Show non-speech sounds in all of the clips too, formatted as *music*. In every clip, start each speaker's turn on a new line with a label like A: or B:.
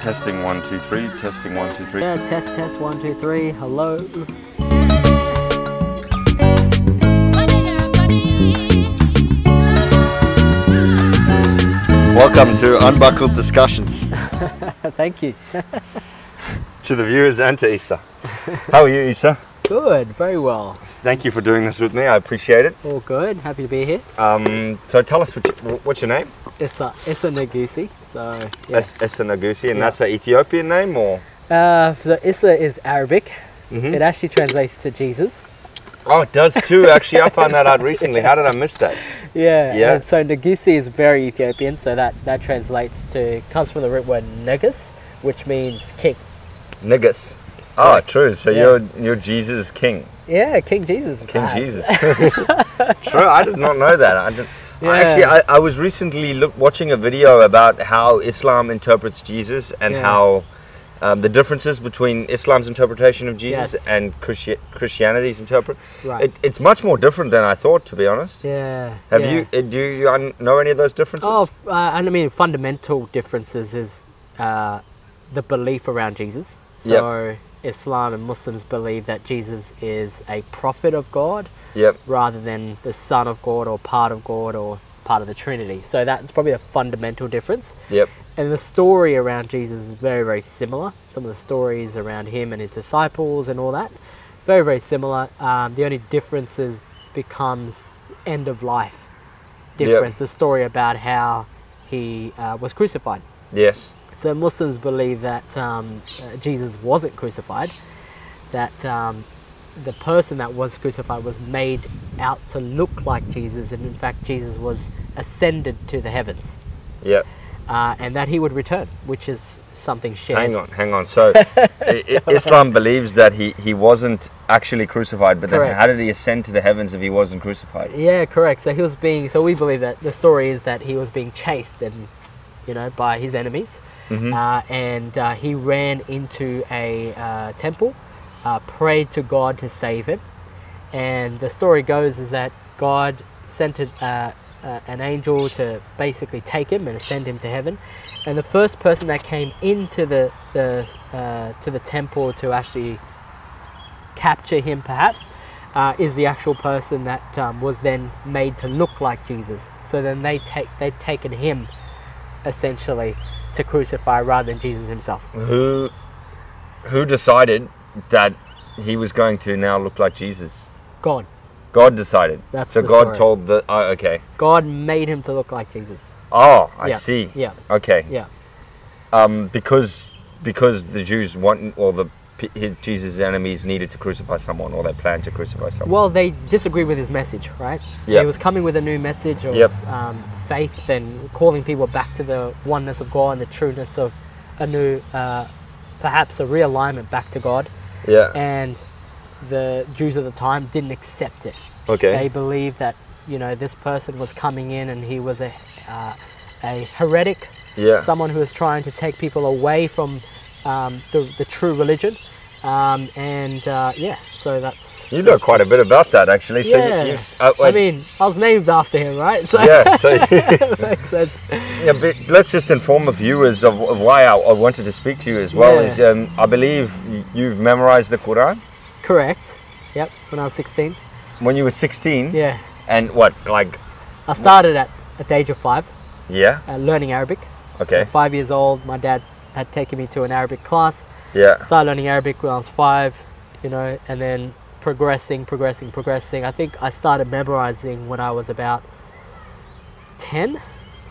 A: Testing one, two, three. Testing one, two, three.
B: Yeah, test, test, one, two, three. Hello. *laughs*
C: Welcome to Unbuckled Discussions
B: Thank you.
C: *laughs* to the viewers and to Issa. *laughs* How are you, Issa?
B: Good, very well.
C: Thank you for doing this with me. I appreciate it.
B: All good. Happy to be here.
C: Um, so tell us what, what's your name?
B: Issa, Issa Nagusi. So, yeah.
C: Es- Issa Nagusi, and
B: Yeah.
C: that's an Ethiopian name, or
B: Uh, so Issa is Arabic.
C: Mhm.
B: It actually translates to Jesus.
C: oh, it does too. Actually, I found that out recently. How did I miss that?
B: Yeah.
C: Yeah.
B: And so Nagusi is very Ethiopian. So that that translates to comes from the root word negus, which means king.
C: Niggas. Oh, true. So
B: Yeah.
C: you're you're Jesus King,
B: Yeah, King Jesus.
C: King
B: Nice. *laughs*
C: Jesus. true. I did not know that. I did. I actually,
B: Yeah.
C: I, I was recently look, watching a video about how Islam interprets Jesus and
B: Yeah.
C: how um, the differences between Islam's interpretation of Jesus
B: Yes.
C: and Christi- Christianity's interpret.
B: Right.
C: It, it's much more different than I thought, to be honest.
B: Yeah.
C: Have
B: yeah.
C: you uh, do you un- know any of those differences?
B: Oh, f- uh, and I mean, fundamental differences is uh, the belief around Jesus.
C: Yep.
B: So, Islam and Muslims believe that Jesus is a prophet of God
C: Yep.
B: rather than the Son of God or part of God or part of the Trinity. So, that's probably a fundamental difference.
C: Yep.
B: And the story around Jesus is very, very similar. Some of the stories around him and his disciples and all that, very, very similar. Um, the only difference is becomes end of life difference. The story about how he uh, was crucified.
C: Yes.
B: So Muslims believe that um, uh, Jesus wasn't crucified. That um, the person that was crucified was made out to look like Jesus, and in fact, Jesus was ascended to the heavens
C: Yep.
B: uh, and that he would return, which is something shared.
C: Hang on, hang on. So, i- i-
B: *laughs*
C: Islam believes that he, he wasn't actually crucified, but then
B: Correct.
C: how did he ascend to the heavens if he wasn't crucified?
B: Yeah, correct. So he was being. So we believe that the story is that he was being chased and, you know, by his enemies,
C: Mm-hmm.
B: uh, and uh, he ran into a uh, temple, uh, prayed to God to save him, and the story goes is that God sent a, uh, uh, an angel to basically take him and send him to heaven, and the first person that came into the the uh, to the temple to actually capture him, perhaps, uh, is the actual person that um, was then made to look like Jesus. So then they take they'd taken him, essentially, to crucify rather than Jesus himself.
C: who who decided that he was going to now look like Jesus?
B: God,
C: God decided.
B: That's
C: so
B: the
C: God
B: story.
C: told the oh okay.
B: God made him to look like Jesus.
C: Oh, I
B: Yeah,
C: see.
B: yeah.
C: Okay.
B: Yeah,
C: Um because because the Jews want or the p- his, Jesus' enemies needed to crucify someone or they planned to crucify someone.
B: Well, they disagree with his message, right? So
C: Yep.
B: he was coming with a new message of
C: Yep.
B: um, faith and calling people back to the oneness of God and the trueness of a new, uh, perhaps a realignment back to God.
C: yeah.
B: And the Jews at the time didn't accept it.
C: Okay.
B: They believed that you know this person was coming in and he was a uh, a heretic,
C: Yeah.
B: someone who was trying to take people away from um, the the true religion, um, and uh, yeah, so that's.
C: you know quite a bit about that actually. So you-
B: Yeah,
C: you s- uh,
B: I
C: wait,
B: mean, I was named after him, right? *laughs* So
C: yeah, so
B: that makes sense.
C: Yeah, but let's just inform the viewers of, of why I, I wanted to speak to you as well.
B: Yeah.
C: Is um, I believe y- you've memorized the Quran
B: Correct. Yep. When I was 16.
C: when you were 16,
B: Yeah.
C: and what like
B: I started at at the age of five,
C: yeah,
B: uh, learning Arabic.
C: okay,
B: At five years old, my dad had taken me to an Arabic class.
C: yeah,
B: started learning Arabic when I was five, you know, and then progressing, progressing, progressing. I think I started memorizing when I was about 10.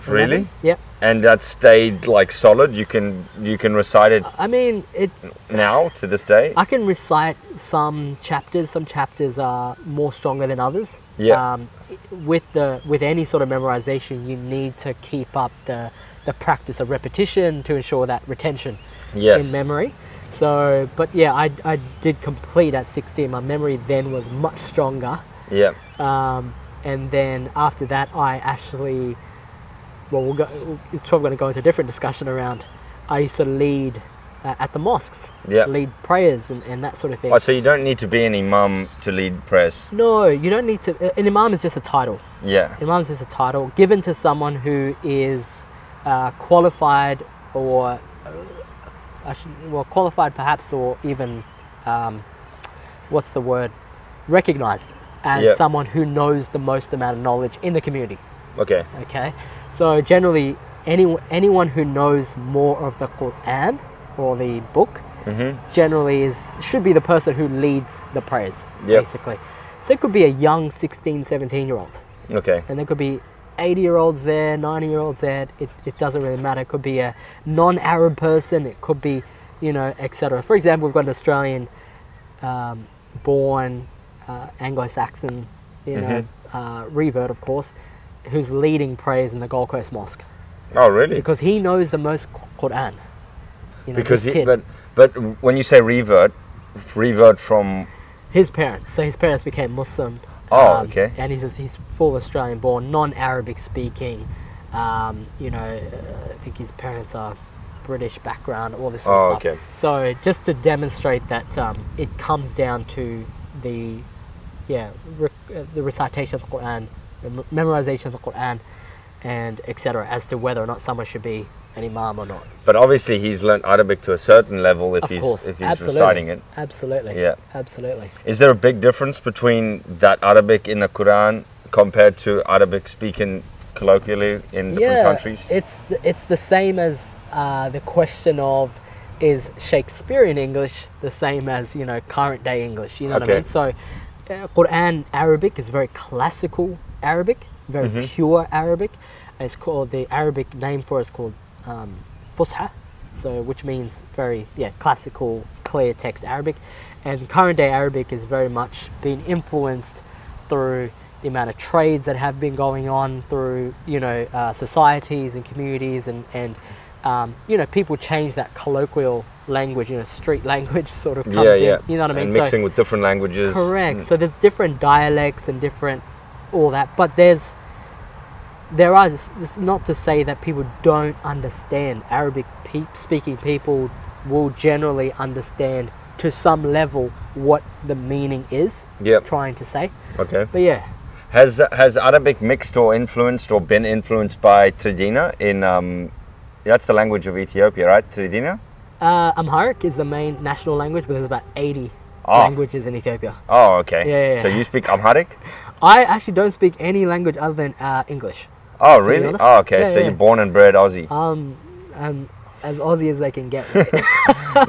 C: really,
B: 11. Yep.
C: and that stayed like solid. You can you can recite it
B: I mean, it.
C: now to this day.
B: I can recite some chapters. Some chapters are more stronger than others.
C: Yeah.
B: Um, with the with any sort of memorization, you need to keep up the the practice of repetition to ensure that retention. in
C: Yes,
B: memory. So, but yeah, I, I did complete at 16. My memory then was much stronger.
C: yeah,
B: Um, and then after that, I actually, well, we'll go, it's probably going to go into a different discussion around. I used to lead uh, at the mosques,
C: Yeah.
B: lead prayers and, and that sort of thing.
C: oh, so you don't need to be an imam to lead prayers.
B: no, you don't need to. uh, An imam is just a title.
C: Yeah,
B: Imam's is a title given to someone who is uh, qualified or uh, I should, well, qualified perhaps, or even, um, what's the word, recognized as
C: Yeah.
B: someone who knows the most amount of knowledge in the community.
C: Okay.
B: Okay, so generally, any, anyone who knows more of the Quran or the book
C: Mm-hmm.
B: generally is should be the person who leads the prayers,
C: Yep.
B: basically. So it could be a young 16, 17 year old,
C: Okay.
B: and there could be 80 year olds there, 90 year olds there. It, it doesn't really matter. It could be a non Arab person, it could be, you know, etc. For example, we've got an Australian um, born uh, Anglo Saxon, you know,
C: Mm-hmm.
B: uh, revert, of course, who's leading prayers in the Gold Coast Mosque
C: Oh, really?
B: because he knows the most Quran. You know,
C: Because
B: this
C: he,
B: kid.
C: but but when you say revert, revert from
B: his parents. So his parents became Muslim. Um,
C: Oh, okay.
B: And he's he's full Australian-born, non-Arabic speaking. Um, you know, uh, I think his parents are British background, all this sort
C: Oh,
B: of stuff.
C: okay.
B: So just to demonstrate that um, it comes down to the yeah re- uh, the recitation of the Quran, the mem- memorization of the Quran, and etc. As to whether or not someone should be an imam or not.
C: but obviously he's learned Arabic to a certain level if
B: Of
C: he's
B: course,
C: if he's
B: absolutely.
C: reciting it.
B: Absolutely.
C: Yeah.
B: Absolutely.
C: Is there a big difference between that Arabic in the Quran compared to Arabic speaking colloquially in different countries?
B: It's th- it's the same as uh, the question of is Shakespearean English the same as you know current day English? You know what I
C: Okay.
B: mean? So, uh, Quran Arabic is very classical Arabic, very
C: Mm-hmm.
B: pure Arabic. It's called the Arabic name for it is called um, Fusha, so which means very yeah classical, clear text Arabic, and current day Arabic is very much being influenced through the amount of trades that have been going on through you know uh, societies and communities and and um, you know people change that colloquial language you know street *laughs* language sort of comes
C: yeah,
B: in
C: yeah.
B: you know what I mean
C: And
B: So-
C: mixing with different languages.
B: Correct. So there's different dialects and different all that, but there's there are it's not to say that people don't understand Arabic pe- speaking people will generally understand to some level what the meaning is
C: Yep.
B: trying to say.
C: Mm, Okay.
B: But yeah,
C: Has has Arabic mixed or influenced or been influenced by Tridina in um, that's the language of Ethiopia, right? Tridina.
B: uh, Amharic is the main national language, but there's about 80
C: Ah.
B: languages in Ethiopia.
C: Oh, okay.
B: Yeah, yeah,
C: So
B: yeah.
C: you speak Amharic?
B: I actually don't speak any language other than uh, English.
C: Oh,
B: be
C: really?
B: honest.
C: Oh, okay.
B: Yeah,
C: so
B: yeah.
C: you're born and bred Aussie,
B: Um, I'm as Aussie as I can get.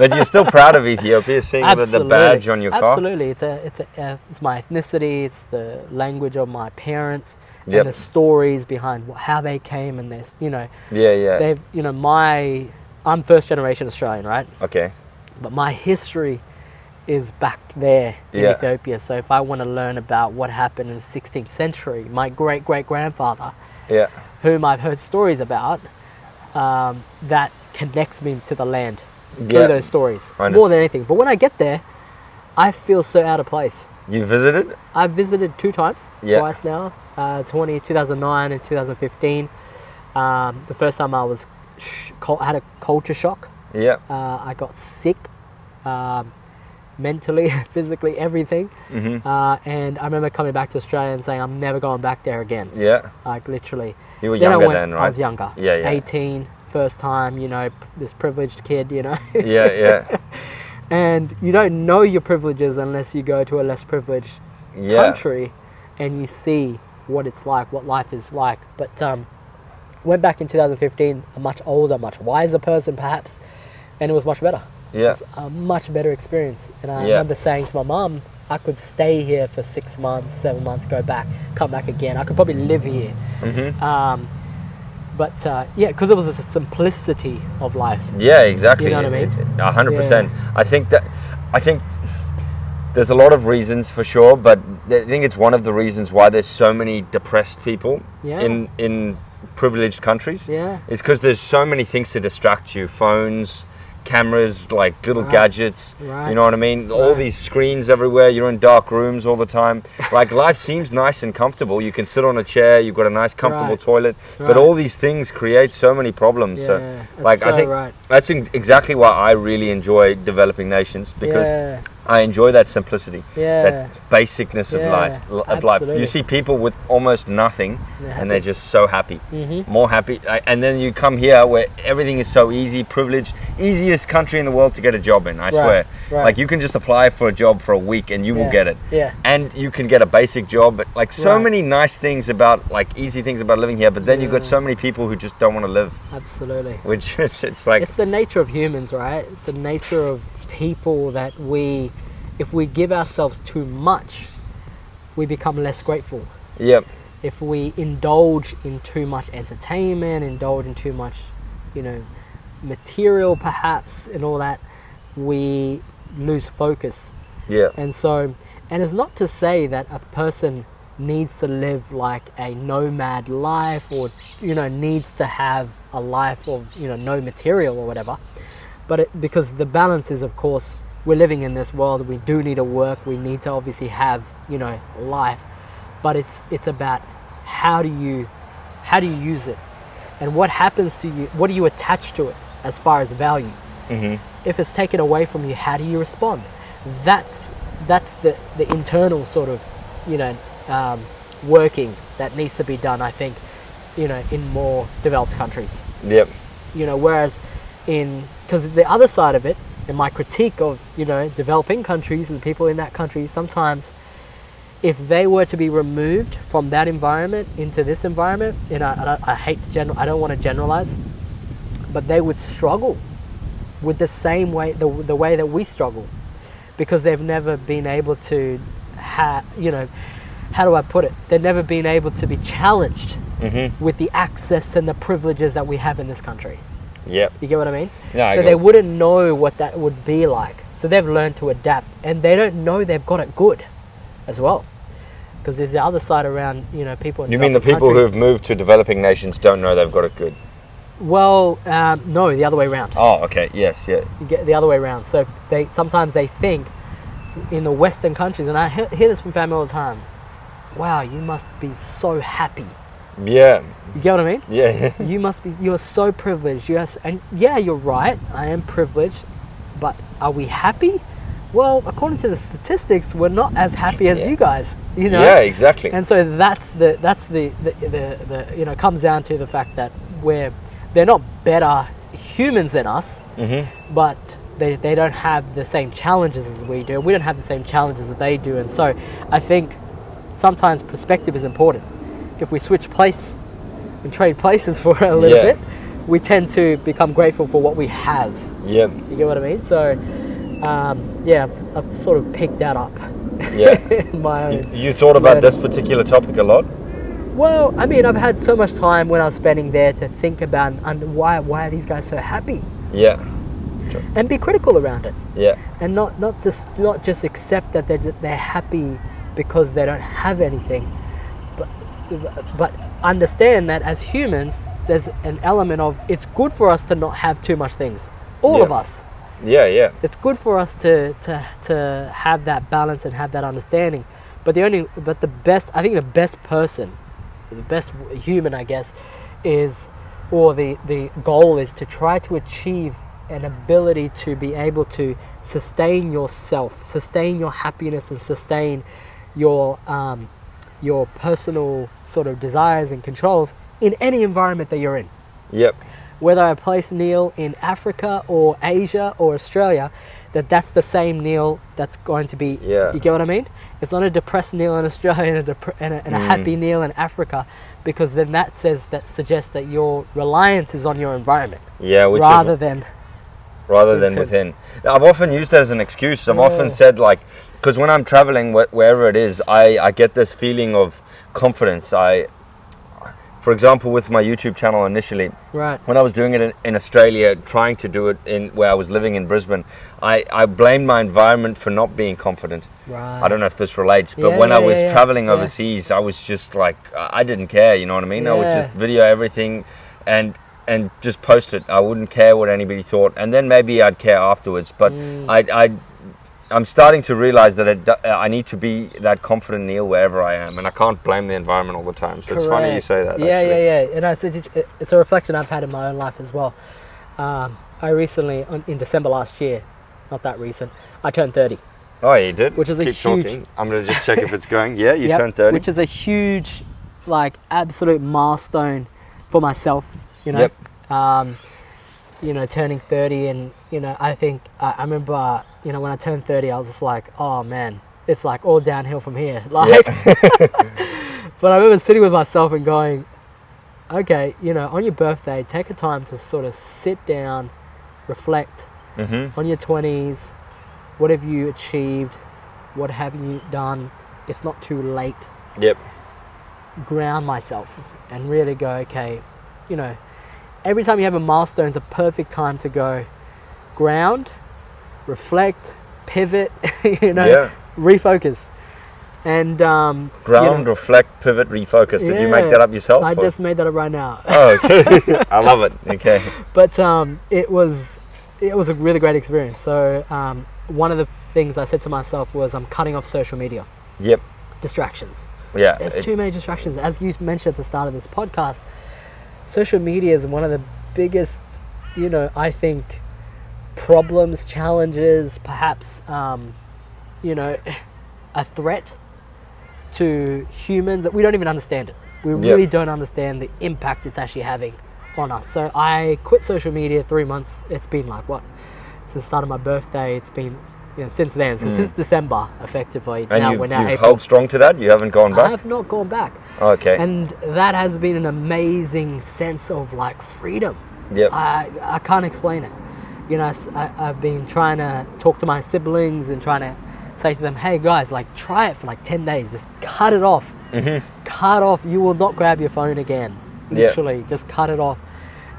C: but you're still proud of Ethiopia, seeing the, the badge on your car.
B: Absolutely, it's a, it's a, uh, it's my ethnicity, it's the language of my parents,
C: Yep.
B: and the stories behind wh- how they came, and this, you know,
C: Yeah, yeah.
B: they've, you know, my, I'm first generation Australian, right?
C: okay.
B: But my history is back there in
C: Yeah.
B: Ethiopia. So if I want to learn about what happened in the 16th century, my great great grandfather,
C: Yeah.
B: whom I've heard stories about, um, that connects me to the land
C: Yeah.
B: through those stories
C: I
B: more than anything. But when I get there, I feel so out of place.
C: You visited?
B: I've visited two times,
C: Yeah.
B: twice now, uh, 20, 2009 and 2015. Um, the first time I was sh- cul- had a culture shock.
C: Yeah.
B: Uh, I got sick, um, mentally, *laughs* physically, everything.
C: Mm-hmm.
B: Uh, and I remember coming back to Australia and saying, "I'm never going back there again."
C: Yeah.
B: like literally.
C: You were
B: Then I
C: younger
B: went-
C: then,
B: I
C: right?
B: was younger.
C: Yeah, yeah.
B: 18, first time, you know, p- this privileged kid, you know. *laughs*
C: Yeah, yeah.
B: and you don't know your privileges unless you go to a less privileged
C: Yeah.
B: country and you see what it's like, what life is like. But um, went back in 2015, a much older, much wiser person perhaps, and it was much better. It
C: Yeah.
B: was a much better experience. And I
C: Yeah.
B: remember saying to my mum, I could stay here for six months, seven months, go back, come back again. I could probably live here.
C: Mm-hmm.
B: Um, but uh, yeah, because it was the simplicity of life.
C: Yeah, exactly.
B: You know what I mean?
C: A hundred percent. I think that I think there's a lot of reasons for sure, but I think it's one of the reasons why there's so many depressed people
B: Yeah.
C: in in privileged countries.
B: Yeah.
C: It's because there's so many things to distract you: phones, cameras, like little
B: Right.
C: gadgets.
B: Right.
C: You know what I mean? All
B: Right.
C: these screens everywhere. You're in dark rooms all the time.
B: *laughs*
C: Like life seems nice and comfortable. You can sit on a chair. You've got a nice, comfortable
B: Right.
C: toilet. But
B: Right.
C: all these things create so many problems.
B: Yeah,
C: so,
B: that's
C: like, I
B: so
C: think
B: right.
C: that's ex- exactly why I really enjoy developing nations because
B: yeah.
C: I enjoy that simplicity,
B: Yeah.
C: that basicness of
B: Yeah,
C: life. l- Of life.
B: absolutely.
C: You see people with almost nothing,
B: They're
C: and they're
B: happy.
C: just so happy,
B: Mhm.
C: more happy. I- And then you come here where everything is so easy, privileged, easiest country in the world to get a job in. I swear,
B: right.
C: like you can just apply for a job for a week and you will
B: Yeah,
C: get it.
B: yeah.
C: And you can get a basic job, but like so
B: Right.
C: many nice things about like easy things about living here. But then you've got
B: Yeah.
C: so many people who just don't want to live, *laughs*
B: Absolutely.
C: which is, it's like
B: It's the nature of humans, right? It's the nature of people that we, if we give ourselves too much, we become less grateful.
C: yeah,
B: If we indulge in too much entertainment, indulge in too much, you know, material perhaps, and all that, we lose focus.
C: yeah,
B: And so, and it's not to say that a person needs to live like a nomad life or, you know, needs to have a life of, you know, no material or whatever. But it, because the balance is, of course, we're living in this world, we do need to work, we need to obviously have, you know, life. But it's, it's about how do you, how do you use it? And what happens to you, what do you attach to it as far as value?
C: mm-hmm,
B: if it's taken away from you, how do you respond? That's that's the, the internal sort of you know um, working that needs to be done. I think you know in more developed countries,
C: yeah,
B: you know, whereas in because the other side of it, and my critique of you know developing countries and people in that country sometimes. If they were to be removed from that environment into this environment, and I, and I, I hate to general, I don't want to generalize, but they would struggle with the same way the, the way that we struggle because they've never been able to ha- you know how do i put it they've never been able to be challenged
C: mm-hmm,
B: with the access and the privileges that we have in this country
C: yeah.
B: you get what i mean
C: Yeah, I
B: so
C: get
B: they
C: it.
B: wouldn't know what that would be like so they've learned to adapt and they don't know they've got it good as well because there's the other side around you know people in
C: You mean the
B: developing
C: people
B: countries.
C: who've moved to developing nations don't know they've got it good?
B: well um, no the other way around
C: Oh, okay. Yes, yeah.
B: you get the other way around. So they sometimes they think in the Western countries, and I hear, hear this from family all the time. Wow, you must be so happy.
C: Yeah,
B: You get what I mean?
C: yeah.
B: You must be. You're so privileged. You are, s- and yeah, you're right. I am privileged, but are we happy? Well, according to the statistics, we're not as happy as
C: Yeah.
B: you guys. *laughs* You know?
C: Yeah, exactly.
B: And so that's the that's the the, the, the you know it comes down to the fact that we're they're not better humans than us,
C: Mm-hmm.
B: but they, they don't have the same challenges as we do. We don't have the same challenges that they do. And so I think sometimes perspective is important. If we switch place and trade places *laughs* for a little
C: Yeah.
B: bit, we tend to become grateful for what we have.
C: yeah,
B: You get what I mean? So um, yeah, I've, I've sort of picked that up.
C: yeah.
B: *laughs* in my own.
C: You, you thought about this particular topic a lot?
B: Well, I mean, I've had so much time when I was spending there to think about and why why are these guys so happy,
C: Yeah,
B: and be critical around it,
C: yeah,
B: and not not just not just accept that they're ju- they're happy because they don't have anything, but but understand that as humans, there's an element of it's good for us to not have too much things, all of
C: Yeah.
B: us.
C: yeah, yeah.
B: It's good for us to to to have that balance and have that understanding. But the only but the best I think the best person, the best human I guess, is or the the goal is to try to achieve an ability to be able to sustain yourself, sustain your happiness, and sustain your um, your personal sort of desires and controls in any environment that you're in
C: Yep.
B: whether I place Neil in Africa or Asia or Australia, that that's the same Neil that's going to be.
C: Yeah.
B: You get what I mean? It's not a depressed Neil in Australia and a, depre- and a, and a
C: Mm.
B: happy Neil in Africa, because then that says that suggests that your reliance is on your environment
C: Yeah, which
B: rather
C: is
B: than
C: rather than
B: Within.
C: within. I've often used that as an excuse. I've
B: Yeah.
C: often said like, because when I'm traveling, wh- wherever it is, I, I get this feeling of confidence. I, for example, with my YouTube channel initially,
B: right.
C: when I was doing it in, in Australia, trying to do it in where I was living in Brisbane, I, I blamed my environment for not being confident.
B: Right.
C: I don't know if this relates, but
B: Ah. Yeah,
C: when I
B: yeah,
C: was
B: yeah, yeah.
C: traveling
B: Yeah.
C: overseas, I was just like, I I didn't care, you know what I mean? I would
B: Yeah.
C: just video everything and and just post it. I wouldn't care what anybody thought, and then maybe I'd care afterwards. But
B: Mm.
C: I, I, I'm starting to realize that it, do- I need to be that confident Neil wherever I am, and I can't blame the environment all the time. So it's funny you
B: Correct.
C: say that.
B: Yeah,
C: actually.
B: yeah, yeah. And it's a, it's a reflection I've had in my own life as well. Um, I recently, on, in December last year, not that recent, I turned 30.
C: Oh, you did.
B: Which is a
C: Keep
B: huge-
C: talking. I'm gonna just check if it's going. Yeah, you
B: *laughs* Yep,
C: turned thirty.
B: which is a huge, like absolute milestone for myself. You know, um, you know, turning thirty, and you know, I think I, I remember, uh, you know, when I turned thirty, I was just like, oh man, it's like all downhill from here. *laughs* Like, but I remember sitting with myself and going, okay, you know, on your birthday, take a time to sort of sit down, reflect
C: Mm-hmm.
B: on your 20s what have you achieved what have you done it's not too late
C: Yep.
B: ground myself and really go okay you know every time you have a milestone it's a perfect time to go ground reflect pivot *laughs* you know
C: Yeah.
B: refocus and um you know,
C: Ground, reflect, pivot, refocus. Did you make
B: yeah,
C: that up yourself?
B: i
C: or-
B: just made that up right now
C: *laughs*
B: *laughs*
C: Oh, okay. *laughs* I love it. Okay.
B: but um, it was it was a really great experience. So um, one of the things I said to myself was, I'm cutting off social media
C: Yep.
B: distractions.
C: Yeah.
B: There's
C: it-
B: too many distractions, as you mentioned at the start of this podcast. Social media is one of the biggest, you know, I think, problems, challenges, perhaps, um, you know, a threat to humans. We don't even understand it. We
C: Yeah.
B: really don't understand the impact it's actually having on us. So I quit social media three months. It's been like what since the start of my birthday. It's been you know, since then. So since December, effectively.
C: Hmm. and
B: now
C: you,
B: we're
C: you've
B: now April.
C: held strong to that. You haven't gone
B: I
C: back.
B: have not gone back.
C: Okay.
B: And that has been an amazing sense of like freedom.
C: Yep.
B: I, I can't explain it. You know, s- I, have been trying to talk to my siblings and trying to say to them, hey guys, like try it for like 10 days. Just cut it off. Cut off. You will not grab your phone again.
C: Mm-hmm. Yeah.
B: Literally, just cut it off.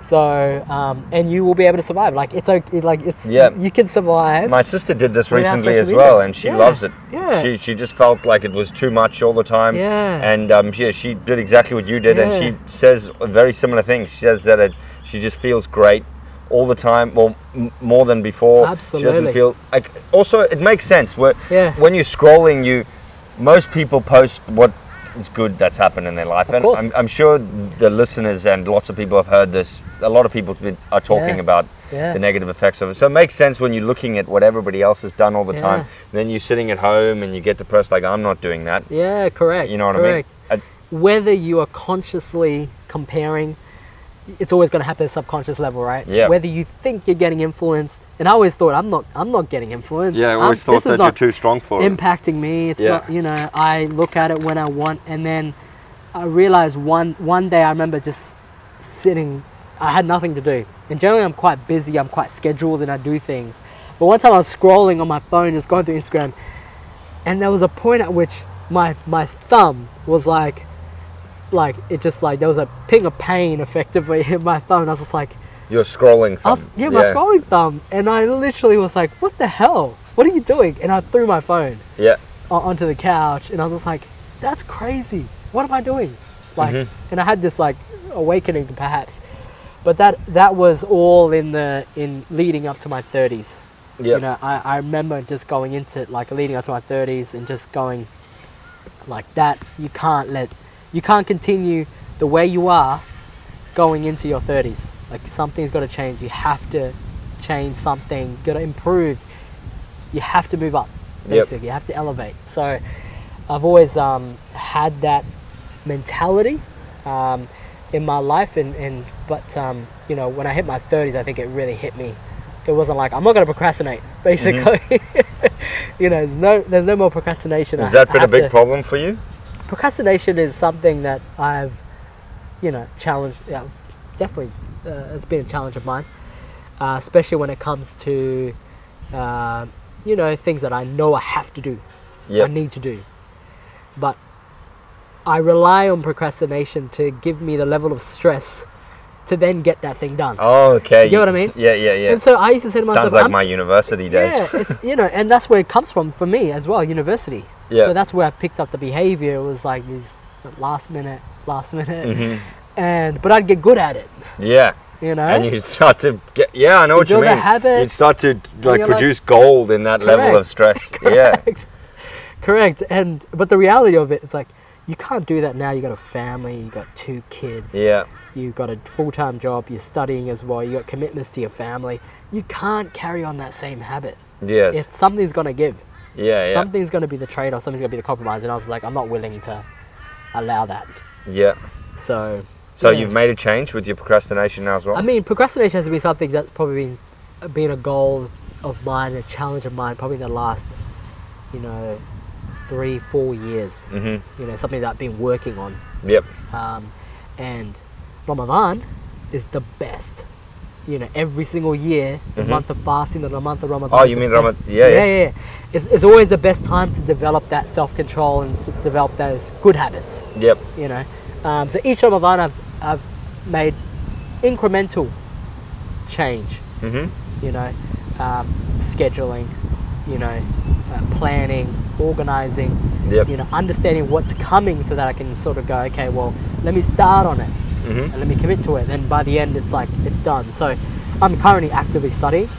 B: So, um, and you will be able to survive. Like it's okay. Like it's,
C: Yeah.
B: you can survive.
C: My sister did this
B: Without
C: recently
B: social
C: as well,
B: media.
C: and she
B: Yeah,
C: loves it.
B: yeah.
C: She, she just felt like it was too much all the time.
B: Yeah.
C: And um, yeah, she did exactly what you did, and
B: Yeah.
C: she says a very similar thing. She says that it, she just feels great all the time, or m- more than before. She doesn't
B: Absolutely.
C: feel like. Also, it makes sense. Where,
B: Yeah.
C: When you're scrolling, you most people post what is good that's happened in their life, and
B: course.
C: I'm, I'm sure the listeners and lots of people have heard this. A lot of people are talking
B: Yeah.
C: about
B: Yeah.
C: the negative effects of it. So it makes sense when you're looking at what everybody else has done all the
B: Yeah.
C: time. Then you're sitting at home and you get depressed, like, I'm not doing that.
B: yeah, correct.
C: You know what
B: correct.
C: I mean?
B: whether you are consciously comparing, it's always going to happen at a subconscious level, right?
C: Yeah.
B: Whether you think you're getting influenced, and I always thought I'm not, I'm not getting influenced.
A: Yeah, I
B: I'm-
A: always
B: Um, this
A: thought
B: is
A: that you're
B: not
A: too strong for it.
B: impacting me. It's
A: Yeah.
B: not, you know, I look at it when I want, and then I realized one one day I remember just sitting. I had nothing to do, and generally I'm quite busy. I'm quite scheduled, and I do things. But one time I was scrolling on my phone, just going through Instagram, and there was a point at which my my thumb was like, like it just like there was a ping of pain effectively in my thumb. I was just like,
C: You're scrolling.
B: I
C: Thumb.
B: was, yeah, my scrolling thumb, and I literally was like, what the hell? What are you doing? And I threw my phone
C: Yeah.
B: o- onto the couch and I was just like, that's crazy. What am I doing? Like, and I had this like awakening perhaps, but that, that was all in the, in leading up to my thirties.
C: Yeah.
B: You know, I, I remember just going into it, like leading up to my thirties and just going like that. You can't let, you can't continue the way you are going into your thirties. Like something's got to change. You have to change something. Got to improve. You have to move up.
C: Yep.
B: Basically, you have to elevate. So, I've always um, had that mentality um, in my life, and, and but um, you know, when I hit my thirties, I think it really hit me. It wasn't like I'm not going to procrastinate. *laughs* Basically, *laughs* you know, there's no there's no more procrastination.
C: Mm-hmm. Has
B: I-
C: that
B: I
C: been a
B: have
C: big
B: to-
C: problem for you?
B: procrastination is something that I've, you know, challenged. Yeah, definitely, uh, it's been a challenge of mine, uh, especially when it comes to, uh, you know, things that I know I have to do,
C: Yeah.
B: I need to do, but I rely on procrastination to give me the level of stress to then get that thing done.
C: Oh, okay.
B: You get what I mean?
C: Yeah, yeah, yeah.
B: And so I used to say to myself,
C: Sounds like
B: "I'm-
C: my university days.
B: yeah, it's, you know, and that's where it comes from for me as well, university.
C: Yeah.
B: So that's where I picked up the behavior. It was like these last minute, last minute, and but I'd get good at it,
C: *laughs* Yeah.
B: you know.
C: Mm-hmm. And you start to get, yeah, I know what you
B: build a
C: mean.
B: habit.
C: You'd start to like
B: you're like-
C: produce gold in that level
B: Correct.
C: of
B: *laughs*
C: stress. Yeah.
B: correct, correct. And but the reality of it, it's like you can't do that now. You got a family, you got two kids,
C: Yeah.
B: you got a full time job, you're studying as well, you got commitments to your family. You can't carry on that same habit.
C: Yes.
B: If something's gonna give,
C: Yeah, yeah.
B: Something's going to be the trade off, something's going to be the compromise. And I was like, I'm not willing to allow that.
C: yeah.
B: So,
C: So
B: yeah.
C: you've made a change with your procrastination now as well.
B: I mean, procrastination has been something that's probably been, been a goal of mine, a challenge of mine, probably in the last, you know, three, four years.
C: mm-hmm.
B: You know, something that I've been working on.
C: Yep.
B: Um, and Ramadan is the best. You know, every single year, the
C: Mhm.
B: month of fasting, the month of Ramadan.
C: Oh,
B: is
C: you
B: the
C: mean
B: best-
C: Ramad- yeah, yeah.
B: yeah, yeah. It's, it's always the best time to develop that self control and s- develop those good habits.
C: Yep.
B: You know, um, so each Ramadan I've, I've made incremental change
C: Mm-hmm.
B: you know, um, scheduling, you know, uh, planning, organizing,
C: Yep.
B: you know, understanding what's coming so that I can sort of go, okay, well, let me start on it and
C: Mm-hmm.
B: let me commit to it. And by the end, it's like, it's done. So I'm currently actively studying.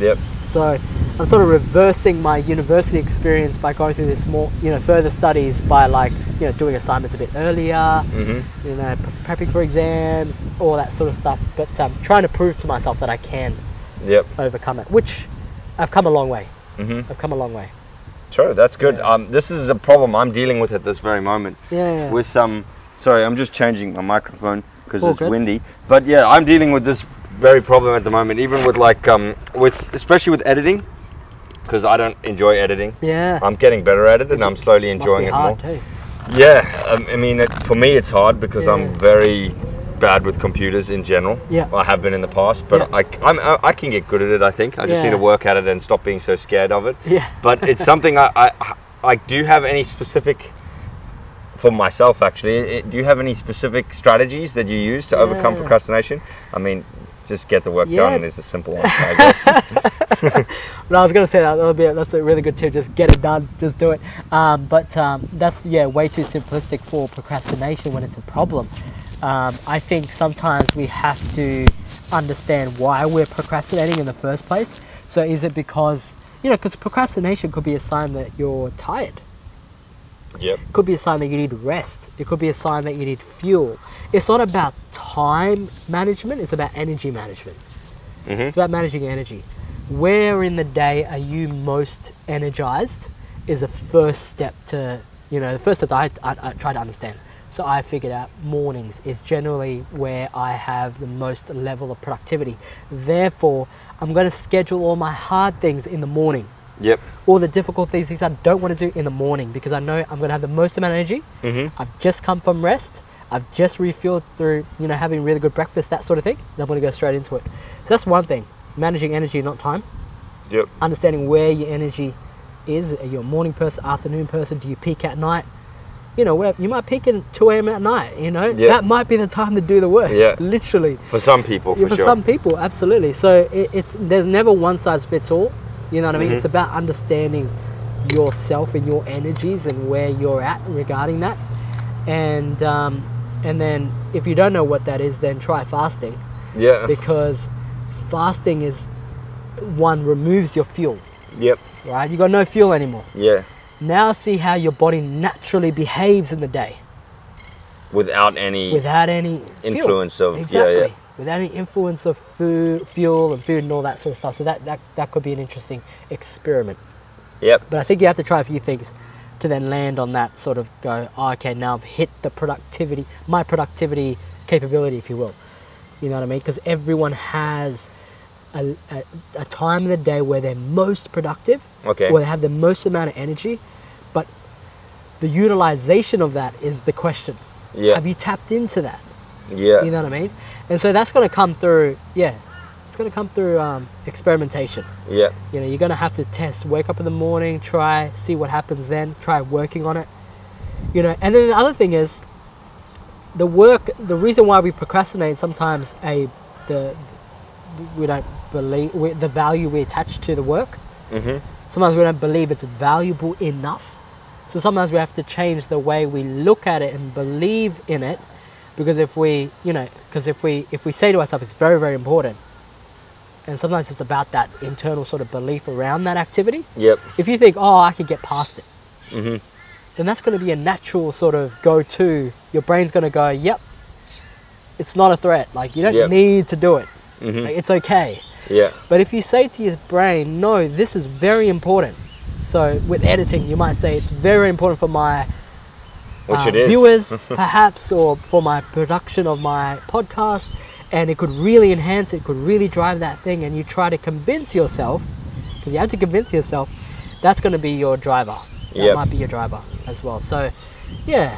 C: Yep.
B: So I'm sort of reversing my university experience by going through this more, you know, further studies by like, you know, doing assignments a bit earlier,
C: Mm-hmm.
B: you know, pre- prepping for exams, all that sort of stuff. But um, trying to prove to myself that I can
C: Yep.
B: overcome it, which I've come a long way.
C: Mm-hmm.
B: I've come a long way.
C: Sure, that's good.
B: Yeah.
C: Um, this is a problem I'm dealing with at this very moment.
B: Yeah, yeah.
C: With um, sorry, I'm just changing my microphone because
B: All
C: it's
B: good.
C: windy. But yeah, I'm dealing with this very problem at the moment. Even with like um, with especially with editing, because I don't enjoy editing.
B: Yeah.
C: I'm getting better at it, and I'm slowly
B: Must
C: enjoying
B: be
C: it
B: hard
C: more.
B: Too. *laughs*
C: Yeah, um, I mean, it, for me, it's hard because I'm
B: Yeah.
C: very bad with computers in general.
B: Yeah.
C: I have been in the past, but
B: Yeah.
C: I, c- I'm, I, I can get good at it. I think I just need
B: Yeah.
C: to work at it and stop being so scared of it
B: Yeah.
C: but it's something I, I I do you have any specific for myself actually. i- Do you have any specific strategies that you use to overcome
B: Yeah.
C: procrastination? I mean, just get the work
B: Yeah.
C: done is a simple one. I
B: *laughs*
C: guess.
B: No, I was gonna say that. That'll be a, that's a really good tip. Just get it done. Just do it. Um, but um, that's yeah, way too simplistic for procrastination when it's a problem. Um, I think sometimes we have to understand why we're procrastinating in the first place. So is it because you know? Because procrastination could be a sign that you're tired.
C: yep.
B: It could be a sign that you need rest. It could be a sign that you need fuel. It's not about time management, it's about energy management. It's about managing energy. Where in the day are you most energized is the first step to, you know, the first step that I, I, I try to understand. So I figured out mornings is generally where I have the most level of productivity. Therefore, I'm going to schedule all my hard things in the morning
C: Yep.
B: all the difficult things, things I don't want to do in the morning because I know I'm going to have the most amount of energy. Mm-hmm. I've just come from rest. I've just refueled through, you know, having really good breakfast, that sort of thing. And I'm going to go straight into it. So that's one thing, managing energy, not time.
C: Yep.
B: Understanding where your energy is. Are you a morning person, afternoon person? Do you peak at night? You know, where you might peak at 2 a.m. at night, you know?
C: Yeah.
B: That might be the time to do the work.
C: Yeah.
B: Literally.
C: For some people, for,
B: Yeah, for
C: sure.
B: some people, absolutely. So it, it's there's never one size fits all. You know what I mean? It's
C: Mm-hmm.
B: about understanding yourself and your energies and where you're at regarding that. And um, and then if you don't know what that is, then try fasting
C: yeah.
B: because fasting is one removes your fuel.
C: yep.
B: Right? You got no fuel anymore.
C: Yeah.
B: Now see how your body naturally behaves in the day
C: Without any.
B: without any
C: Influence
B: fuel.
C: of- yeah,
B: exactly
C: yeah.
B: without any influence of food, fuel and food and all that sort of stuff. So that, that that could be an interesting experiment.
C: Yep.
B: But I think you have to try a few things to then land on that sort of go. "Oh, okay, now I've hit the productivity, my productivity capability, if you will. You know what I mean? Because everyone has. A, a, a time in the day where they're most productive,
C: Okay.
B: where they have the most amount of energy, but the utilization of that is the question.
C: Yeah.
B: Have you tapped into that?
C: Yeah.
B: You know what I mean? And so that's going to come through, yeah, it's going to come through um, experimentation.
C: yeah.
B: You know, you're going to have to test, wake up in the morning, try, see what happens then, try working on it. You know, and then the other thing is the work, the reason why we procrastinate sometimes a the we don't believe we, the value we attach to the work.
C: Mhm.
B: Sometimes we don't believe it's valuable enough. So sometimes we have to change the way we look at it and believe in it, because if we, you know, because if we if we say to ourselves it's very very important, and sometimes it's about that internal sort of belief around that activity.
C: Yep.
B: If you think, oh, I could get past it, then that's going to be a natural sort of go-to. Your brain's going to go, yep, it's not a threat. Like you don't
C: Yep.
B: need to do it. Like, it's okay.
C: Yeah.
B: But if you say to your brain, no, this is very important, So with editing, you might say it's very important for my
C: which
B: uh,
C: it is. *laughs*
B: viewers, perhaps, or for my production of my podcast, and it could really enhance it, could really drive that thing, and you try to convince yourself, because you have to convince yourself, that's going to be your driver. That
C: Yep.
B: might be your driver as well. So, yeah,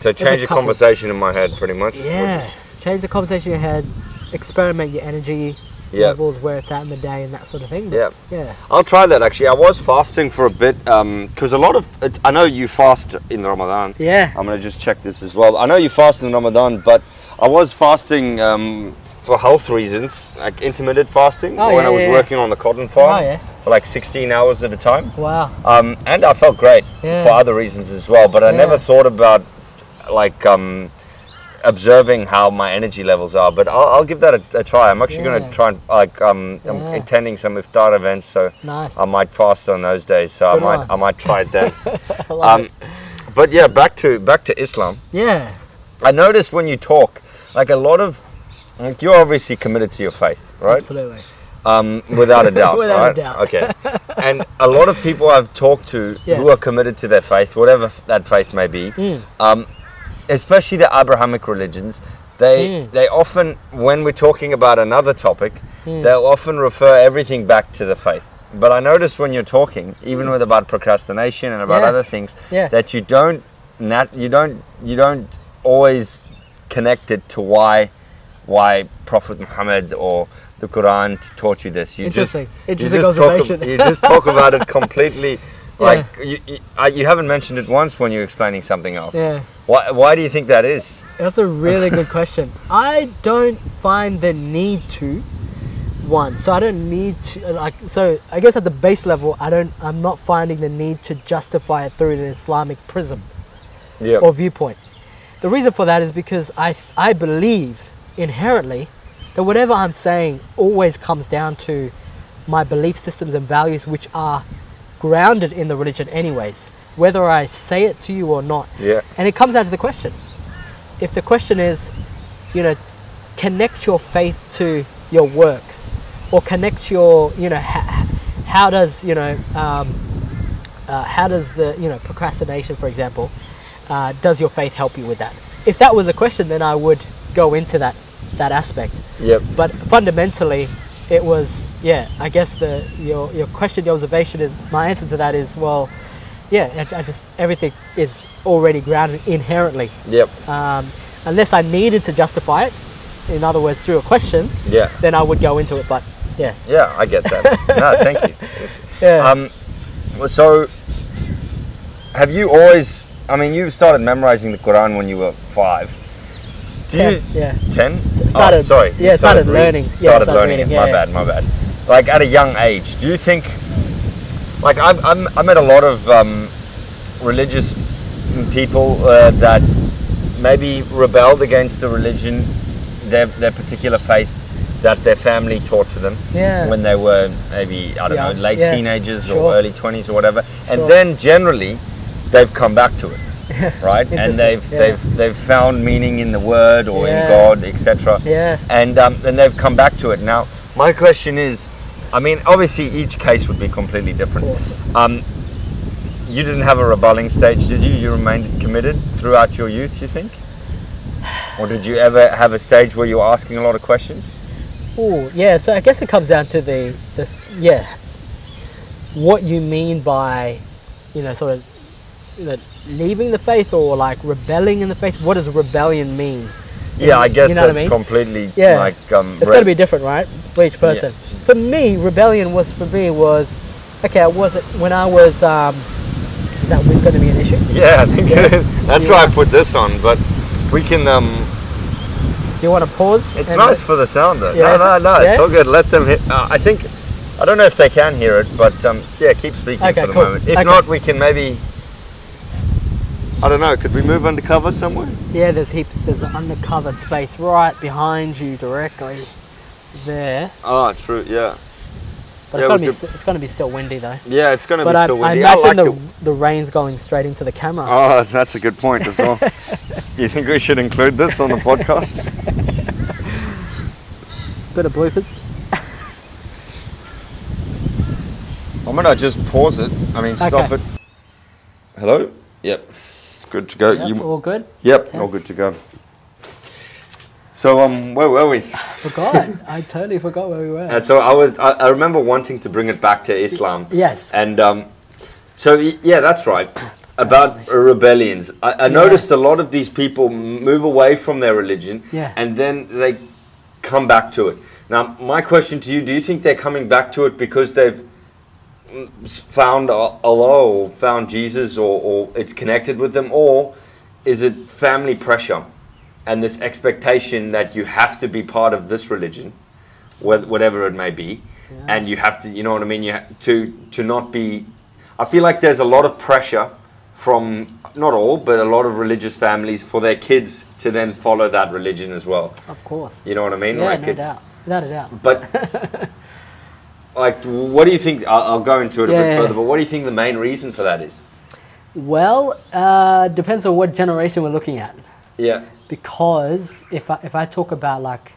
C: So change the
B: couple.
C: conversation in my head, pretty much.
B: yeah. Change the conversation you had, experiment your energy
C: Yep.
B: levels, where it's at in the day, and that sort of thing. But,
C: Yep.
B: Yeah.
C: I'll try that actually. I was fasting for a bit because a lot of it, I know you fast in Ramadan.
B: Yeah.
C: I'm gonna just check this as well. I know you fast in Ramadan, but I was fasting um, for health reasons, like intermittent fasting,
B: Oh,
C: when
B: yeah,
C: I was
B: yeah, yeah.
C: working on the cotton farm
B: Oh, yeah.
C: for like 16 hours at a time,
B: Wow.
C: um, and I felt great
B: Yeah.
C: for other reasons as well. But I
B: Yeah.
C: never thought about like um, observing how my energy levels are. But I'll, I'll give that a, a try. I'm actually
B: Yeah.
C: gonna try and like um, I'm
B: Yeah.
C: attending some iftar events, so
B: Nice.
C: I might fast on those days. So
B: Good
C: I might
B: one.
C: I might try it then.
B: *laughs* I love
C: um,
B: it.
C: but yeah, back to back to Islam.
B: Yeah.
C: I noticed when you talk, like a lot of, like you're obviously committed to your faith, right?
B: Absolutely.
C: Um,
B: *laughs*
C: without a doubt.
B: Without a
C: right?
B: doubt. *laughs*
C: Okay. And a lot of people I've talked to
B: Yes.
C: who are committed to their faith, whatever f- that faith may be,
B: Mm.
C: um, especially the Abrahamic religions, they
B: Mm.
C: they often, when we're talking about another topic,
B: Hmm.
C: they'll often refer everything back to the faith. But I noticed when you're talking, even with about procrastination and about
B: Hmm. Yeah.
C: other things,
B: Yeah.
C: that you don't nat- you don't you don't always connect it to why why Prophet Muhammad or the Quran t- taught you this. You just
B: Interesting.
C: you
B: Interesting
C: just talk ab-
B: observation.
C: you just talk about
B: *laughs*
C: it completely. Like you, you, I, you haven't mentioned it once when you're explaining something else.
B: Yeah.
C: Why, why do you think that is?
B: That's a really good
C: *laughs*
B: question. I don't find the need to one. So I don't need to like so I guess at the base level I don't I'm not finding the need to justify it through the Islamic prism
C: Yeah.
B: or viewpoint. The reason for that is because I I believe inherently that whatever I'm saying always comes down to my belief systems and values which are grounded in the religion anyways, whether I say it to you or not.
C: Yeah.
B: And it comes down to the question. If the question is, you know, connect your faith to your work, or connect your, you know, ha- how does you know, um, uh, how does the you know procrastination, for example, uh, does your faith help you with that? If that was a question, then I would go into that that aspect.
C: Yep.
B: But fundamentally, it was yeah. I guess the your your question, your observation is my answer to that is well, yeah. I, I just everything is already grounded inherently,
C: Yep.
B: um, unless I needed to justify it. In other words, through a question,
C: Yeah.
B: then I would go into it. But yeah,
C: Yeah. I get
B: *laughs*
C: that. no, thank you. It's-
B: yeah.
C: Um, well, so, have you always? I mean, you started memorizing the Quran when you were five. Do
B: yeah,
C: you?
B: yeah.
C: Ten?
B: Started-
C: oh, sorry. you
B: yeah, started
C: reading-
B: learning. Yeah,
C: Started
B: started
C: learning.
B: reading,
C: it.
B: yeah,
C: my
B: yeah.
C: bad. My bad. Like at a young age, do you think? Like I've I'm, I met a lot of um, religious people uh, that maybe rebelled against the religion, their their particular faith that their family taught to them
B: Yeah.
C: when they were maybe I don't
B: Yeah,
C: know late
B: yeah.
C: teenagers
B: Sure.
C: or early twenties or whatever, and
B: Sure.
C: then generally they've come back
B: *laughs*
C: to it right? And
B: Interesting,
C: they've
B: yeah.
C: they've they've found meaning in the word or
B: Yeah.
C: in God, etc.
B: Yeah.
C: And um, and they've come back to it. Now, my question is, I mean, obviously each case would be completely different.
B: Of
C: Um, you didn't have a rebelling stage, did you? You remained committed throughout your youth. You think? Or did you ever have a stage where you were asking a lot of questions?
B: Oh yeah, so I guess it comes down to the this yeah. What you mean by, you know, sort of you know, leaving the faith or like rebelling in the faith? What does rebellion mean?
C: Yeah, I guess
B: you know what I
C: that's
B: mean?
C: completely
B: Yeah.
C: like um,
B: It's
C: re-
B: got to be different, right, for each person. For me, rebellion was for me was okay. I wasn't when I was. Um, is that going to be an issue?
C: *laughs*
B: Do
C: yeah. I think *laughs* that's why I
B: Yeah.
C: put this on, but we can um,
B: you want to pause?
C: It's
B: and-
C: nice for the sound though.
B: Yeah,
C: no, no,
B: is it?
C: no, it's
B: Yeah?
C: all good. Let them hit. Uh, I think, I don't know if they can hear it, but um, yeah, keep speaking
B: Okay,
C: for the
B: cool.
C: moment. If
B: Okay.
C: not, we can maybe. I don't know. Could we move undercover somewhere?
B: Yeah, there's heaps. There's an undercover space right behind you, directly there.
C: Ah, true. Yeah,
B: But
C: Yeah,
B: it's gonna
C: we
B: be
C: could-
B: s- it's gonna be still windy though.
C: yeah. It's gonna
B: But
C: be
B: I,
C: still
B: I
C: windy.
B: imagine
C: like
B: the,
C: the.
B: the rain's going straight into the camera.
C: Oh, that's a good point as
B: *laughs*
C: well.
A: Do you think we should include this on the podcast?
B: Bit of bloopers.
C: I'm gonna just pause it. I mean, stop
B: Okay.
C: it. Hello. Yep. Good to go.
B: Yep,
C: you,
B: all good.
C: yep. All good to go. So um, where were we? *laughs*
B: Forgot. I totally forgot where we were.
C: And so I was. I, I remember wanting to bring it back to Islam.
B: Yes.
C: And um, so y- yeah, that's right. About rebellions, I, I noticed a
B: Yes.
C: lot of these people move away from their religion,
B: Yeah.
C: and then they come back to it. Now, my question to you: Do you think they're coming back to it because they've mm, s- found A- Allah or found Jesus, or, or it's connected with them, or is it family pressure and this expectation that you have to be part of this religion? wh- whatever it may be, and you have to, you know what I mean. You ha- to to not be. I feel like there's a lot of pressure from not all, but a lot of religious families for their kids to then follow that religion as well.
B: of course.
C: You know what I mean?
B: Yeah, no
C: it's-
B: doubt. Without a doubt.
C: But
B: *laughs*
C: like, what do you think? I'll, I'll go into it a
B: Yeah,
C: bit
B: yeah,
C: further.
B: yeah.
C: But what do you think the main reason for that is?
B: Well, uh, depends on what generation we're looking at.
C: Yeah.
B: because if I, if I talk about like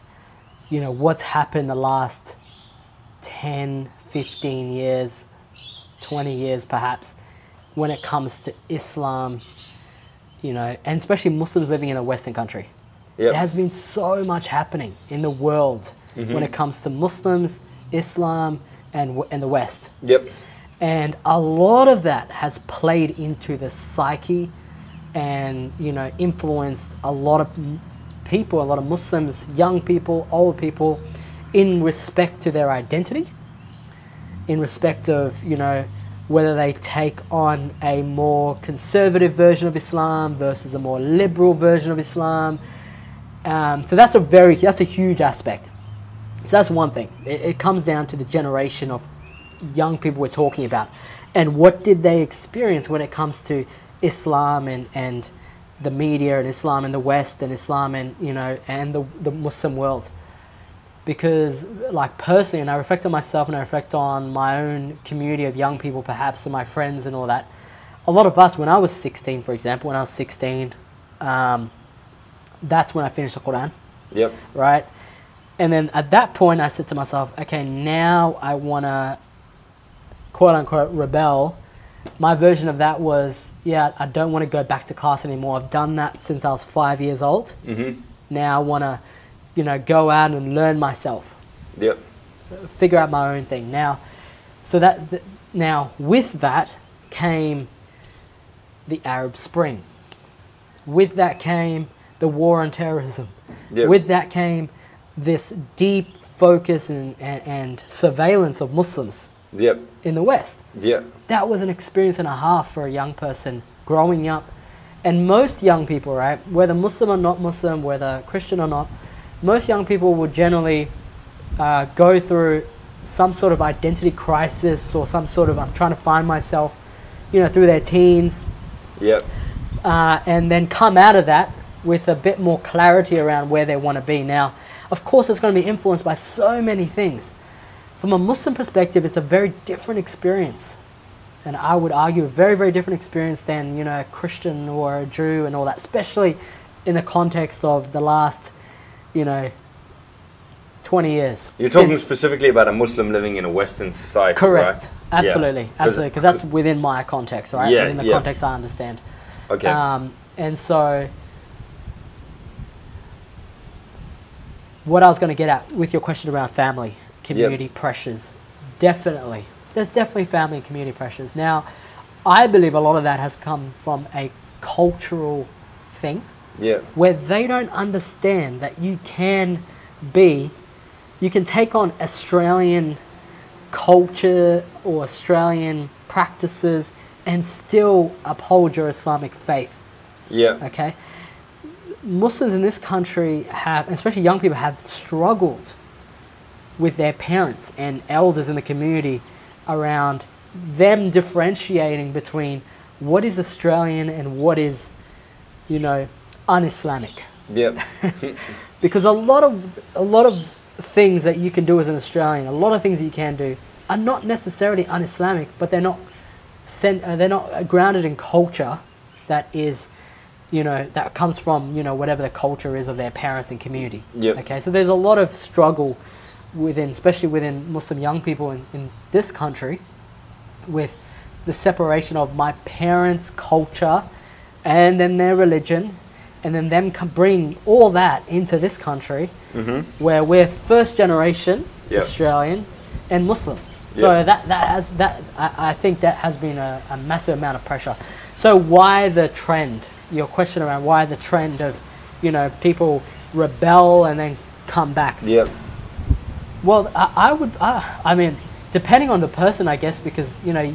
B: you know what's happened the last 10 15 years 20 years perhaps when it comes to islam you know and especially muslims living in a western country
C: Yep.
B: there has been so much happening in the world when it comes to muslims islam and, w- and the west
C: Yep.
B: and a lot of that has played into the psyche and you know influenced a lot of m- people a lot of muslims young people old people in respect to their identity in respect of you know whether they take on a more conservative version of islam versus a more liberal version of islam um, so that's a very that's a huge aspect so that's one thing. It, it comes down to the generation of young people we're talking about, and what did they experience when it comes to Islam and and the media and Islam and the West and Islam and you know and the the Muslim world. Because, like personally, and I reflect on myself and I reflect on my own community of young people, perhaps, and my friends and all that. A lot of us, when I was 16, for example, when I was 16, um, that's when I finished the Quran
C: Yep.
B: right? And then at that point, I said to myself, okay, now I want to quote unquote rebel. My version of that was, yeah, I don't want to go back to class anymore. I've done that since I was five years old. Mm-hmm. Now I want to, you know, go out and learn myself,
C: Yep.
B: figure out my own thing. Now, so that, th- now with that came the Arab Spring. With that came the war on terrorism.
C: Yeah.
B: With that came this deep focus and, and, and surveillance of Muslims
C: Yep.
B: in the West.
C: Yep.
B: That was an experience and a half for a young person growing up. And most young people, right, whether Muslim or not Muslim, whether Christian or not, most young people will generally uh, go through some sort of identity crisis or some sort of I'm trying to find myself, you know, through their teens,
C: Yep.
B: uh, and then come out of that with a bit more clarity around where they want to be. Now, of course, it's going to be influenced by so many things. From a Muslim perspective, it's a very different experience, and I would argue a very, very different experience than you know a Christian or a Jew and all that, especially in the context of the last, you know, twenty years.
C: You're talking
B: Since-
C: specifically about a Muslim living in a Western society,
B: correct?
C: right? Yeah.
B: Absolutely,
C: 'Cause-
B: absolutely, because that's within my context, right?
C: Yeah,
B: within the
C: yeah.
B: context I understand.
C: okay.
B: Um, and so, what I was going to get at with your question around family, community pressures, definitely. There's definitely family and community pressures. Now, I believe a lot of that has come from a cultural thing
C: yeah.
B: where they don't understand that you can be, you can take on Australian culture or Australian practices and still uphold your Islamic faith.
C: Yeah.
B: Okay, Muslims in this country have, especially young people, have struggled with their parents and elders in the community around them differentiating between what is Australian and what is, you know, un-Islamic
C: Yeah.
B: because a lot of a lot of things that you can do as an Australian, a lot of things that you can do, are not necessarily un-Islamic, but they're not sent, uh, they're not uh, grounded in culture that is, you know, that comes from you know whatever the culture is of their parents and community.
C: Yep.
B: Okay, so there's a lot of struggle within, especially within Muslim young people in, in this country, with the separation of my parents' culture and then their religion, and then them com- bringing all that into this country where we're first generation
A: Mm-hmm. Yeah.
B: Australian and Muslim. So
A: Yeah.
B: that, that has that I, I think that has been a, a massive amount of pressure. So why the trend? Your question around why the trend of, you know, people rebel and then come back.
C: *laughs* Yep.
B: Well, I, I would. I, I mean, depending on the person, I guess, because you know,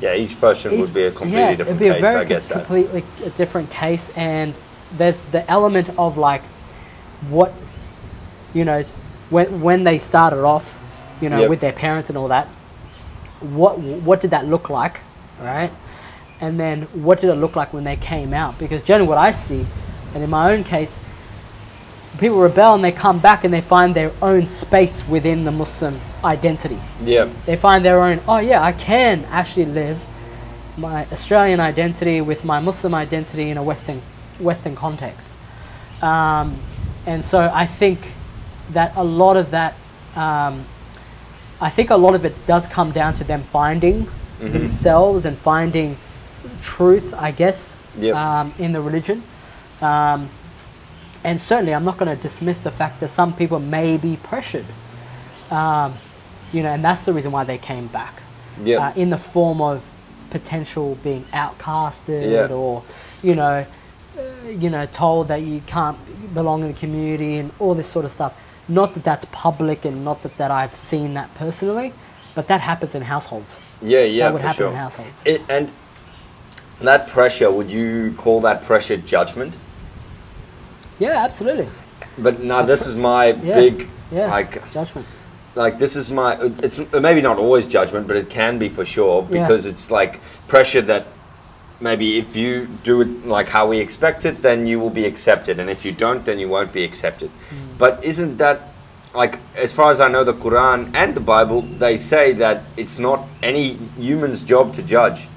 C: Yeah, each person would be a completely
B: yeah,
C: different
B: it'd be
C: case.
B: a very
C: I get
B: com-
C: that.
B: completely a different case, and there's the element of like what you know when when they started off, you know,
C: Yep.
B: with their parents and all that. What what did that look like, right? And then what did it look like when they came out? Because generally, what I see, and in my own case, people rebel and they come back and they find their own space within the Muslim identity
C: Yeah.
B: they find their own oh yeah i can actually live my australian identity with my muslim identity in a western western context um, and so i think that a lot of that um, i think a lot of it does come down to them finding themselves and finding truth i guess
C: Yep.
B: um, in the religion um, and certainly i'm not going to dismiss the fact that some people may be pressured um, you know, and that's the reason why they came back.
C: Yep.
B: Uh, in the form of potential being outcasted
C: Yeah.
B: or, you know, uh, you know, told that you can't belong in the community and all this sort of stuff. Not that that's public and not that, that I've seen that personally, but that happens in households.
C: Yeah, yeah,
B: would
C: for
B: happen
C: sure.
B: in households.
C: It, and that pressure, would you call that pressure judgment?
B: Yeah, absolutely.
C: But now this is my
B: Yeah.
C: big,
B: yeah.
C: like,
B: judgment.
C: like this is my. It's maybe not always judgment, but it can be for sure
B: Yeah.
C: because it's like pressure that maybe if you do it like how we expect it, then you will be accepted, and if you don't, then you won't be accepted. But isn't that like, as far as I know, the Quran and the Bible, they say that it's not any human's job to judge.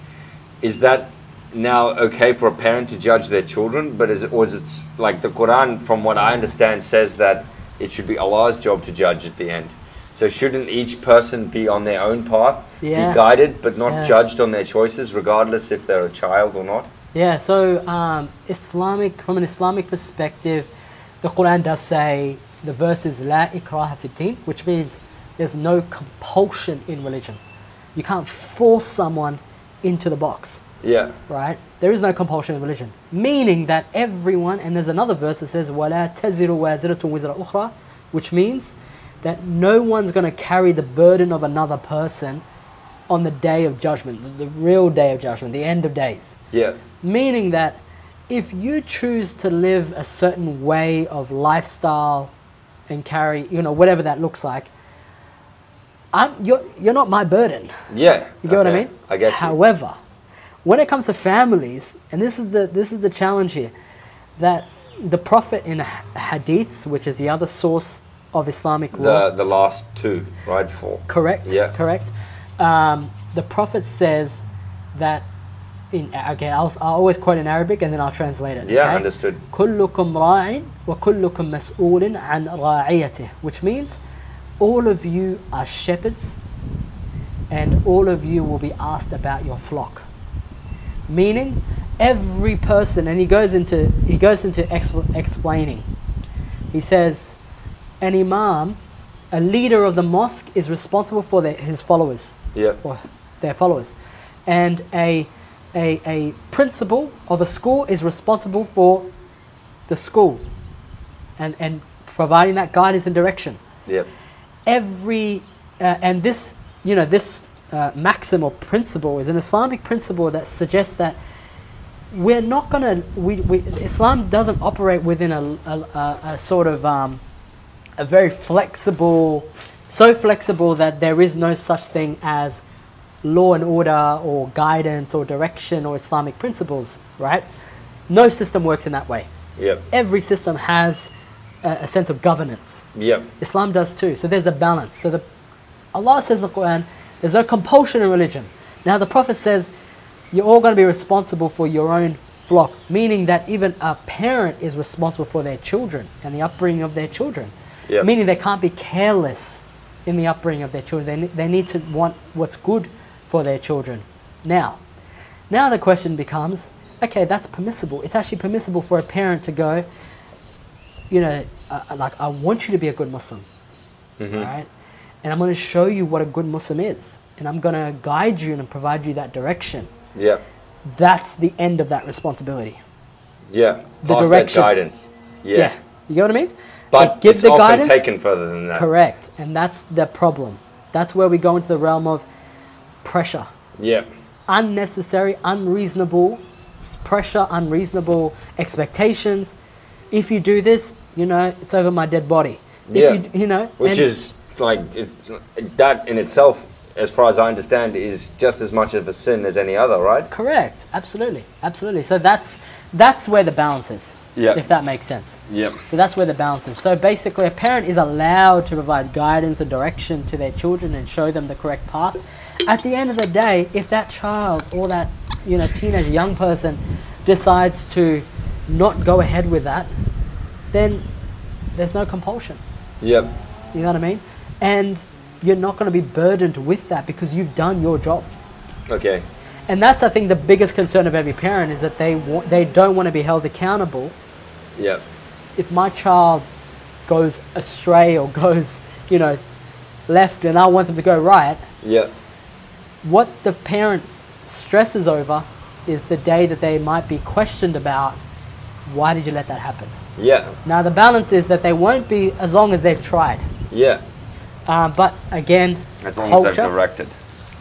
C: Is that now okay for a parent to judge their children? But is it, or is it like the Quran, from what I understand, says that it should be Allah's job to judge at the end. So shouldn't each person be on their own path,
B: Yeah.
C: be guided, but not
B: Yeah.
C: judged on their choices, regardless if they're a child or not?
B: Yeah, so um, Islamic, from an Islamic perspective, the Quran does say the verse is la ikraha fid din, which means there's no compulsion in religion. You can't force someone into the box,
C: Yeah.
B: right? There is no compulsion in religion, meaning that everyone. And there's another verse that says wala taziru waziratun wizra ukhra, which means that no one's going to carry the burden of another person on the day of judgment, the, the real day of judgment, the end of days
C: Yeah.
B: meaning that if you choose to live a certain way of lifestyle and carry, you know, whatever that looks like, I'm, you're, you're not my burden.
C: Yeah.
B: You get what I
C: Okay.
B: mean?
C: I get you.
B: However, when it comes to families, and this is the this is the challenge here, that the Prophet in h- hadiths, which is the other source of Islamic law,
C: The the last two, right? Four.
B: correct?
C: Yeah.
B: correct. Um, the Prophet says that in okay, I'll, I'll always quote in Arabic and then I'll translate it.
C: Yeah,
B: okay?
C: understood.
B: كلكم راع وكلكم مسؤول عن رعيته which means all of you are shepherds and all of you will be asked about your flock meaning every person and he goes into he goes into exp- explaining he says an imam a leader of the mosque is responsible for their, his followers
C: Yeah.
B: or their followers. And a, a, a principal of a school is responsible for the school and, and providing that guidance and direction.
C: Yeah.
B: Every, uh, and this, you know, this uh, maxim or principle is an Islamic principle that suggests that we're not going to, we, we, Islam doesn't operate within a, a, a, a sort of um, a very flexible, so flexible that there is no such thing as law and order or guidance or direction or Islamic principles, right? No system works in that way.
C: Yeah.
B: Every system has a, a sense of governance.
C: Yeah.
B: Islam does too. So there's a balance. So the Allah says in the Quran, there's no compulsion in religion. Now the Prophet says, you're all going to be responsible for your own flock, meaning that even a parent is responsible for their children and the upbringing of their children.
C: Yeah.
B: Meaning they can't be careless in the upbringing of their children. They, ne- they need to want what's good for their children. Now, now the question becomes, okay, that's permissible. It's actually permissible for a parent to go, you know, uh, like I want you to be a good Muslim,
C: Mm-hmm.
B: right? And I'm going to show you what a good Muslim is, and I'm going to guide you and provide you that direction.
C: Yeah.
B: That's the end of that responsibility.
C: Yeah.
B: The
C: Pass
B: direction.
C: that guidance. Yeah.
B: Yeah, you get what I mean?
C: But
B: Like, give
C: it's
B: the
C: often
B: guidance.
C: taken further than that.
B: Correct, and that's the problem. That's where we go into the realm of pressure.
C: Yeah.
B: unnecessary, unreasonable s- pressure, unreasonable expectations. If you do this, you know, it's over my dead body. If
C: Yeah.
B: you, you know,
C: Which
B: and-
C: is like it, that in itself, as far as I understand, is just as much of a sin as any other, right?
B: correct. Absolutely, absolutely. So that's that's where the balance is.
C: Yeah.
B: If that makes sense.
C: Yeah.
B: So that's where the balance is. So basically, a parent is allowed to provide guidance and direction to their children and show them the correct path. At the end of the day, if that child or that you know teenage young person decides to not go ahead with that, then there's no compulsion.
C: Yeah.
B: You know what I mean? And you're not going to be burdened with that because you've done your job.
C: Okay.
B: And that's I think the biggest concern of every parent is that they wa- they don't want to be held accountable
C: Yeah.
B: if my child goes astray or *laughs* goes, you know, left and I want them to go right,
C: Yeah.
B: what the parent stresses over is the day that they might be questioned about why did you let that happen?
C: Yeah.
B: Now, the balance is that they won't be as long as they've tried.
C: Yeah.
B: Um, but again,
C: As long as they've
B: culture,
C: directed.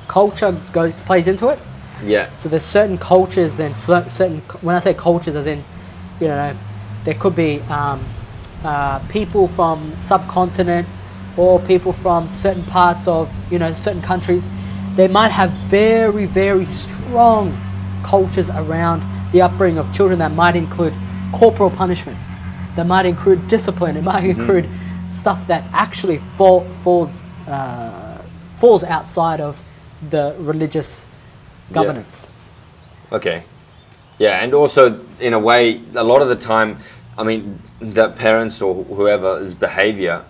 B: culture go, plays into it.
C: Yeah.
B: So there's certain cultures and cer- certain when I say cultures, as in, you know, there could be um, uh, people from subcontinent or people from certain parts of you know certain countries. They might have very very strong cultures around the upbringing of children that might include corporal punishment, that might include discipline, it might include stuff that actually fall, falls uh, falls outside of the religious governance.
C: Okay. Yeah, and also in a way, a lot of the time, I mean, the parents or whoever's behavior,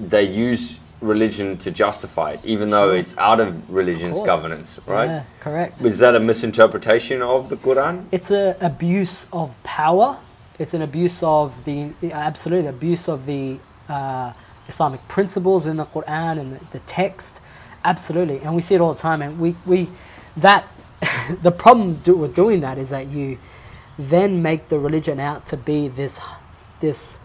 C: they use religion to justify it, even though it's out of religion's
B: course.
C: governance, right?
B: Yeah, correct.
C: Is that a misinterpretation of the Quran?
B: It's an abuse of power. It's an abuse of the absolute abuse of the uh, Islamic principles in the Quran and the, the text. Absolutely, and we see it all the time. And we, we that *laughs* the problem do, with doing that is that you then make the religion out to be this this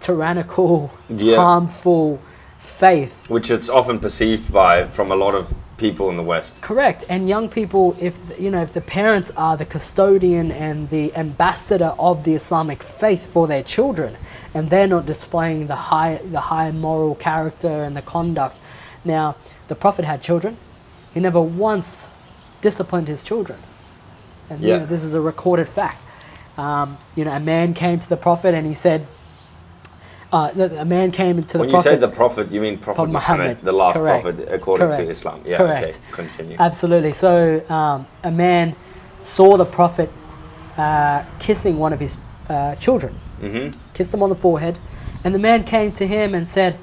B: tyrannical,
C: Yeah.
B: harmful faith
C: Which it's often perceived by from a lot of people in the West.
B: Correct. And young people, if you know, if the parents are the custodian and the ambassador of the Islamic faith for their children, and they're not displaying the high, the high moral character and the conduct. Now, the Prophet had children. He never once disciplined his children. And you
C: Yeah.
B: know, this is a recorded fact. Um, you know, a man came to the Prophet and he said, uh, th- a man came to the
C: When you
B: Prophet.
C: say the Prophet, you mean Prophet
B: Prophet
C: Muhammad,
B: Muhammad,
C: the last
B: correct,
C: Prophet according to
B: correct,
C: Islam. Yeah, okay,
B: correct.
C: continue.
B: Absolutely. So um, a man saw the prophet uh, kissing one of his uh, children, mm-hmm. kissed him on the forehead, and the man came to him and said,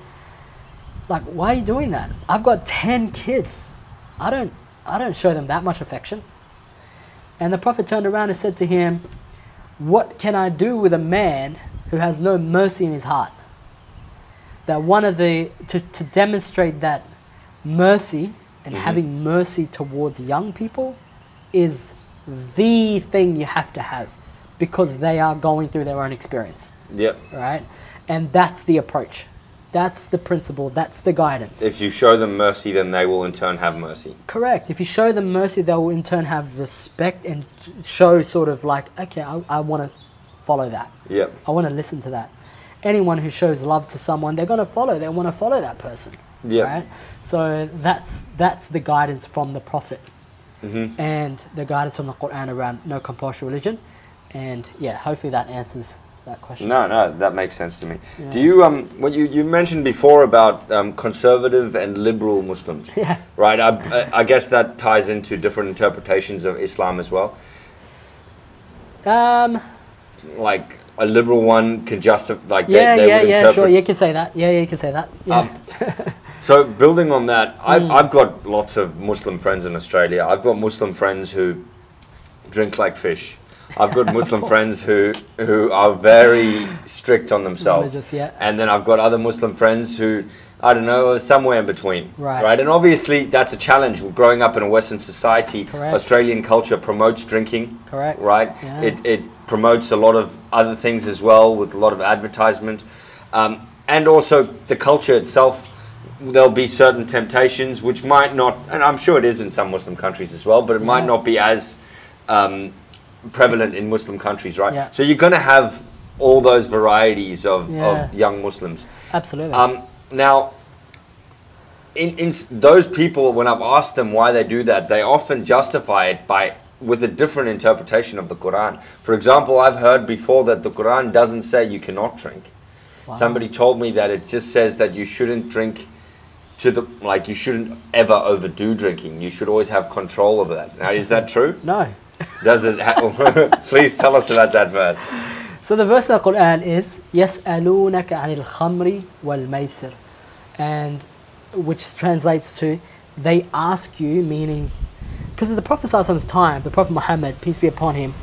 B: "Like, why are you doing that? I've got ten kids. I don't, I don't show them that much affection." And the prophet turned around and said to him, "What can I do with a man who has no mercy in his heart?" that one of the to, to demonstrate that mercy and having mercy towards young people is the thing you have to have because they are going through their own experience
C: yep.
B: right and that's the approach that's the principle that's the guidance
C: If you show them mercy, then they will in turn have mercy.
B: correct if you show them mercy they will in turn have respect and show sort of like okay i, I want to follow that
C: Yep.
B: i want to listen to that anyone who shows love to someone they're going to follow they want to follow that person
C: Yeah.
B: right so that's that's the guidance from the prophet
C: Mm-hmm.
B: and the guidance from the quran around no compulsory religion and yeah hopefully that answers that question
C: No, no, that makes sense to me. Do you um what you you mentioned before about um, conservative and liberal Muslims?
B: *laughs* Yeah.
C: Right. I, I- I guess that ties into different interpretations of Islam as well.
B: um
C: Like a liberal one can justify like
B: yeah
C: they, they
B: yeah
C: would
B: yeah
C: interpret
B: sure you can say that yeah, Mm. yeah you can say that yeah
C: Um, So building on that, I've, I've got lots of Muslim friends in Australia. I've got Muslim friends who drink like fish. I've got
B: *laughs*
C: Muslim friends who who are very strict on themselves.
B: Religious, yeah.
C: And then I've got other Muslim friends who I don't know, are somewhere in between.
B: Right.
C: Right. And obviously that's a challenge. Growing up in a Western society,
B: Correct.
C: Australian culture promotes drinking.
B: Correct.
C: Right.
B: Yeah.
C: It it promotes a lot of other things as well with a lot of advertisement um, and also the culture itself there'll be certain temptations which might not and i'm sure it is in some muslim countries as well but it might
B: Yeah.
C: not be as um, prevalent in muslim countries right
B: Yeah.
C: so you're going to have all those varieties of,
B: Yeah.
C: of young muslims
B: Absolutely.
C: um, now, in, in s- those people, when I've asked them why they do that, they often justify it by with a different interpretation of the Quran. For example, I've heard before that the Quran doesn't say you cannot drink. Somebody told me that it just says that you shouldn't drink to the like you shouldn't ever overdo drinking. You should always have control over that. Now, is that true?
B: no.
C: Does it? Ha- *laughs* Please tell us about that verse.
B: So the verse of the Quran is يسألونك عن الخمر والميسر and which translates to they ask you meaning because in the Prophet Prophet's time the Prophet Muhammad peace be upon him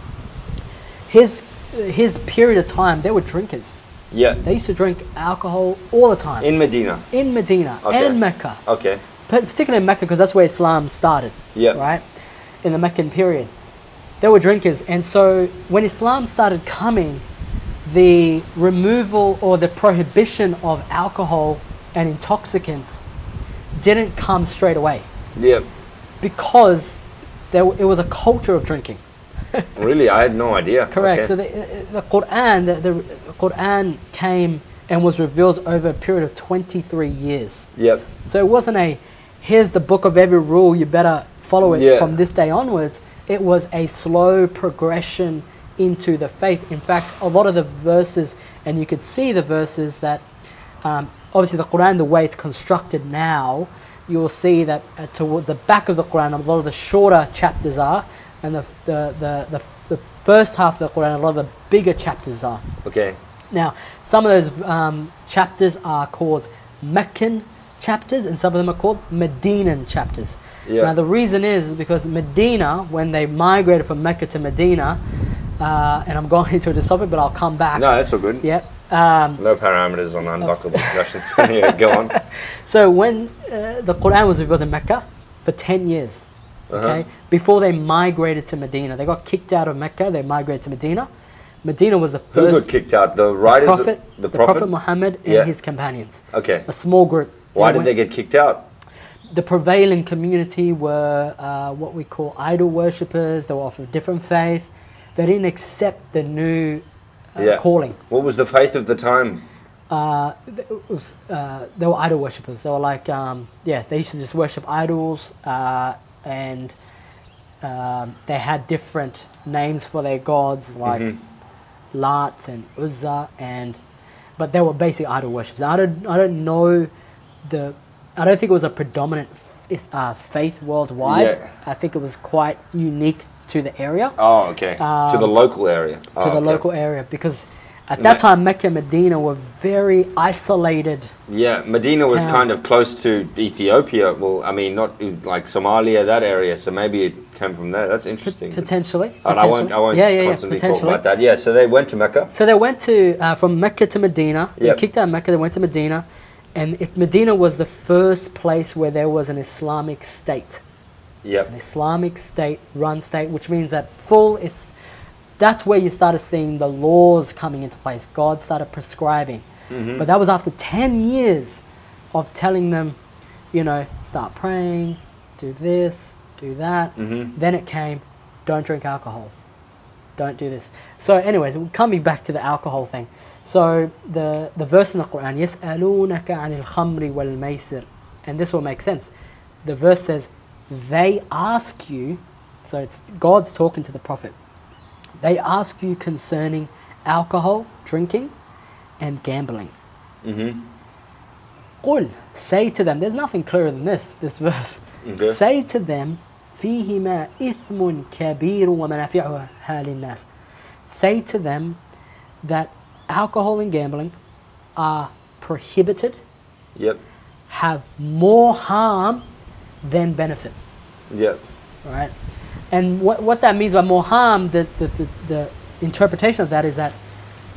B: his his period of time they were drinkers they
C: Yeah,
B: used to drink alcohol all the time
C: in Medina.
B: in Medina
C: Okay.
B: and Mecca
C: Okay.
B: pa- particularly in Mecca, because that's where Islam started.
C: Yeah.
B: Right? In the Meccan period. They were drinkers. And so when Islam started coming, the removal or the prohibition of alcohol and intoxicants didn't come straight away
C: Yeah.
B: because there, w- it was a culture of drinking.
C: Really, I had no idea.
B: Correct.
C: Okay.
B: So the, the Quran, the, the Quran came and was revealed over a period of 23 years.
C: Yep.
B: So it wasn't a here's the book of every rule, you better follow it
C: Yeah.
B: from this day onwards. It was a slow progression into the faith. In fact, a lot of the verses, and you could see the verses that um, obviously the Quran, the way it's constructed now, you'll see that uh, towards the back of the Quran, a lot of the shorter chapters are, and the, the, the, the, the first half of the Quran, a lot of the bigger chapters are.
C: Okay.
B: Now, some of those um, chapters are called Meccan chapters, and some of them are called Medinan chapters.
C: Yeah.
B: Now, the reason is because Medina, when they migrated from Mecca to Medina, uh, and I'm going *laughs* into this topic, but I'll come back.
C: No, that's all good.
B: Yep. Um,
C: No parameters on unbuckled discussions. *laughs* yeah, go
B: *laughs*
C: on.
B: so when uh, the Quran was revealed in Mecca for 10 years,
C: Uh-huh.
B: okay, before they migrated to Medina, they got kicked out of Mecca. They migrated to Medina. Medina was the
C: Who
B: first
C: got kicked out? The writers.
B: prophet,
C: the prophet.
B: Muhammad and
C: Yeah.
B: his companions.
C: Okay.
B: a small group.
C: Why did they get kicked out?
B: The prevailing community were uh, what we call idol worshippers. They were of a different faith. They didn't accept the new uh,
C: yeah.
B: calling.
C: What was the faith of the time?
B: Uh, th- it was, uh, they were idol worshippers. They were like, um, yeah, they used to just worship idols, uh, and um, they had different names for their gods, like Lat and Uzza, and but they were basic idol worshippers. I don't, I don't know the, I don't think it was a predominant f- uh, faith worldwide.
C: Yeah.
B: I think it was quite unique to the area
C: Oh, okay. to the local area. Oh,
B: Uh, to the
C: okay.
B: local area because at that
C: Me-
B: time Mecca and Medina were very isolated.
C: Yeah, Medina was
B: towns.
C: kind of close to Ethiopia. Well, I mean, not uh, like Somalia, that area. So maybe it came from there. That's interesting. Oh,
B: Potentially,
C: And I won't. I
B: potentially.
C: won't
B: Yeah, yeah, yeah,
C: constantly talk
B: potentially.
C: about that. Yeah. So they went to Mecca.
B: So they went to uh, from Mecca to Medina.
C: Yep.
B: They kicked out Mecca. They went to Medina, and it, Medina was the first place where there was an Islamic state,
C: Yep.
B: an Islamic state-run state, which means that full is. That's where you started seeing the laws coming into place. God started prescribing,
C: Mm-hmm.
B: but that was after ten years of telling them, you know, start praying, do this, do that.
C: Mm-hmm.
B: Then it came, don't drink alcohol don't do this. So, anyways, coming back to the alcohol thing. So the the verse in the Quran, يسألونك عن الخمر والميسر, and this will make sense. The verse says, they ask you. So it's God's talking to the prophet. They ask you concerning alcohol, drinking, and gambling.
C: Mm-hmm.
B: قل say to them. There's nothing clearer than this. This verse.
C: Okay.
B: Say to them, فيهما إثم كبير ومنافعها للناس. Say to them that alcohol and gambling are prohibited
C: Yep.
B: have more harm than benefit,
C: Yeah.
B: right? And what, what that means by more harm, the, the, the, the interpretation of that is that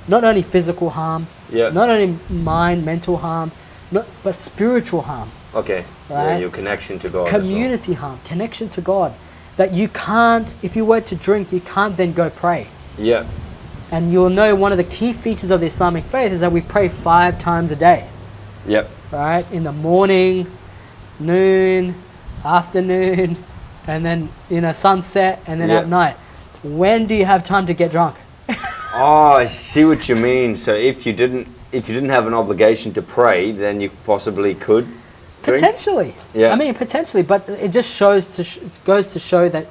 B: not only physical harm,
C: Yeah.
B: not only mind, mental harm, not, but spiritual harm.
C: Okay.
B: Right.
C: your connection to God. as well.
B: community harm, connection to God. That you can't, if you were to drink, you can't then go pray.
C: Yeah.
B: And you'll know one of the key features of the Islamic faith is that we pray five times a day,
C: Yep.
B: right? In the morning, noon, afternoon, and then you know sunset, and then
C: Yeah.
B: at night. When do you have time to get drunk?
C: Oh, I see what you mean. So if you didn't, if you didn't have an obligation to pray, then you possibly could. Drink?
B: Potentially.
C: Yeah.
B: I mean, potentially, but it just shows to sh- goes to show that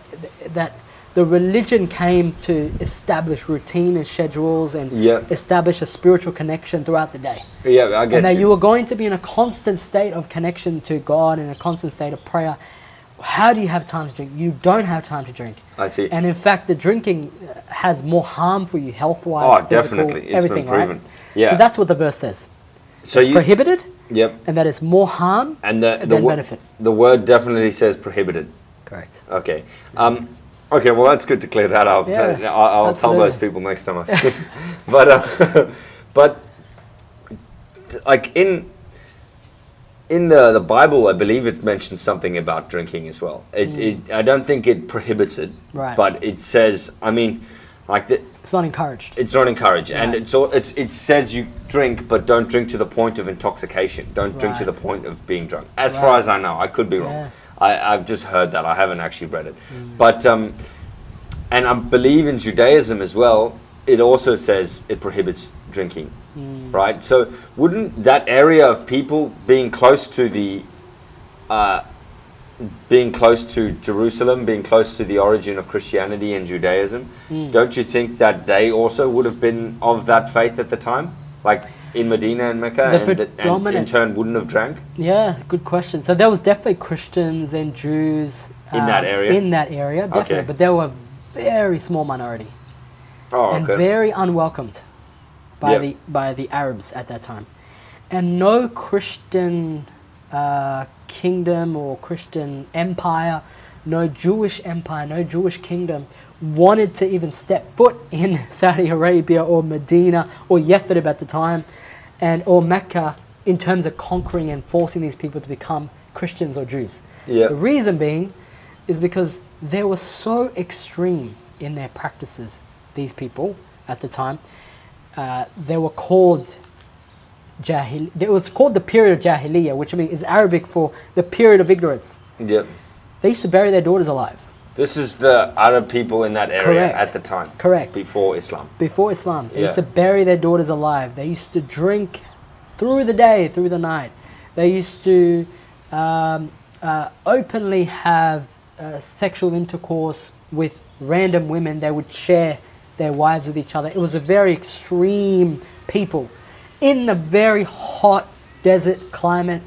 B: that the religion came to establish routine and schedules and
C: Yeah.
B: establish a spiritual connection throughout the day.
C: Yeah, I get
B: And that
C: you.
B: you were going to be in a constant state of connection to God and a constant state of prayer. How do you have time to drink? You don't have time to drink.
C: I see.
B: And in fact, the drinking uh, has more harm for you health wise.
C: Oh, definitely. It's been
B: everything, right?
C: proven. Yeah.
B: So that's what the verse says.
C: so you.
B: Prohibited,
C: Yep.
B: and that it's more harm
C: And the the,
B: than
C: wo-
B: benefit.
C: the word definitely says prohibited.
B: Correct.
C: Okay. Um, okay. Well, that's good to clear that up.
B: Yeah,
C: That- I'll, I'll tell those
B: absolutely.
C: people next time I see. *laughs* but, uh, *laughs* but, like in in the the Bible, I believe it mentions something about drinking as well. It, it I don't think it prohibits it,
B: Mm. Right.
C: but it says. I mean, like the,
B: It's not encouraged.
C: it's not encouraged, and
B: Right.
C: it's all it's it says you drink, but don't drink to the point of intoxication. Don't drink to
B: Right.
C: the point of being drunk. As far
B: Right.
C: as I know, I could be wrong.
B: Yeah. Mm.
C: I, I've just heard that. I haven't actually read it, but um, and I believe in Judaism as well. It also says it prohibits drinking,
B: Mm.
C: right? So wouldn't that area of people being close to the being close to Jerusalem, being close to the origin of Christianity and Judaism,
B: Hmm.
C: don't you think that they also would have been of that faith at the time? Like in Medina and Mecca,
B: The
C: and, that- and in
B: predominant-
C: turn wouldn't have drank?
B: Yeah, good question. So there was definitely Christians and Jews um,
C: In that area?
B: In that area, definitely.
C: Okay.
B: But they were very small minority
C: Oh,
B: and
C: okay.
B: very unwelcomed by
C: Yeah.
B: the by the Arabs at that time, and no Christian uh, kingdom or Christian empire, no Jewish empire, no Jewish kingdom wanted to even step foot in *laughs* Saudi Arabia or Medina or Yathrib at the time, and or Mecca in terms of conquering and forcing these people to become Christians or Jews.
C: Yeah.
B: The reason being is because they were so extreme in their practices, these people at the time. Uh, they were called Jahil. It was called the period of Jahiliyyah, which I mean is Arabic for the period of ignorance.
C: Yep.
B: They used to bury their daughters alive
C: This is the Arab people in that area
B: Correct.
C: at the time.
B: Correct.
C: Before Islam.
B: before Islam. They used
C: Yeah.
B: to bury their daughters alive. They used to drink through the day, through the night. They used to um, uh, openly have uh, sexual intercourse with random women. They would share their wives with each other. It was a very extreme people in the very hot desert climate.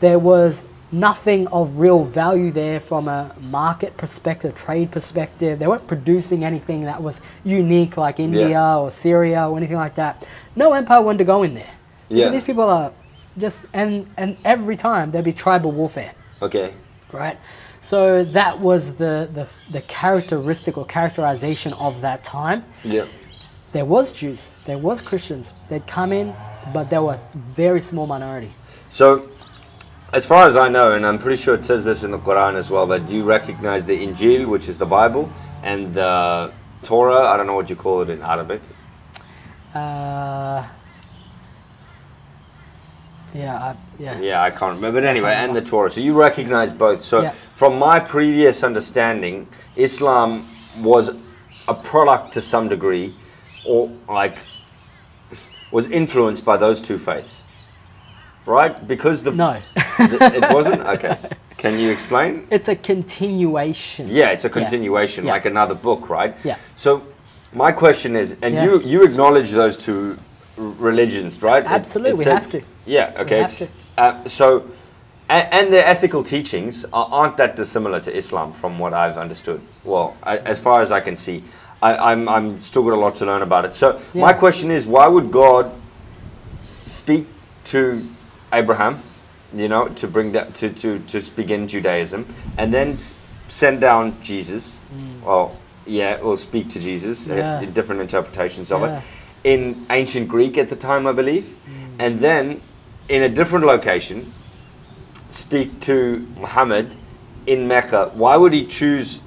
B: There was nothing of real value there from a market perspective, trade perspective. They weren't producing anything that was unique like India or Syria or anything like that. No empire wanted to go in there. So
C: Yeah.
B: these people are just and and every time there'd be tribal warfare,
C: Okay.
B: right? So that was the the, the characteristic or characterization of that time
C: Yep.
B: there was Jews, there was Christians. They'd come in, but there was very small minority.
C: So, as far as I know, and I'm pretty sure it says this in the Quran as well, that you recognize the Injil, which is the Bible, and the Torah, I don't know what you call it in Arabic.
B: Uh, yeah, I, yeah,
C: Yeah, I can't remember. But anyway, and the Torah. So you recognize both. So,
B: Yeah.
C: from my previous understanding, Islam was a product to some degree, or like, was influenced by those two faiths. Right? Because the.
B: No,
C: the- it wasn't?
B: *laughs*
C: Okay. Can you explain?
B: it's a continuation.
C: Yeah, it's a continuation,
B: Yeah.
C: like another book, right?
B: Yeah.
C: So, my question is, and
B: Yeah.
C: you you acknowledge those two r- religions, right? It-
B: Absolutely,
C: it
B: we
C: says-
B: have to.
C: Yeah. Okay.
B: have
C: it's-
B: to.
C: uh, so, and, and their ethical teachings are, aren't that dissimilar to Islam, from what I've understood. Well, I, as far as I can see, I, I'm I'm still got a lot to learn about it. So, my
B: Yeah.
C: question is, why would God speak to Abraham, you know, to bring that to to to begin Judaism, and then s- send down Jesus, or yeah, or speak to Jesus, uh,
B: Mm. Yeah.
C: in different interpretations of
B: Yeah. Mm.
C: it, in ancient Greek at the time, I believe, and then in a different location, speak to Muhammad in Mecca. Why would he choose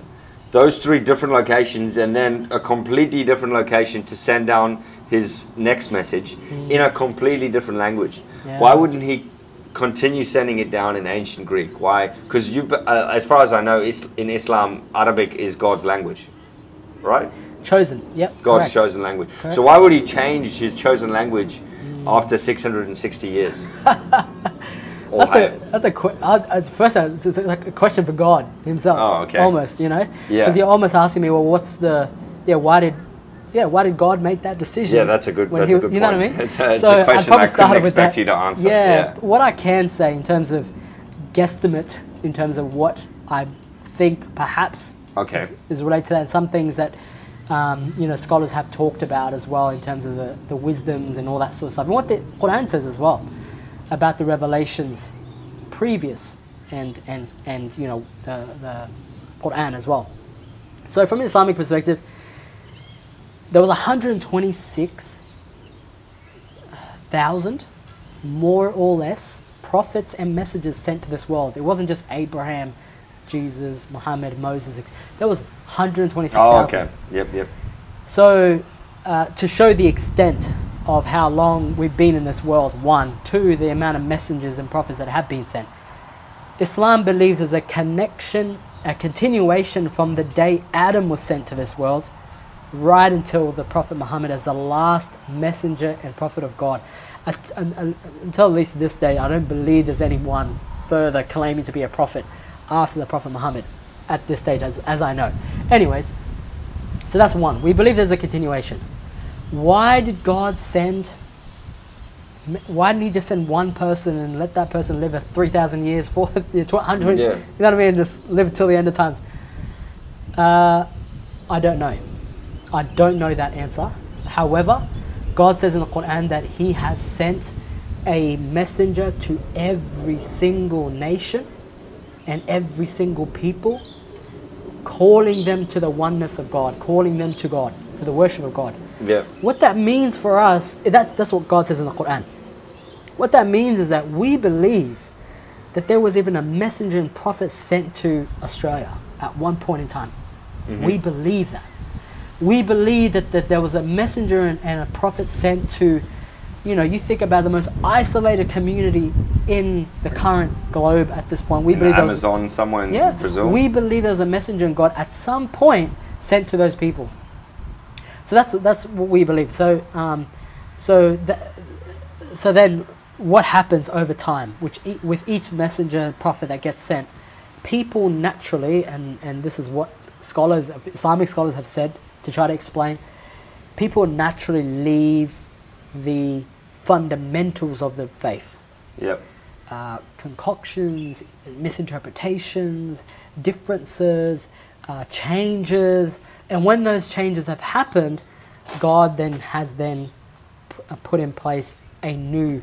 C: those three different locations and then a completely different location to send down his next message in a completely different language?
B: Hmm. Yeah.
C: Why wouldn't he continue sending it down in ancient Greek? Why? Because you, uh, as far as I know, is, in Islam, Arabic is God's language, right?
B: Chosen. Yep.
C: God's
B: correct.
C: chosen language.
B: Correct. Hmm.
C: So why would he change his chosen language after 660 years? Or
B: *laughs* That's
C: however-
B: a that's a que- uh, uh, first uh, it's it's like a question for God himself.
C: Oh, okay.
B: Almost, you know,
C: Yeah.
B: because you're almost asking me, well, what's the, yeah, why did, yeah, why did God make that decision?
C: Yeah, that's a good-
B: when
C: that's a good
B: You know
C: point.
B: what I mean?
C: *laughs* It's a- it's a
B: I'd
C: question
B: probably
C: I couldn't
B: start with
C: expect
B: that.
C: you to answer.
B: Yeah,
C: Yeah.
B: but What I can say in terms of guesstimate, in terms of what I think perhaps
C: Okay.
B: is, is related to that. Some things that um, you know scholars have talked about as well in terms of the, the wisdoms and all that sort of stuff, and what the Quran says as well about the revelations previous and and and you know the, the Quran as well. So from an Islamic perspective, there was 126,000 more or less prophets and messages sent to this world. It wasn't just Abraham, Jesus, Muhammad, Moses. ex- There was 126,000.
C: Oh, okay. Yep, yep.
B: So, uh, to show the extent of how long we've been in this world, one, two, the amount of messengers and prophets that have been sent. Islam believes there's a connection, a continuation from the day Adam was sent to this world, right until the Prophet Muhammad as the last messenger and prophet of God. At- un- un- Until at least this day, I don't believe there's anyone further claiming to be a prophet after the Prophet Muhammad at this stage, as, as I know. Anyways, so that's one. We believe there's a continuation. Why did God send? Why didn't He just send one person and let that person live a three thousand years, four *laughs* hundred?
C: Yeah.
B: You know what I mean? Just live till the end of times. Uh, I don't know. I don't know that answer. However, God says in the Quran that He has sent a messenger to every single nation and every single people calling them to the oneness of God, calling them to God, to the worship of God.
C: Yep.
B: What that means for us, that's, that's what God says in the Quran. What that means is that we believe that there was even a messenger and prophet sent to Australia at one point in time.
C: Mm-hmm.
B: We believe that. We believe that, that there was a messenger and, and a prophet sent to, you know, you think about the most isolated community in the current globe at this point. We
C: In
B: believe there was-
C: Amazon, somewhere in
B: yeah,
C: Brazil.
B: we believe there's a messenger in God at some point sent to those people. So that's that's what we believe. So um, so th- so then what happens over time, which e- with each messenger and prophet that gets sent, people naturally, and and this is what scholars, Islamic scholars, have said to try to explain, people naturally leave the fundamentals of the faith
C: yep.
B: uh, concoctions, misinterpretations, differences, uh, changes, and when those changes have happened, God then has then p- uh, put in place a new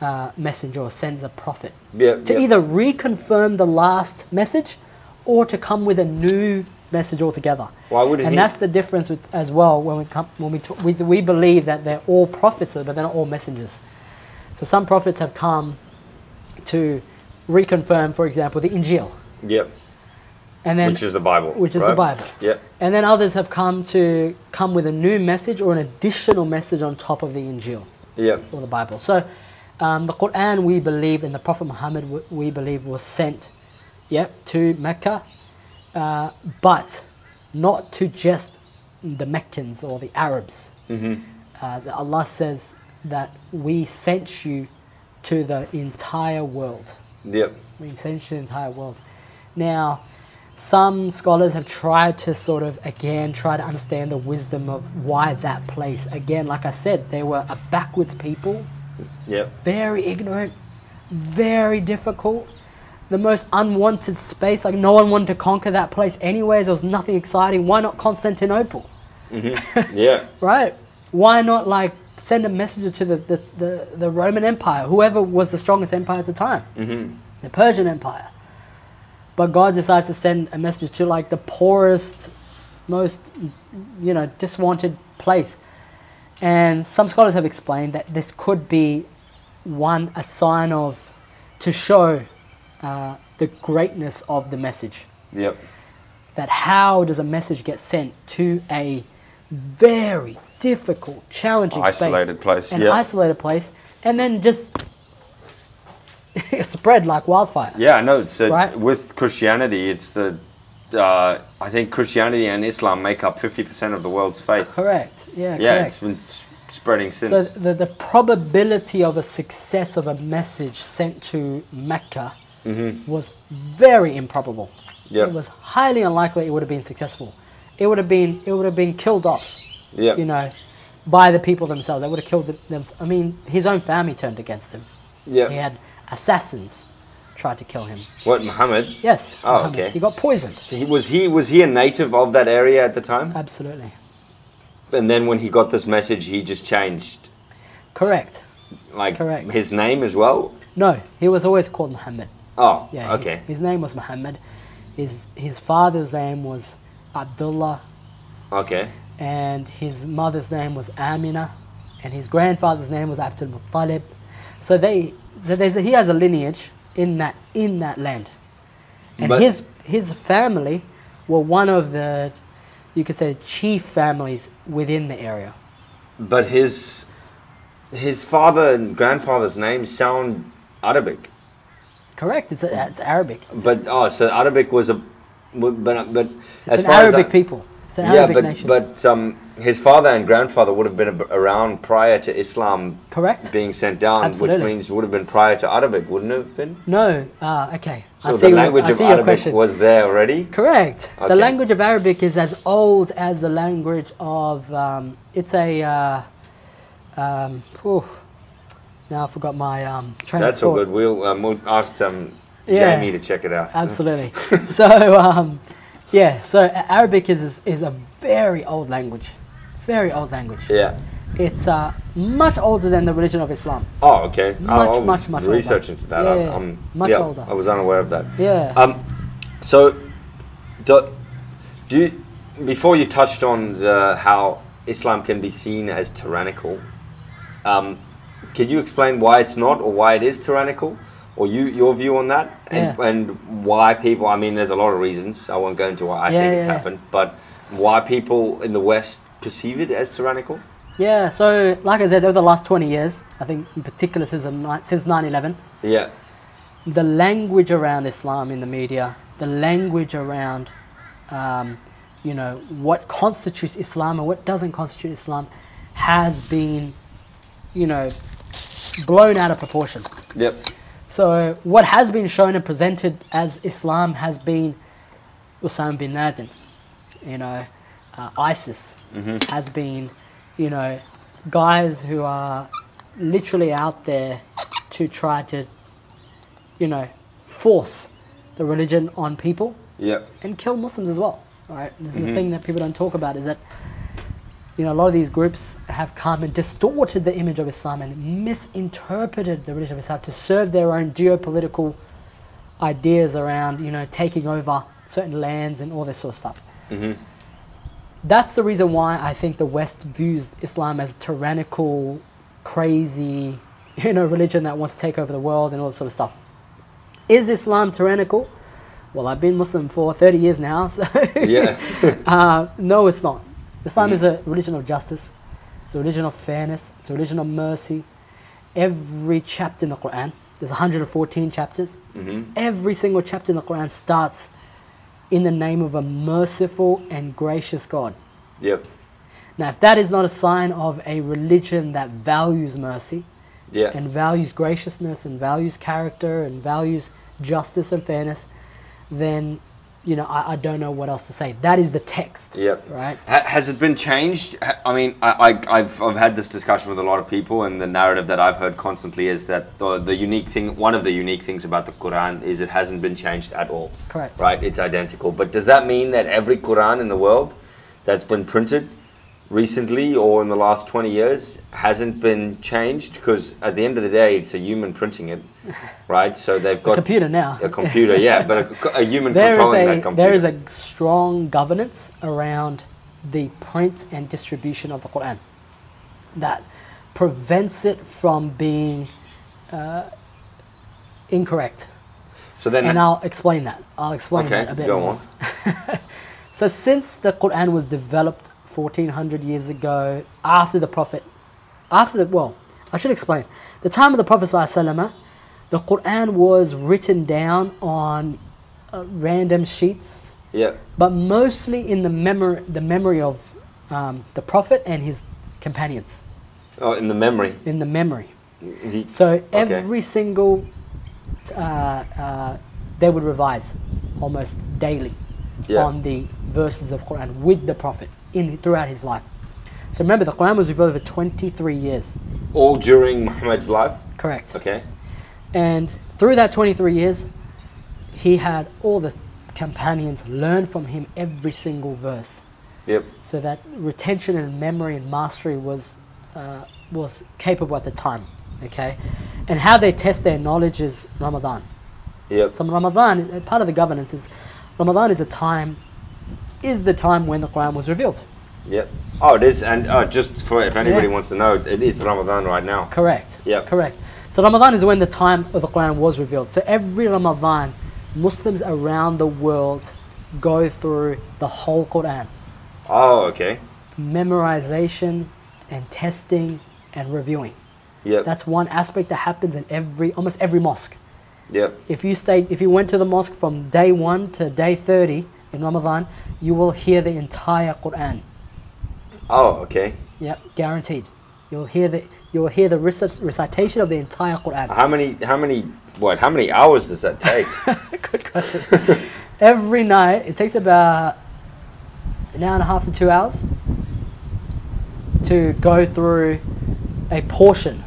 B: uh, messenger or sends a prophet
C: Yeah,
B: to
C: yeah.
B: either reconfirm the last message or to come with a new message altogether.
C: Why wouldn't
B: and
C: he-
B: that's the difference with, as well when we come when we, talk, we we believe that they're all prophets, but they're not all messengers. So some prophets have come to reconfirm, for example, the Injil,
C: Yep.
B: and then
C: Which is the Bible.
B: which is the
C: right?
B: Bible.
C: Yep.
B: And then others have come to come with a new message or an additional message on top of the Injil
C: Yep.
B: or the Bible. So, um, the Quran we believe and the Prophet Muhammad w- we believe was sent, yep, to Mecca, uh, but not to just the Meccans or the Arabs. Uh, that Allah says that we sent you to the entire world.
C: Yep.
B: We sent you to the entire world. Now, some scholars have tried to sort of again try to understand the wisdom of why that place. Again, like I said, they were a backwards people
C: Yep.
B: very ignorant, very difficult, the most unwanted space. Like no one wanted to conquer that place anyways. There was nothing exciting. Why not Constantinople,
C: Yeah.
B: right? Why not like send a messenger to the, the, the, the Roman Empire, whoever was the strongest empire at the time, the Persian Empire. But God decides to send a message to like the poorest, most, you know, diswanted place. And some scholars have explained that this could be one, a sign of, to show uh, the greatness of the message
C: Yep.
B: that how does a message get sent to a very difficult, challenging
C: Isolated
B: space,
C: place,
B: an
C: yeah.
B: isolated place, and then just *laughs* spread like wildfire.
C: Yeah, no, it's a,
B: Right?
C: with Christianity, it's the. Uh, I think Christianity and Islam make up 50% of the world's faith.
B: Correct. Yeah.
C: Yeah,
B: correct.
C: it's been s- spreading
B: So
C: since.
B: the, the probability of a success of a message sent to Mecca was very improbable.
C: Mm-hmm. Yeah.
B: It was highly unlikely it would have been successful. It would have been it would have been killed off.
C: Yeah.
B: You know, by the people themselves. They would have killed them. thems- I mean, his own family turned against him.
C: yeah.
B: He had assassins try to kill him.
C: What Muhammad?
B: Yes.
C: Oh,
B: Muhammad.
C: okay.
B: He got poisoned.
C: So he was he was he a native of that area at the time?
B: Absolutely.
C: And then when he got this message, he just changed
B: Correct.
C: like
B: Correct.
C: his name as well.
B: No, he was always called Muhammad.
C: Oh,
B: Yeah. his-
C: okay.
B: His, name was Muhammad. His his father's name was Abdullah,
C: Okay.
B: and his mother's name was Amina, and his grandfather's name was Abdul Muttalib. So they so there's a, he has a lineage in that in that land, and
C: But-
B: his his family were one of the you could say chief families within the area.
C: But his his father and grandfather's names sound Arabic.
B: Correct. It's a, it's Arabic.
C: But oh, so Arabic was a but but but as
B: It's an
C: far as
B: Arabic
C: I-
B: people. It's an
C: yeah,
B: Arabic
C: but
B: nation.
C: but um, his father and grandfather would have been ab- around prior to Islam
B: Correct.
C: being sent down,
B: Absolutely.
C: which means would have been prior to Arabic, wouldn't it have been?
B: no. Ah, okay.
C: So
B: I see
C: the
B: your-
C: language
B: I
C: of
B: see your
C: Arabic
B: question.
C: was there already.
B: Correct.
C: Okay.
B: The language of Arabic is as old as the language of. Um, it's a. Uh, um, phew, now I forgot my um, train of
C: That's all
B: thought.
C: *laughs* good. We'll um, we'll ask um,
B: Yeah.
C: Jamie to check it out.
B: Absolutely. so, um, yeah. So A- Arabic is, is is a very old language, very old language.
C: yeah.
B: It's uh, much older than the religion of Islam.
C: Oh, okay.
B: Much,
C: I'll, I'll
B: much, much
C: Research
B: older.
C: into that.
B: Yeah,
C: I'm,
B: yeah,
C: I'm-
B: much
C: yeah,
B: older.
C: I was unaware of that.
B: Yeah.
C: Um, so, do, do you, before you touched on the how Islam can be seen as tyrannical, um, could you explain why it's not or why it is tyrannical, or you your view on that, and
B: Yeah.
C: and why people? I mean, there's a lot of reasons. I won't go into why I
B: Yeah,
C: think it's
B: yeah, yeah.
C: happened, but why people in the West perceive it as tyrannical?
B: Yeah. So, like I said, over the last twenty years, I think in particular since the ni- since nine eleven.
C: Yeah.
B: the language around Islam in the media, the language around, um, you know, what constitutes Islam and what doesn't constitute Islam, has been, you know, blown out of proportion.
C: Yep.
B: So what has been shown and presented as Islam has been Osama bin Laden, you know, uh, ISIS has been, you know, guys who are literally out there to try to, you know, force the religion on people
C: Yep.
B: and kill Muslims as well. Right? This is the thing that people don't talk about is that you know a lot of these groups have come and distorted the image of Islam and misinterpreted the religion of Islam to serve their own geopolitical ideas around you know taking over certain lands and all this sort of stuff. That's the reason why I think the West views Islam as tyrannical, crazy, *laughs* you know, religion that wants to take over the world and all this sort of stuff. Is Islam tyrannical? Well, I've been Muslim for 30 years now, so *laughs*
C: Yeah. *laughs*
B: uh, no, it's not. Islam is a religion of justice. It's a religion of fairness. It's a religion of mercy. Every chapter in the Quran, there's 114 chapters. Every single chapter in the Quran starts in the name of a merciful and gracious God.
C: Yep.
B: Now, if that is not a sign of a religion that values mercy,
C: Yeah.
B: and values graciousness and values character and values justice and fairness, then you know I, I don't know what else to say. That is the text.
C: Yep.
B: Right.
C: Ha- has it been changed? Ha- I mean, I, I, I've, I've had this discussion with a lot of people, and the narrative that I've heard constantly is that the, the unique thing, one of the unique things about the Quran is it hasn't been changed at all.
B: Correct.
C: Right? It's identical. But does that mean that every Quran in the world that's been printed recently or in the last 20 years hasn't been changed because at the end of the day it's a human printing
B: *laughs*
C: it right so they've got
B: computer now.
C: a
B: *laughs*
C: computer yeah but a, a human
B: There is
C: controlling that
B: a
C: computer
B: there is a strong governance around the print and distribution of the Quran that prevents it from being uh, incorrect.
C: so then
B: And I'll explain that. I'll explain
C: okay
B: that a bit
C: go
B: more.
C: on
B: So since the Quran was developed 1400 years ago after the Prophet, after the, well, I should explain. The time of the Prophet ﷺ, the Quran was written down on uh, random sheets,
C: yeah
B: but mostly in the, memor- the memory of um, the Prophet and his companions,
C: oh in the memory
B: in the memory.
C: The-
B: So
C: okay.
B: every single, uh, uh, they would revise almost daily
C: Yeah.
B: on the verses of Quran with the Prophet in throughout his life. So remember, the Quran was revealed for 23 years,
C: all during muhammad's life
B: correct?
C: okay
B: And through that 23 years, he had all the companions learn from him every single verse,
C: yep
B: so that retention and memory and mastery was uh, was capable at the time, okay? And how they test their knowledge is Ramadan.
C: yep
B: So Ramadan, uh, part of the governance is Ramadan is a time, is the time when the Quran was revealed.
C: yep oh it is and oh, just for if anybody
B: Yeah.
C: wants to know it is ramadan right now
B: Correct.
C: Yeah.
B: Correct. So Ramadan is when the time of the Quran was revealed. So every Ramadan, Muslims around the world go through the whole Quran,
C: oh okay
B: memorization and testing and reviewing.
C: yep
B: That's one aspect that happens in every, almost every mosque.
C: yep
B: If you stayed, if you went to the mosque from day one to day 30 in Ramadan, you will hear the entire Quran.
C: oh okay
B: Yeah, guaranteed. You'll hear the you'll hear the recit- recitation of the entire Quran.
C: how many how many what how many hours does that take
B: *laughs* Good question. *laughs* Every night, it takes about an hour and a half to two hours to go through a portion.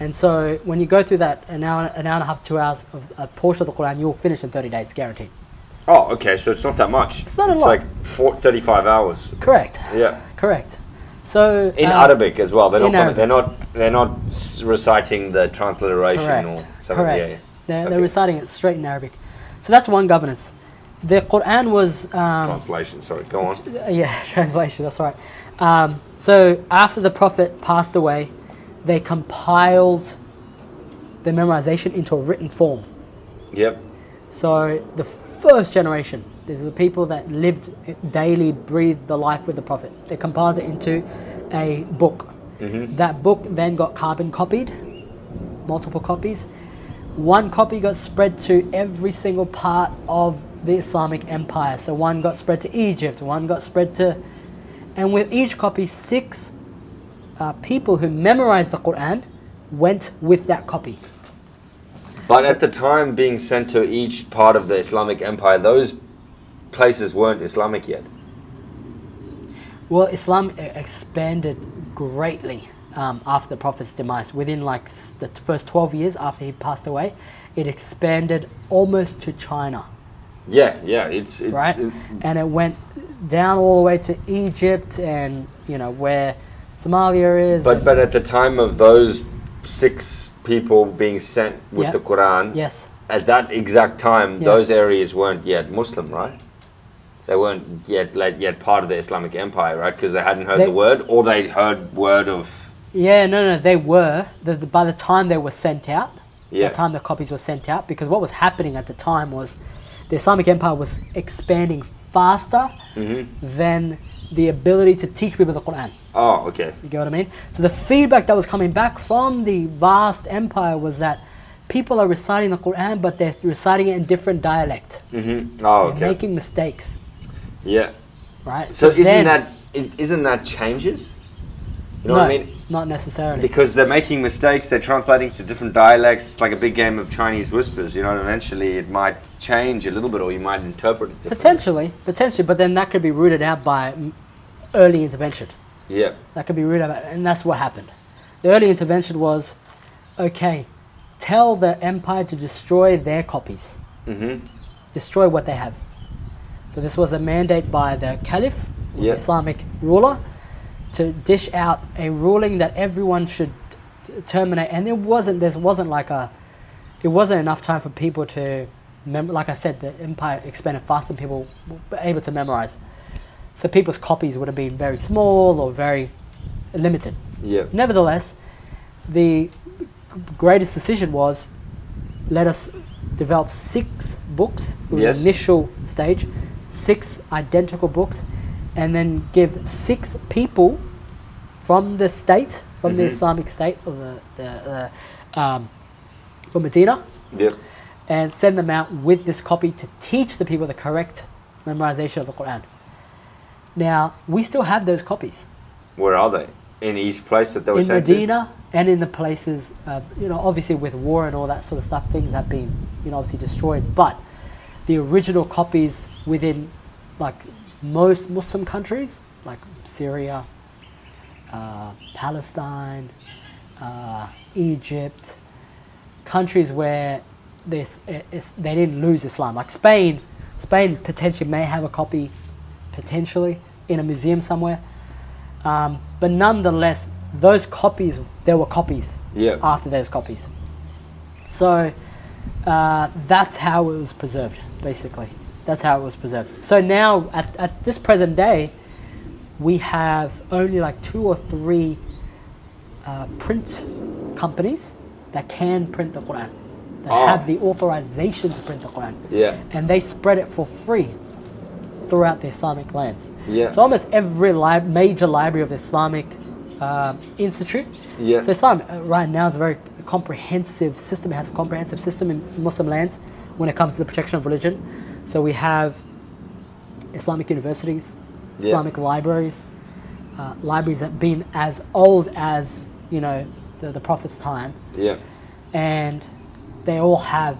B: And so, when you go through that an hour, an hour and a half, two hours of a portion of the Quran, you'll finish in 30 days, guaranteed.
C: Oh, okay. So it's not that much.
B: It's not a
C: it's
B: lot.
C: like four, 35 hours.
B: Correct.
C: Yeah.
B: Correct. So
C: In
B: um,
C: Arabic as well. They're not.
B: in
C: Gonna,
B: Arabic.
C: they're not. They're not s- reciting the transliteration
B: Correct.
C: or something.
B: Correct.
C: Yeah, yeah.
B: They're,
C: Okay.
B: they're reciting it straight in Arabic. So that's one governance. The Quran was, um, *laughs*
C: Translation. Sorry. Go on.
B: yeah, translation, that's right. Um, so after the Prophet passed away, they compiled the memorization into a written form.
C: Yep.
B: So the first generation, these are the people that lived it daily, breathed the life with the Prophet. They compiled it into a book. That book then got carbon copied, multiple copies. One copy got spread to every single part of the Islamic Empire. So one got spread to Egypt, one got spread to. And with each copy, six uh, people who memorized the Quran went with that copy.
C: But at the time being sent to each part of the Islamic Empire, those places weren't Islamic yet.
B: Well, Islam e- expanded greatly um, after the Prophet's demise. Within like s- the t- first 12 years after he passed away, it expanded almost to China,
C: Yeah. Yeah. It's. it's
B: right?
C: it-
B: and it went down all the way to Egypt and, you know, where Somalia is.
C: but
B: and-
C: but at the time of those six people being sent with
B: Yeah.
C: the Quran.
B: yes.
C: At that exact time,
B: Yeah.
C: those areas weren't yet Muslim, right? They weren't yet like, yet part of the Islamic Empire, right? Because they hadn't heard
B: They-
C: the word, or they heard word of
B: Yeah, no, no, they were. The, the, by the time they were sent out,
C: Yeah.
B: by the time the copies were sent out, because what was happening at the time was the Islamic Empire was expanding faster
C: Mm-hmm.
B: than the ability to teach people the Quran.
C: oh, okay,
B: You get what I mean? So the feedback that was coming back from the vast empire was that people are reciting the Quran, but they're reciting it in different dialect,
C: hmm oh, okay,
B: making mistakes,
C: yeah.
B: right?
C: So isn't
B: then-
C: that i- isn't that changes? You know
B: no,
C: what I mean?
B: not necessarily.
C: Because they're making mistakes, they're translating to different dialects, it's like a big game of Chinese whispers. You know, and eventually it might change a little bit, or you might interpret it differently.
B: Potentially, potentially, but then that could be rooted out by mm, early intervention.
C: Yeah,
B: That could be rooted out, and that's what happened. The early intervention was, okay, tell the empire to destroy their copies,
C: mm-hmm,
B: destroy what they have. So this was a mandate by the caliph, or the
C: Yeah.
B: Islamic ruler, to dish out a ruling that everyone should t- terminate, and there wasn't there wasn't like a it wasn't enough time for people to remember. Like I said, the empire expanded faster than people were able to memorize, so people's copies would have been very small or very limited.
C: Yeah.
B: Nevertheless, the greatest decision was let us develop six books. It was
C: Yes.
B: an initial stage, six identical books, and then give six people from the state, from the Islamic State or the, the, the um, from Medina,
C: Yep.
B: and send them out with this copy to teach the people the correct memorization of the Quran. Now we still have those copies
C: Where are they? In each place that they were
B: in
C: sent to?
B: Medina and in the places, uh, you know, obviously with war and all that sort of stuff, things have been, you know, obviously destroyed. But the original copies within, like, most Muslim countries, like Syria, uh, Palestine, uh, Egypt, countries where this it's, they didn't lose Islam, like Spain. Spain potentially may have a copy, potentially in a museum somewhere. Um, but nonetheless, those copies, there were copies
C: Yeah.
B: after those copies. So uh, that's how it was preserved, basically. That's how it was preserved. So now, at, at this present day, we have only like two or three uh, print companies that can print the Quran, that
C: Ah.
B: have the authorization to print the Quran.
C: Yeah.
B: And they spread it for free throughout the Islamic lands.
C: Yeah.
B: So almost every li- major library of the Islamic uh, Institute.
C: Yeah.
B: So Islam uh, right now is a very comprehensive system. It has a comprehensive system in Muslim lands when it comes to the protection of religion. So we have Islamic universities,
C: Yeah.
B: Islamic libraries, uh, libraries that have been as old as you know the, the Prophet's time,
C: Yeah.
B: and they all have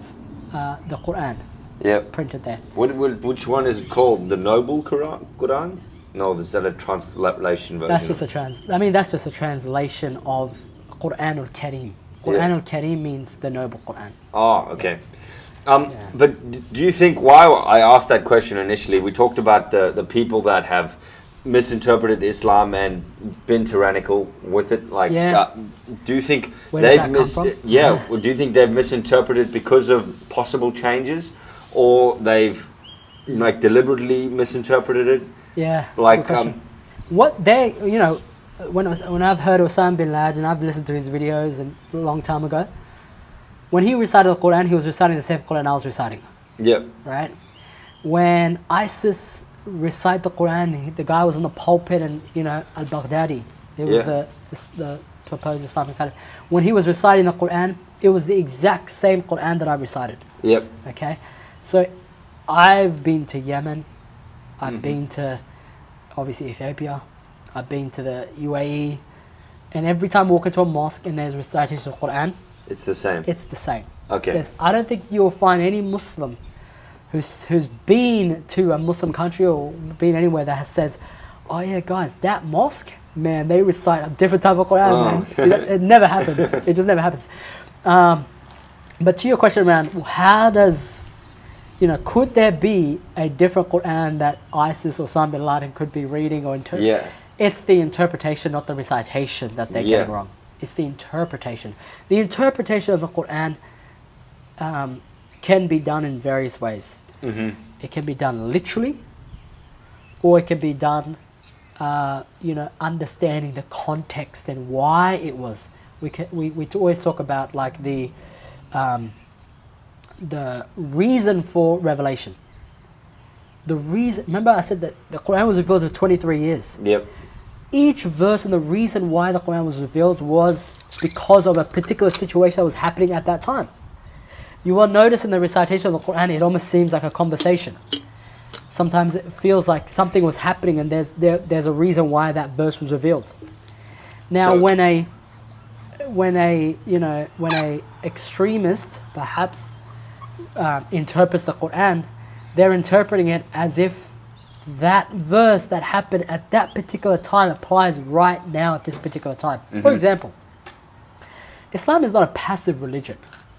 B: uh, the Quran
C: Yeah.
B: printed there.
C: What, what, which one is it called? The Noble Quran? Quran? No, is that a translation version?
B: That's just a trans. I mean, that's just a translation of Quran al Karim. Quran al Karim means the noble Quran.
C: Oh, okay. Um, But d- do you think why I asked that question initially? We talked about the, the people that have misinterpreted Islam and been tyrannical with it. Like,
B: Yeah.
C: uh, do you think
B: Where does
C: they've
B: that come
C: mis-
B: from?
C: yeah,
B: Yeah.
C: well, Do you think they've misinterpreted because of possible changes, or they've like deliberately misinterpreted it?
B: Yeah. good
C: Like,
B: question.
C: um,
B: what they, you know, when I was- when I've heard Osama bin Laden, I've listened to his videos and a long time ago. When he recited the Quran, he was reciting the same Quran I was reciting,
C: Yeah,
B: right? When ISIS recited the Quran, he- the guy was on the pulpit and you know Al Baghdadi, it was
C: Yeah.
B: the the proposed Islamic caliph. When he was reciting the Quran, it was the exact same Quran that I recited.
C: yep,
B: Okay, so I've been to Yemen. I've been to obviously Ethiopia. I've been to the UAE, and every time I walk into a mosque and there's recitation of Quran,
C: it's the same.
B: it's the same.
C: Okay.
B: There's, I don't think you'll find any Muslim who's who's been to a Muslim country or been anywhere that has, says, "Oh yeah, guys, that mosque, man, they recite a different type of Quran."
C: Oh,
B: man."
C: okay.
B: It, it never
C: *laughs*
B: happens. it just never happens. Um, but to your question around how does you know, could there be a different Quran that ISIS or Osama bin Laden could be reading or interpreting?
C: Yeah.
B: It's the interpretation, not the recitation, that they get
C: Yeah.
B: wrong. It's the interpretation. The interpretation of the Quran um, can be done in various ways. It can be done literally, or it can be done, uh, you know, understanding the context and why it was. We can, we, we always talk about like the um, the reason for revelation. The reason. Remember, I said that the Quran was revealed for 23 years
C: yep,
B: each verse and the reason why the Quran was revealed was because of a particular situation that was happening at that time. You will notice in the recitation of the Quran, it almost seems like a conversation. Sometimes it feels like something was happening and there's, there, there's a reason why that verse was revealed. Now,
C: So-
B: when a when a you know when a extremist perhaps uh, interprets the Quran, they're interpreting it as if that verse that happened at that particular time applies right now at this particular time. For example, Islam is not a passive religion,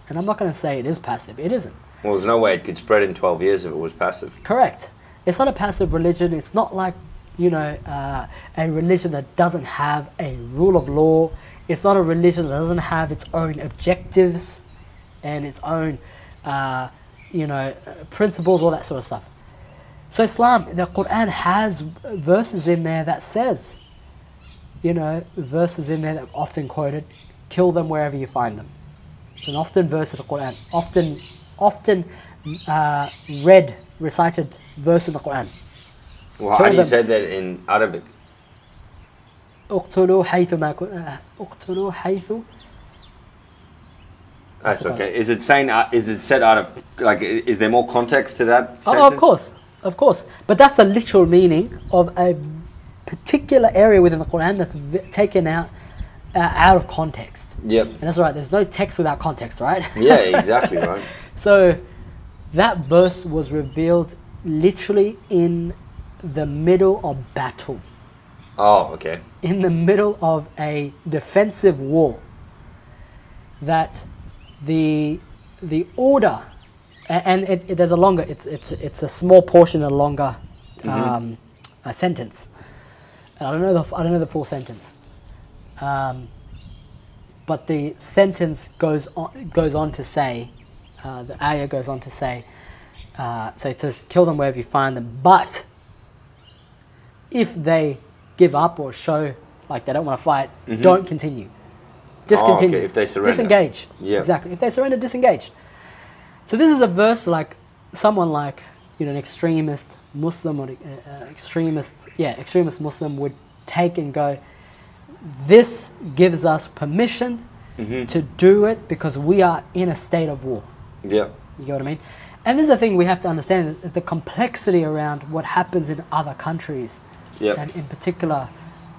B: and I'm not going to say it is passive. It isn't.
C: Well, there's no way it could spread in 12 years if it was passive.
B: Correct. It's not a passive religion. It's not like you know, uh, a religion that doesn't have a rule of law. It's not a religion that doesn't have its own objectives and its own, uh, you know, uh, principles, all that sort of stuff. So Islam, the Quran has verses in there that says, you know, verses in there that are often quoted, kill them wherever you find them. It's an often verse of the Quran, often, often uh, read, recited verse in the Quran.
C: Well,
B: Tell
C: how do you
B: them-
C: say that in Arabic?
B: اقتلوا حيث ما كن- آه، اقتلوا حيث
C: That's okay. Is it saying? Uh, is it said out of like? i- Is there more context to that?
B: Oh,
C: sentence?
B: of course, of course. But that's the literal meaning of a particular area within the Quran that's v- taken out uh, out of context.
C: Yep.
B: And that's right. There's no text without context, right? *laughs*
C: Yeah, exactly right.
B: So that verse was revealed literally in the middle of battle,
C: Oh, okay.
B: in the middle of a defensive war. That the the order, a- and it, it, there's a longer. It's it's it's a small portion, a longer um, a sentence. And I don't know the I don't know the full sentence. Um, but the sentence goes on, goes on to say, uh, the ayah goes on to say, uh, so to s- kill them wherever you find them. But if they give up or show like they don't want to fight, don't continue. Discontinue.
C: Mm-hmm. Oh, if they surrender.
B: Disengage.
C: Yeah.
B: Exactly. If they surrender, disengage. So this is a verse like someone like you know an extremist Muslim or uh, uh, extremist yeah extremist Muslim would take and go. This gives us permission
C: Mm-hmm.
B: to do it because we are in a state of war.
C: Yep.
B: You get what I mean? And this is the thing we have to understand is the complexity around what happens in other countries,
C: Yep.
B: and in particular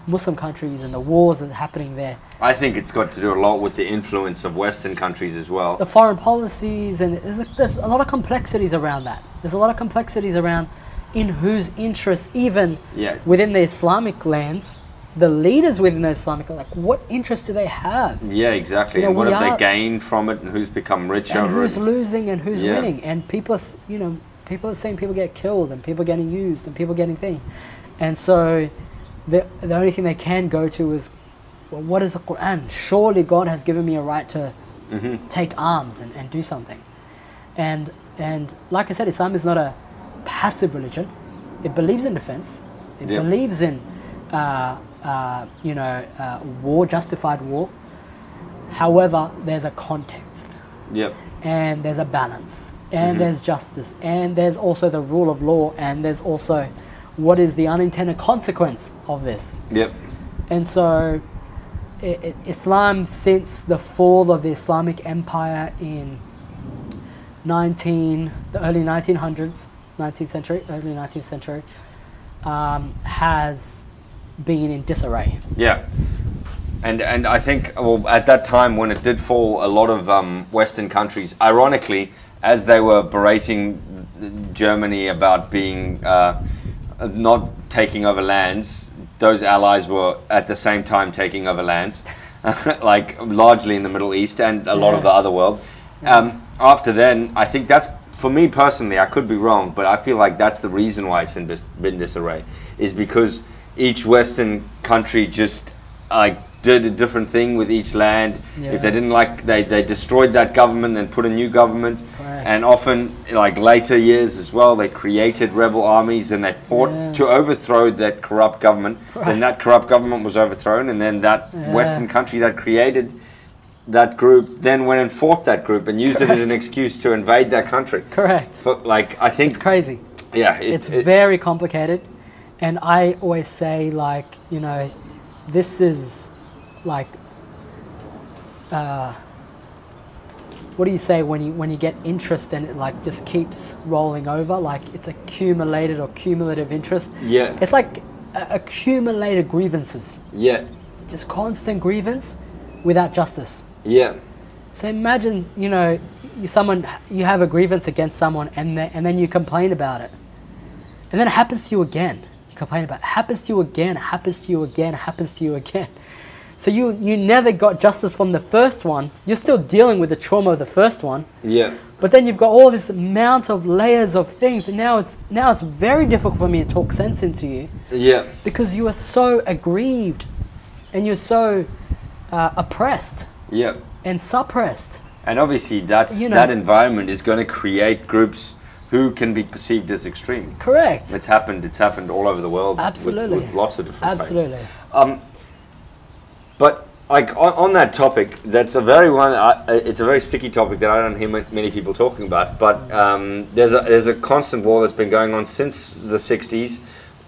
B: Muslim countries and the wars that are happening there.
C: I think it's got to do a lot with the influence of Western countries as well.
B: the foreign policies and there's a, there's a lot of complexities around that. There's a lot of complexities around in whose interests, even
C: Yeah.
B: within the Islamic lands, the leaders within the Islamic like what interest do they have?
C: yeah, exactly.
B: You know,
C: and what
B: we
C: have
B: are-
C: they gained from it, and who's become rich
B: And
C: over
B: who's
C: it?
B: losing and who's
C: Yeah.
B: winning? And people, are, s- you know, people are seeing people get killed and people getting used and people getting thing. And so, the the only thing they can go to is, well, what is the Quran? Surely God has given me a right to
C: Mm-hmm.
B: take arms and, and do something. And and like I said, Islam is not a passive religion. It believes in defense. It
C: Yeah.
B: believes in, uh, uh, you know, uh, war, justified war. However, there's a context
C: Yep.
B: and there's a balance and there's justice and there's also the rule of law and there's also what is the unintended consequence of this
C: Yep.
B: and so i i islam since the fall of the islamic empire in 19 the early 1900s 19th century early 19th century um, has been in disarray *laughs*
C: Yeah. And and I think well at that time when it did fall, a lot of um, Western countries, ironically, as they were berating Germany about being uh, not taking over lands, those allies were at the same time taking over lands, *laughs* like largely in the Middle East and a lot of the
B: Yeah.
C: other world. Um, after then, I think that's for me personally. I could be wrong, but I feel like that's the reason why it's in dis- been disarray, is because each Western country just like did a different thing with each land. If
B: Yeah.
C: they didn't like, they they destroyed that government and put a new government.
B: Correct.
C: And often, like later years as well, they created rebel armies and they fought
B: Yeah.
C: to overthrow that corrupt government. Then
B: Right.
C: that corrupt government was overthrown, and then that
B: Yeah.
C: Western country that created that group then went and fought that group and used it as an excuse to invade that country.
B: correct
C: For, like I think,
B: crazy
C: yeah, it,
B: it's
C: it-
B: very complicated and i always say like you know this is like uh, what do you say when you when you get interest and it like just keeps rolling over like it's accumulated or cumulative interest
C: Yeah.
B: it's like uh, accumulated grievances
C: yeah,
B: just constant grievance without justice
C: yeah,
B: so imagine, you know, you, someone you have a grievance against someone, and then, and then you complain about it, and then it happens to you again. You complain about it. happens to you again, happens to you again, happens to you again. So you you never got justice from the first one. You're still dealing with the trauma of the first one,
C: Yeah.
B: but then you've got all this amount of layers of things. And now it's now it's very difficult for me to talk sense into you
C: Yeah.
B: because you are so aggrieved, and you're so uh, oppressed
C: Yeah.
B: and suppressed.
C: And obviously, that's
B: You know-
C: that environment is going to create groups who can be perceived as extreme.
B: Correct.
C: It's happened. It's happened all over the world. with-
B: Absolutely.
C: With, lots of different. faiths.
B: Absolutely.
C: Um, but like on, on that topic, that's a very one. I, it's a very sticky topic that I don't hear ma- many people talking about. But um, there's a there's a constant war that's been going on since the '60s,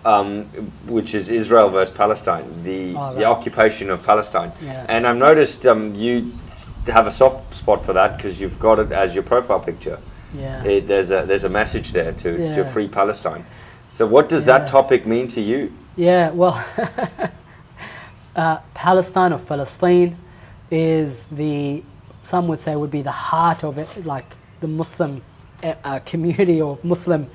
C: um, which is Israel versus Palestine, the
B: Oh,
C: the
B: right.
C: occupation of Palestine.
B: Yeah.
C: And I've noticed um, you s- have a soft spot for that because you've got it as your profile picture.
B: Yeah.
C: It, there's a there's a message there to, to
B: Yeah.
C: free Palestine. So what does
B: Yeah.
C: that topic mean to you?
B: Yeah, well, *laughs* uh, Palestine or Palestine is the, some would say, would be the heart of it, like the Muslim uh, uh, community or Muslim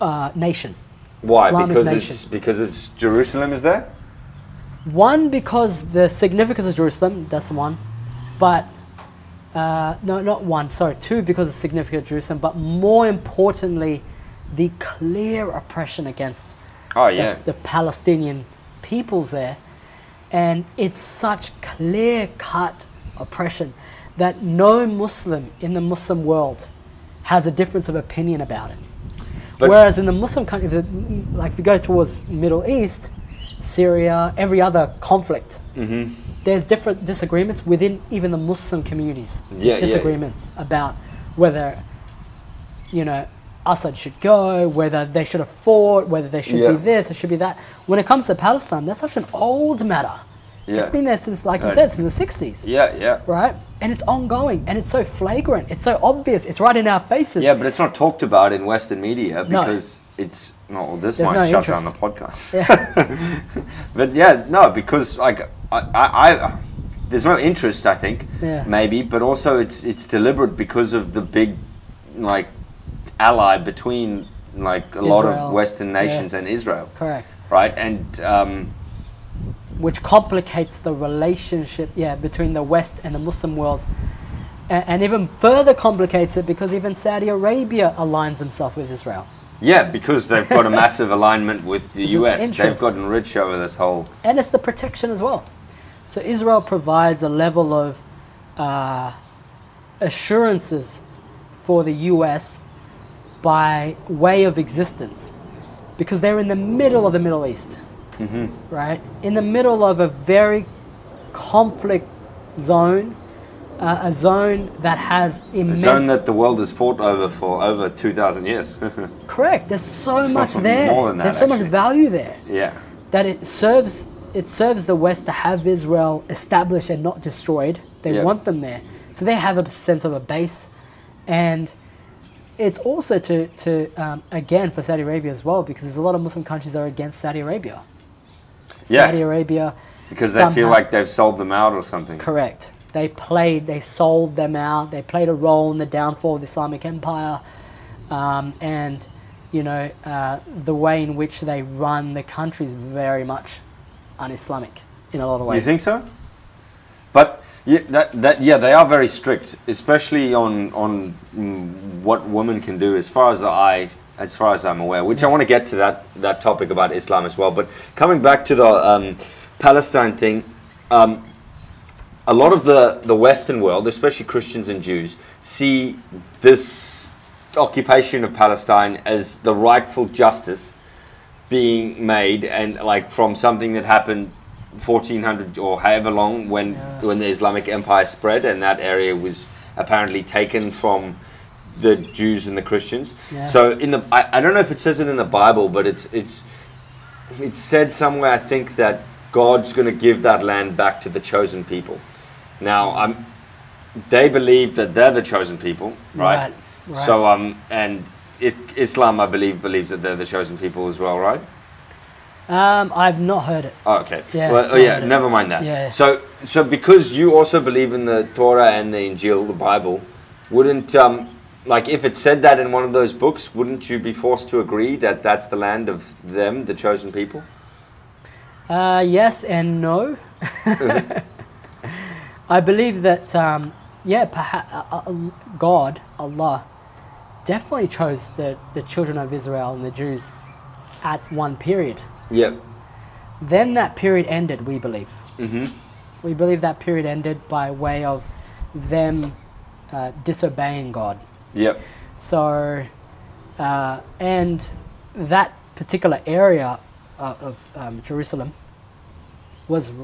B: uh, nation.
C: Why?
B: Islamic
C: because
B: nation.
C: it's because it's Jerusalem is there.
B: One, because the significance of Jerusalem, that's one. But, uh, no, not one, sorry, two, because of the significance of Jerusalem, but more importantly, the clear oppression against
C: Oh
B: the-
C: yeah,
B: the, Palestinian peoples there. And it's such clear cut oppression that no Muslim in the Muslim world has a difference of opinion about it.
C: But-
B: Whereas in the Muslim country, if it- like if you go towards Middle East, Syria, every other conflict,
C: Mm-hmm.
B: there's different disagreements within even the Muslim communities.
C: Yeah, yeah.
B: disagreements about whether, you know, Assad should go, whether they should have fought, whether they should
C: Yeah.
B: be this, it should be that. When it comes to Palestine, that's such an old matter.
C: Yeah.
B: It's been there since, like you
C: Right.
B: said, since the 60s,
C: yeah, yeah,
B: right? And it's ongoing, and it's so flagrant, it's so obvious, it's right in our faces.
C: yeah. But it's not talked about in Western media because it's no. This
B: There's
C: might
B: no
C: shut down the podcast. but yeah, no, because like I, I, I, there's no interest. I think
B: Yeah.
C: maybe, but also it's it's deliberate because of the big like ally between like a lot
B: Israel.
C: of Western
B: Yeah.
C: nations and Israel,
B: *laughs* Correct.
C: right? And um,
B: which complicates the relationship yeah between the west and the muslim world and, and even further complicates it because even saudi arabia aligns himself with israel
C: yeah, because they've
B: *laughs*
C: got a massive alignment with the U.S. They've
B: interest.
C: gotten rich over this whole.
B: and it's the protection as well so israel provides a level of uh, assurances for the us by way of existence because they're in the middle of the middle east
C: Mm-hmm.
B: right? In the middle of a very conflict zone, uh, a zone that has
C: The
B: immense.
C: zone that the world has fought over for over 2,000 years. *laughs*
B: correct. There's so much there.
C: More than that,
B: There's so much
C: actually.
B: value there
C: yeah.
B: that it serves. It serves the West to have Israel established and not destroyed. They
C: Yeah.
B: want them there, so they have a sense of a base, and it's also to to um, again for Saudi Arabia as well because there's a lot of Muslim countries that are against Saudi Arabia.
C: Yeah.
B: Saudi Arabia
C: Because they feel
B: somehow-
C: like they've sold them out or something.
B: Correct. They played, they sold them out. They played a role in the downfall of the Islamic Empire, um, and you know uh, the way in which they run the country is very much un-Islamic in a lot of
C: You
B: ways.
C: think so? But yeah, that, that, yeah, they are very strict, especially on, on mm, what women can do as far as I as far as I'm aware, which I want to get to that, that topic about Islam as well. But coming back to the um, Palestine thing, um, a lot of the, the Western world, especially Christians and Jews, see this occupation of Palestine as the rightful justice being made and like from something that happened 1400 or however long when when the Islamic Empire spread and that area was apparently taken from the Jews and the Christians.
B: Yeah.
C: So in the I, I don't know if it says it in the Bible, but it's it's it's said somewhere I think that God's going to give that land back to the chosen people. Now I'm they believe that they're the chosen people, right?
B: Right, right.
C: So um and is, Islam I believe believes that they're the chosen people as well, right?
B: Um, I've not heard it.
C: Oh, okay.
B: Yeah,
C: well, oh,
B: not
C: yeah.
B: really.
C: Never mind that.
B: Yeah, yeah.
C: So, so because you also believe in the Torah and the Injil, the Bible, wouldn't um, like if it said that in one of those books, wouldn't you be forced to agree that that's the land of them, the chosen people?
B: Uh, yes and no. *laughs* I believe that, um, yeah, perhaps uh, uh, God, Allah, definitely chose the, the children of Israel and the Jews at one period.
C: Yeah.
B: Then that period ended, we believe. Mm-hmm. We believe that period ended by way of them uh, disobeying God.
C: Yeah.
B: So, uh, and that particular area uh, of um, Jerusalem was r-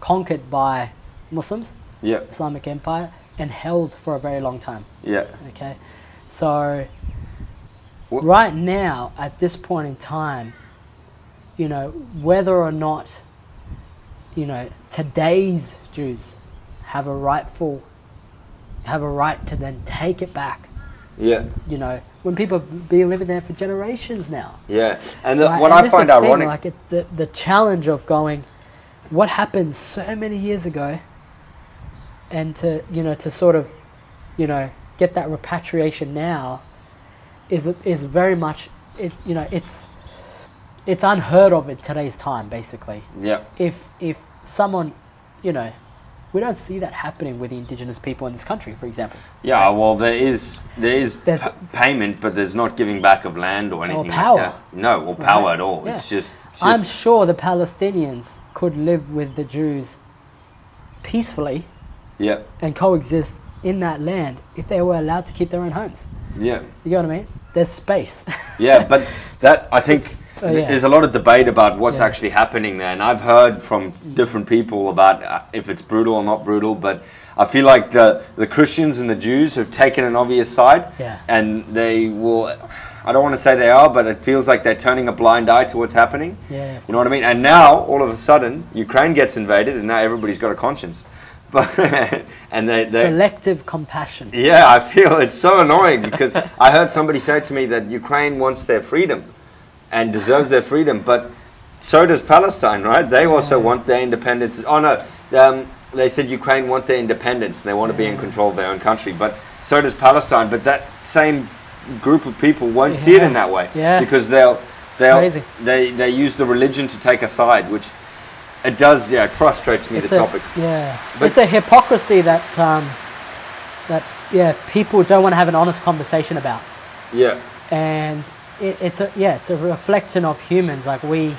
B: conquered by Muslims,
C: Yeah.
B: Islamic Empire, and held for a very long time.
C: Yeah.
B: Okay, so
C: Wha-
B: right now at this point in time, you know whether or not you know today's Jews have a rightful have a right to then take it back.
C: Yeah.
B: You know when people have been living there for generations now.
C: Yeah. And the,
B: Right,
C: what
B: and
C: I
B: this is the
C: find
B: thing,
C: ironic.
B: like it, the the challenge of going, what happened so many years ago, and to you know to sort of, you know, get that repatriation now, is is very much it you know it's, it's unheard of in today's time basically.
C: yeah.
B: If if someone, you know, we don't see that happening with the indigenous people in this country, for example,
C: Yeah. Well, there is there is
B: There's-
C: pa- payment, but there's not giving back of land or anything. like
B: power.
C: that. No, or power
B: Right?
C: at all.
B: Yeah.
C: It's just. It's
B: I'm
C: just
B: sure the Palestinians could live with the Jews peacefully
C: yeah.
B: and coexist in that land if they were allowed to keep their own homes.
C: Yeah.
B: You know what I mean? There's space.
C: *laughs*
B: *laughs*
C: yeah, but that I think
B: Oh, yeah.
C: there's a lot of debate about what's
B: Yeah. Mm.
C: actually happening there, and I've heard from different people about uh, if it's brutal or not brutal. But I feel like the the Christians and the Jews have taken an obvious side,
B: Yeah.
C: and they will. I don't want to say they are, but it feels like they're turning a blind eye to what's happening.
B: Yeah, yeah.
C: You know what I mean? And now all of a sudden, Ukraine gets invaded, and now everybody's got a conscience. *laughs* But and they, they
B: Selective compassion.
C: yeah, I feel *laughs* it's so annoying because I heard somebody say to me that Ukraine wants their freedom and deserves their freedom, but so does Palestine, right? They also want their independence. Oh no, um, they said Ukraine want their independence. They want to be in control of their own country, but so does Palestine. But that same group of people won't see it in
B: Yeah.
C: that way
B: Yeah.
C: because they'll they'll
B: Crazy.
C: they they use the religion to take a side, which it does. Yeah, it frustrates me the
B: a,
C: topic.
B: Yeah.
C: But-
B: it's a hypocrisy that um, that yeah, people don't want to have an honest conversation about.
C: Yeah,
B: and it, it's a yeah, it's a reflection of humans. Like we,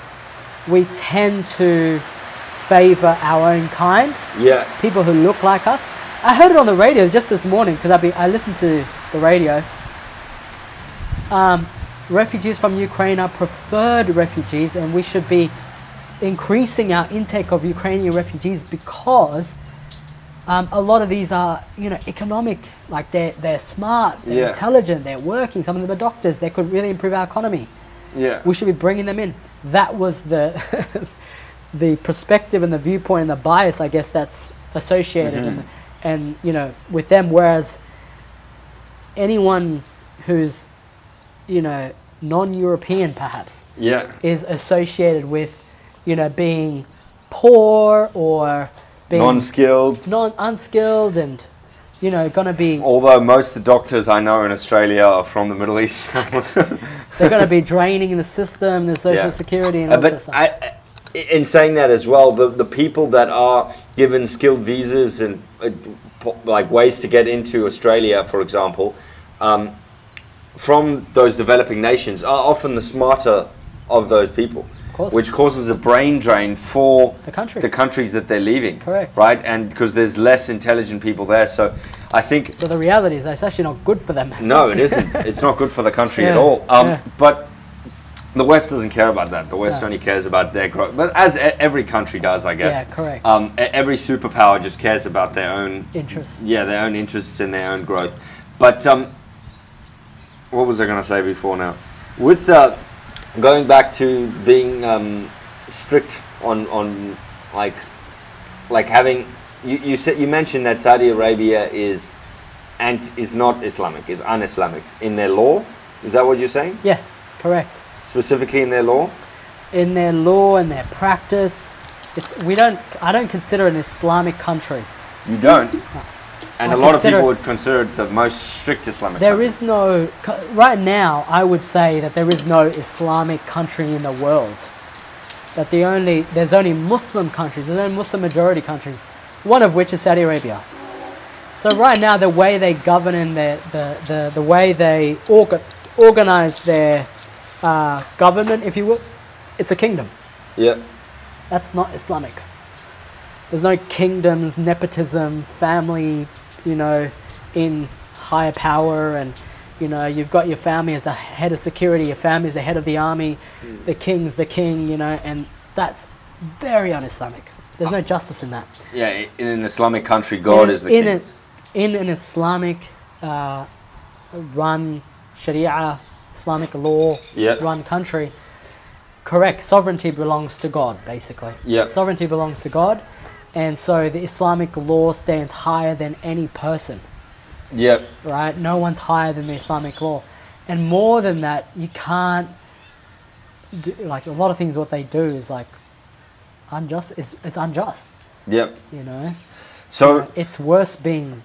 B: we tend to favor our own kind,
C: yeah,
B: people who look like us. I heard it on the radio just this morning because I be I listened to the radio. Um, refugees from Ukraine are preferred refugees, and we should be increasing our intake of Ukrainian refugees because. Um, a lot of these are, you know, economic. Like they're they're smart, they're
C: Yeah.
B: intelligent, they're working. Some of them are doctors. They could really improve our economy
C: yeah.
B: we should be bringing them in. That was the *laughs* the perspective and the viewpoint and the bias, I guess, that's associated
C: Mm-hmm.
B: and, and you know with them. Whereas anyone who's you know non-European, perhaps,
C: yeah.
B: is associated with you know being poor or being
C: Non-skilled,
B: non unskilled and you know gonna be
C: Although most of the doctors I know in Australia are from the Middle
B: *laughs*
C: East.
B: they're gonna be draining the system, the
C: *laughs*
B: social
C: Yeah.
B: security, and
C: Uh,
B: all that
C: but
B: stuff.
C: I, I- in saying that as well, the, the people that are given skilled visas and uh, po- like ways to get into Australia, for example, um, from those developing nations are often the smarter of those people,
B: course.
C: which causes a brain drain for
B: The country.
C: the countries that they're leaving.
B: Correct.
C: Right, and because there's less intelligent people there, so I think
B: So the reality is that's actually not good for them.
C: No, it isn't. It's not good for the country at
B: Yeah,
C: all. Um,
B: yeah.
C: But the West doesn't care about that. The West
B: No.
C: only cares about their growth. But as e- every country does, I guess.
B: Yeah, correct.
C: Um, e- every superpower just cares about their own
B: Interests.
C: Yeah, their own interests and their own growth. But um, what was I going to say before now? With uh, going back to being um, strict on on like like having you, you said you mentioned that Saudi Arabia is and is not Islamic is un-Islamic in their law. Is that what you're saying?
B: Yeah, correct.
C: Specifically in their law?
B: In their law and their practice, it's, we don't. I don't consider an Islamic country.
C: You don't. And
B: I
C: a lot of
B: consider-
C: people would consider it the most strict Islamic.
B: There
C: country.
B: is no. co- Right now, I would say that there is no Islamic country in the world. That the only there's only Muslim countries. There's only Muslim majority countries one of which is Saudi Arabia. So right now, the way they govern and their, the, the, the way they orga, organize their uh, government, if you will, it's a kingdom.
C: Yeah.
B: That's not Islamic. There's no kingdoms, nepotism, family, you know, in higher power, and you know, you've got your family as the head of security, your family as the head of the army, the king's the king, you know, and that's very un-Islamic. There's no justice in that.
C: Yeah. i- In an Islamic country, God
B: in,
C: is the
B: in
C: king.
B: A, in an Islamic uh, run Sharia, Islamic law
C: Yeah.
B: run country, correct, sovereignty belongs to God, basically.
C: Yeah.
B: Sovereignty belongs to God, and so the Islamic law stands higher than any person,
C: Yeah.
B: right? No one's higher than the Islamic law. And more than that, you can't, do, like, a lot of things what they do is like unjust, it's, it's unjust,
C: Yeah.
B: you know?
C: So
B: it's worse being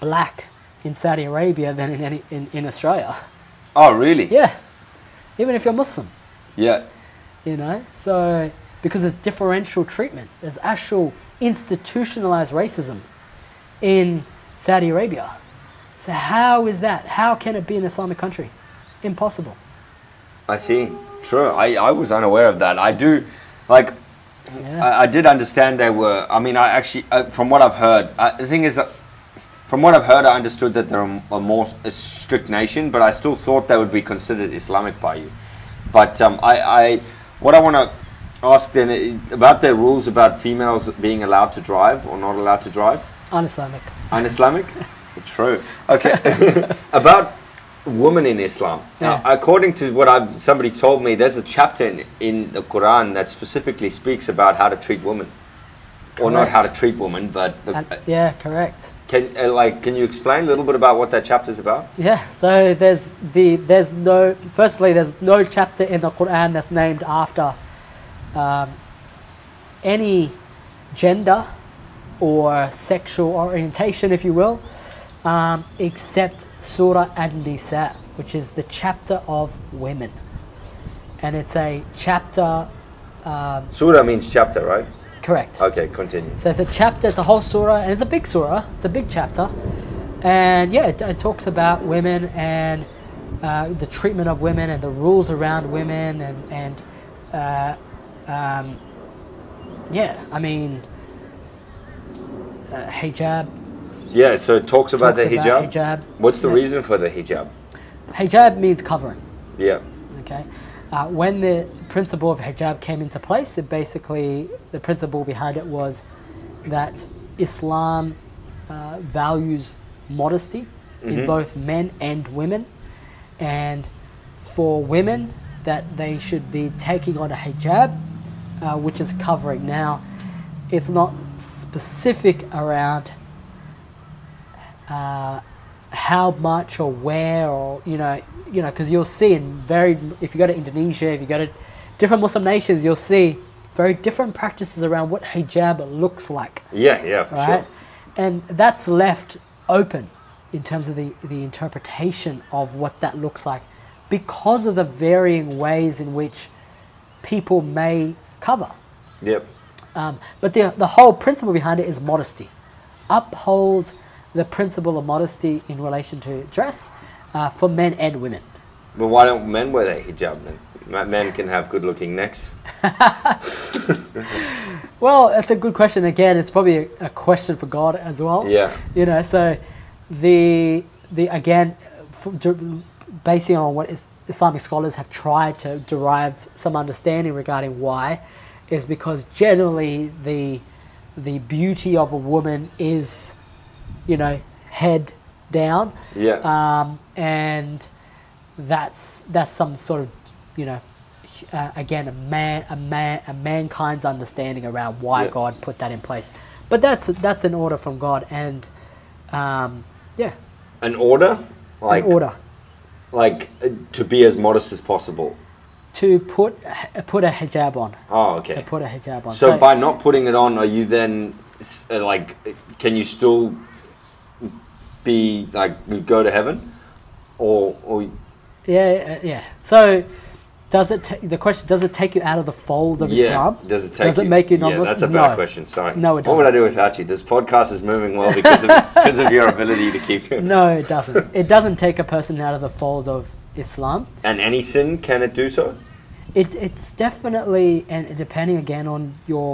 B: black in Saudi Arabia than in any in, in Australia.
C: Oh, really?
B: Yeah. Even if you're Muslim,
C: Yeah.
B: you know? So because there's differential treatment. There's actual institutionalized racism in Saudi Arabia. So how is that? How can it be an Islamic country? Impossible.
C: I see. True. I, I was unaware of that. I do, like,
B: Yeah.
C: I, I did understand they were. I mean, I actually, uh, from what I've heard, uh, the thing is, that from what I've heard, I understood that they're a, a more s- a strict nation, but I still thought they would be considered Islamic by you. But um, I, I, what I want to ask then i- about their rules about females being allowed to drive or not allowed to drive.
B: Un-Islamic.
C: Un-Islamic? *laughs* True. Okay. *laughs* About women in Islam. Now,
B: Yeah.
C: according to what I've somebody told me, there's a chapter in, in the Quran that specifically speaks about how to treat women, or not how to
B: Correct.
C: treat women, but the,
B: And, yeah, correct.
C: can uh, like can you explain a little bit about what that chapter's about?
B: Yeah, so there's the there's no firstly there's no chapter in the Quran that's named after um, any gender or sexual orientation, if you will, um, except Surah An-Nisa, which is the chapter of women, and it's a chapter um,
C: Surah means chapter, right?
B: correct.
C: Okay, continue.
B: So it's a chapter, it's a whole surah, and it's a big surah, it's a big chapter. And yeah, it, it talks about women and uh, the treatment of women and the rules around women and, and uh, um, yeah, I mean, uh, hijab.
C: Yeah, so it talks about
B: Talks
C: the
B: about
C: hijab.
B: hijab.
C: What's the
B: Yeah.
C: reason for the hijab?
B: Hijab means covering.
C: Yeah.
B: Okay. Uh, when the principle of hijab came into place, it basically the principle behind it was that Islam uh, values modesty in both men and women, and for women that they should be taking on a hijab, uh, which is covering. Now, it's not specific around uh, how much or where or you know you know because you'll see in very if you go to Indonesia if you go to different Muslim nations you'll see very different practices around what hijab looks like
C: Yeah, yeah, for
B: right
C: sure.
B: and that's left open in terms of the the interpretation of what that looks like because of the varying ways in which people may cover
C: Yep.
B: um, but the, the whole principle behind it is modesty. Uphold the principle of modesty in relation to dress uh, for men and women.
C: But why don't men wear their hijab then? Ma- Men can have good looking necks.
B: Well, that's a good question. Again, it's probably a, a question for God as well.
C: Yeah.
B: You know, so the the again, f- d- basing on what is, Islamic scholars have tried to derive some understanding regarding why, is because generally the the beauty of a woman is, you know, head down.
C: Yeah.
B: Um, and that's that's some sort of, you know, uh, again a man a man a mankind's understanding around why
C: Yeah.
B: God put that in place. But that's that's an order from God, and um, yeah,
C: An order? Like
B: an order
C: like uh, to be as modest as possible.
B: to put put a hijab on.
C: Oh,
B: To
C: okay.
B: put a hijab on.
C: So by not putting it on, are you then s- uh, like uh, can you still be like go to heaven? Or or
B: yeah, uh, yeah. So Does it? ta the question does it take you out of the fold of Islam?
C: Does it take
B: Does it
C: you-
B: make you
C: Yeah,
B: non-Muslim?
C: that's a bad
B: No.
C: question. Sorry.
B: No, it
C: What would I
B: doesn't.
C: do without you? This podcast is moving well because
B: *laughs*
C: of, because of your ability to keep.
B: No, it doesn't. it doesn't take a person out of the fold of Islam.
C: *laughs* And any sin can it do so?
B: It, it's definitely, and depending again on your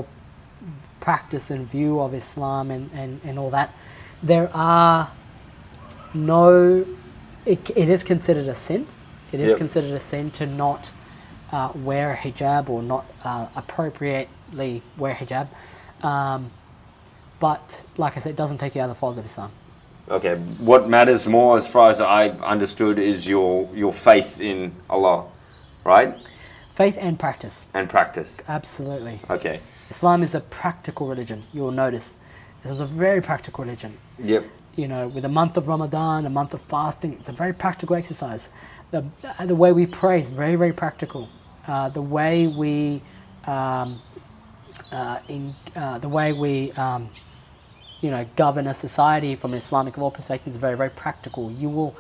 B: practice and view of Islam and, and, and all that, there are no, it, it is considered a sin. It is
C: Yep.
B: considered a sin to not uh, wear a hijab or not uh, appropriately wear hijab. Um, but like I said, it doesn't take you out of the fold of Islam.
C: Okay. What matters more, as far as I understood, is your your faith in Allah, right?
B: Faith and practice,
C: And practice.
B: absolutely.
C: Okay.
B: Islam is a practical religion, you'll notice. This is a very practical religion.
C: Yep.
B: you know, with a month of Ramadan, a month of fasting, it's a very practical exercise. The, the way we pray is very, very practical. Uh, the way we, um, uh, in, uh, the way we, um, you know, govern a society from an Islamic law perspective is very, very practical. You will,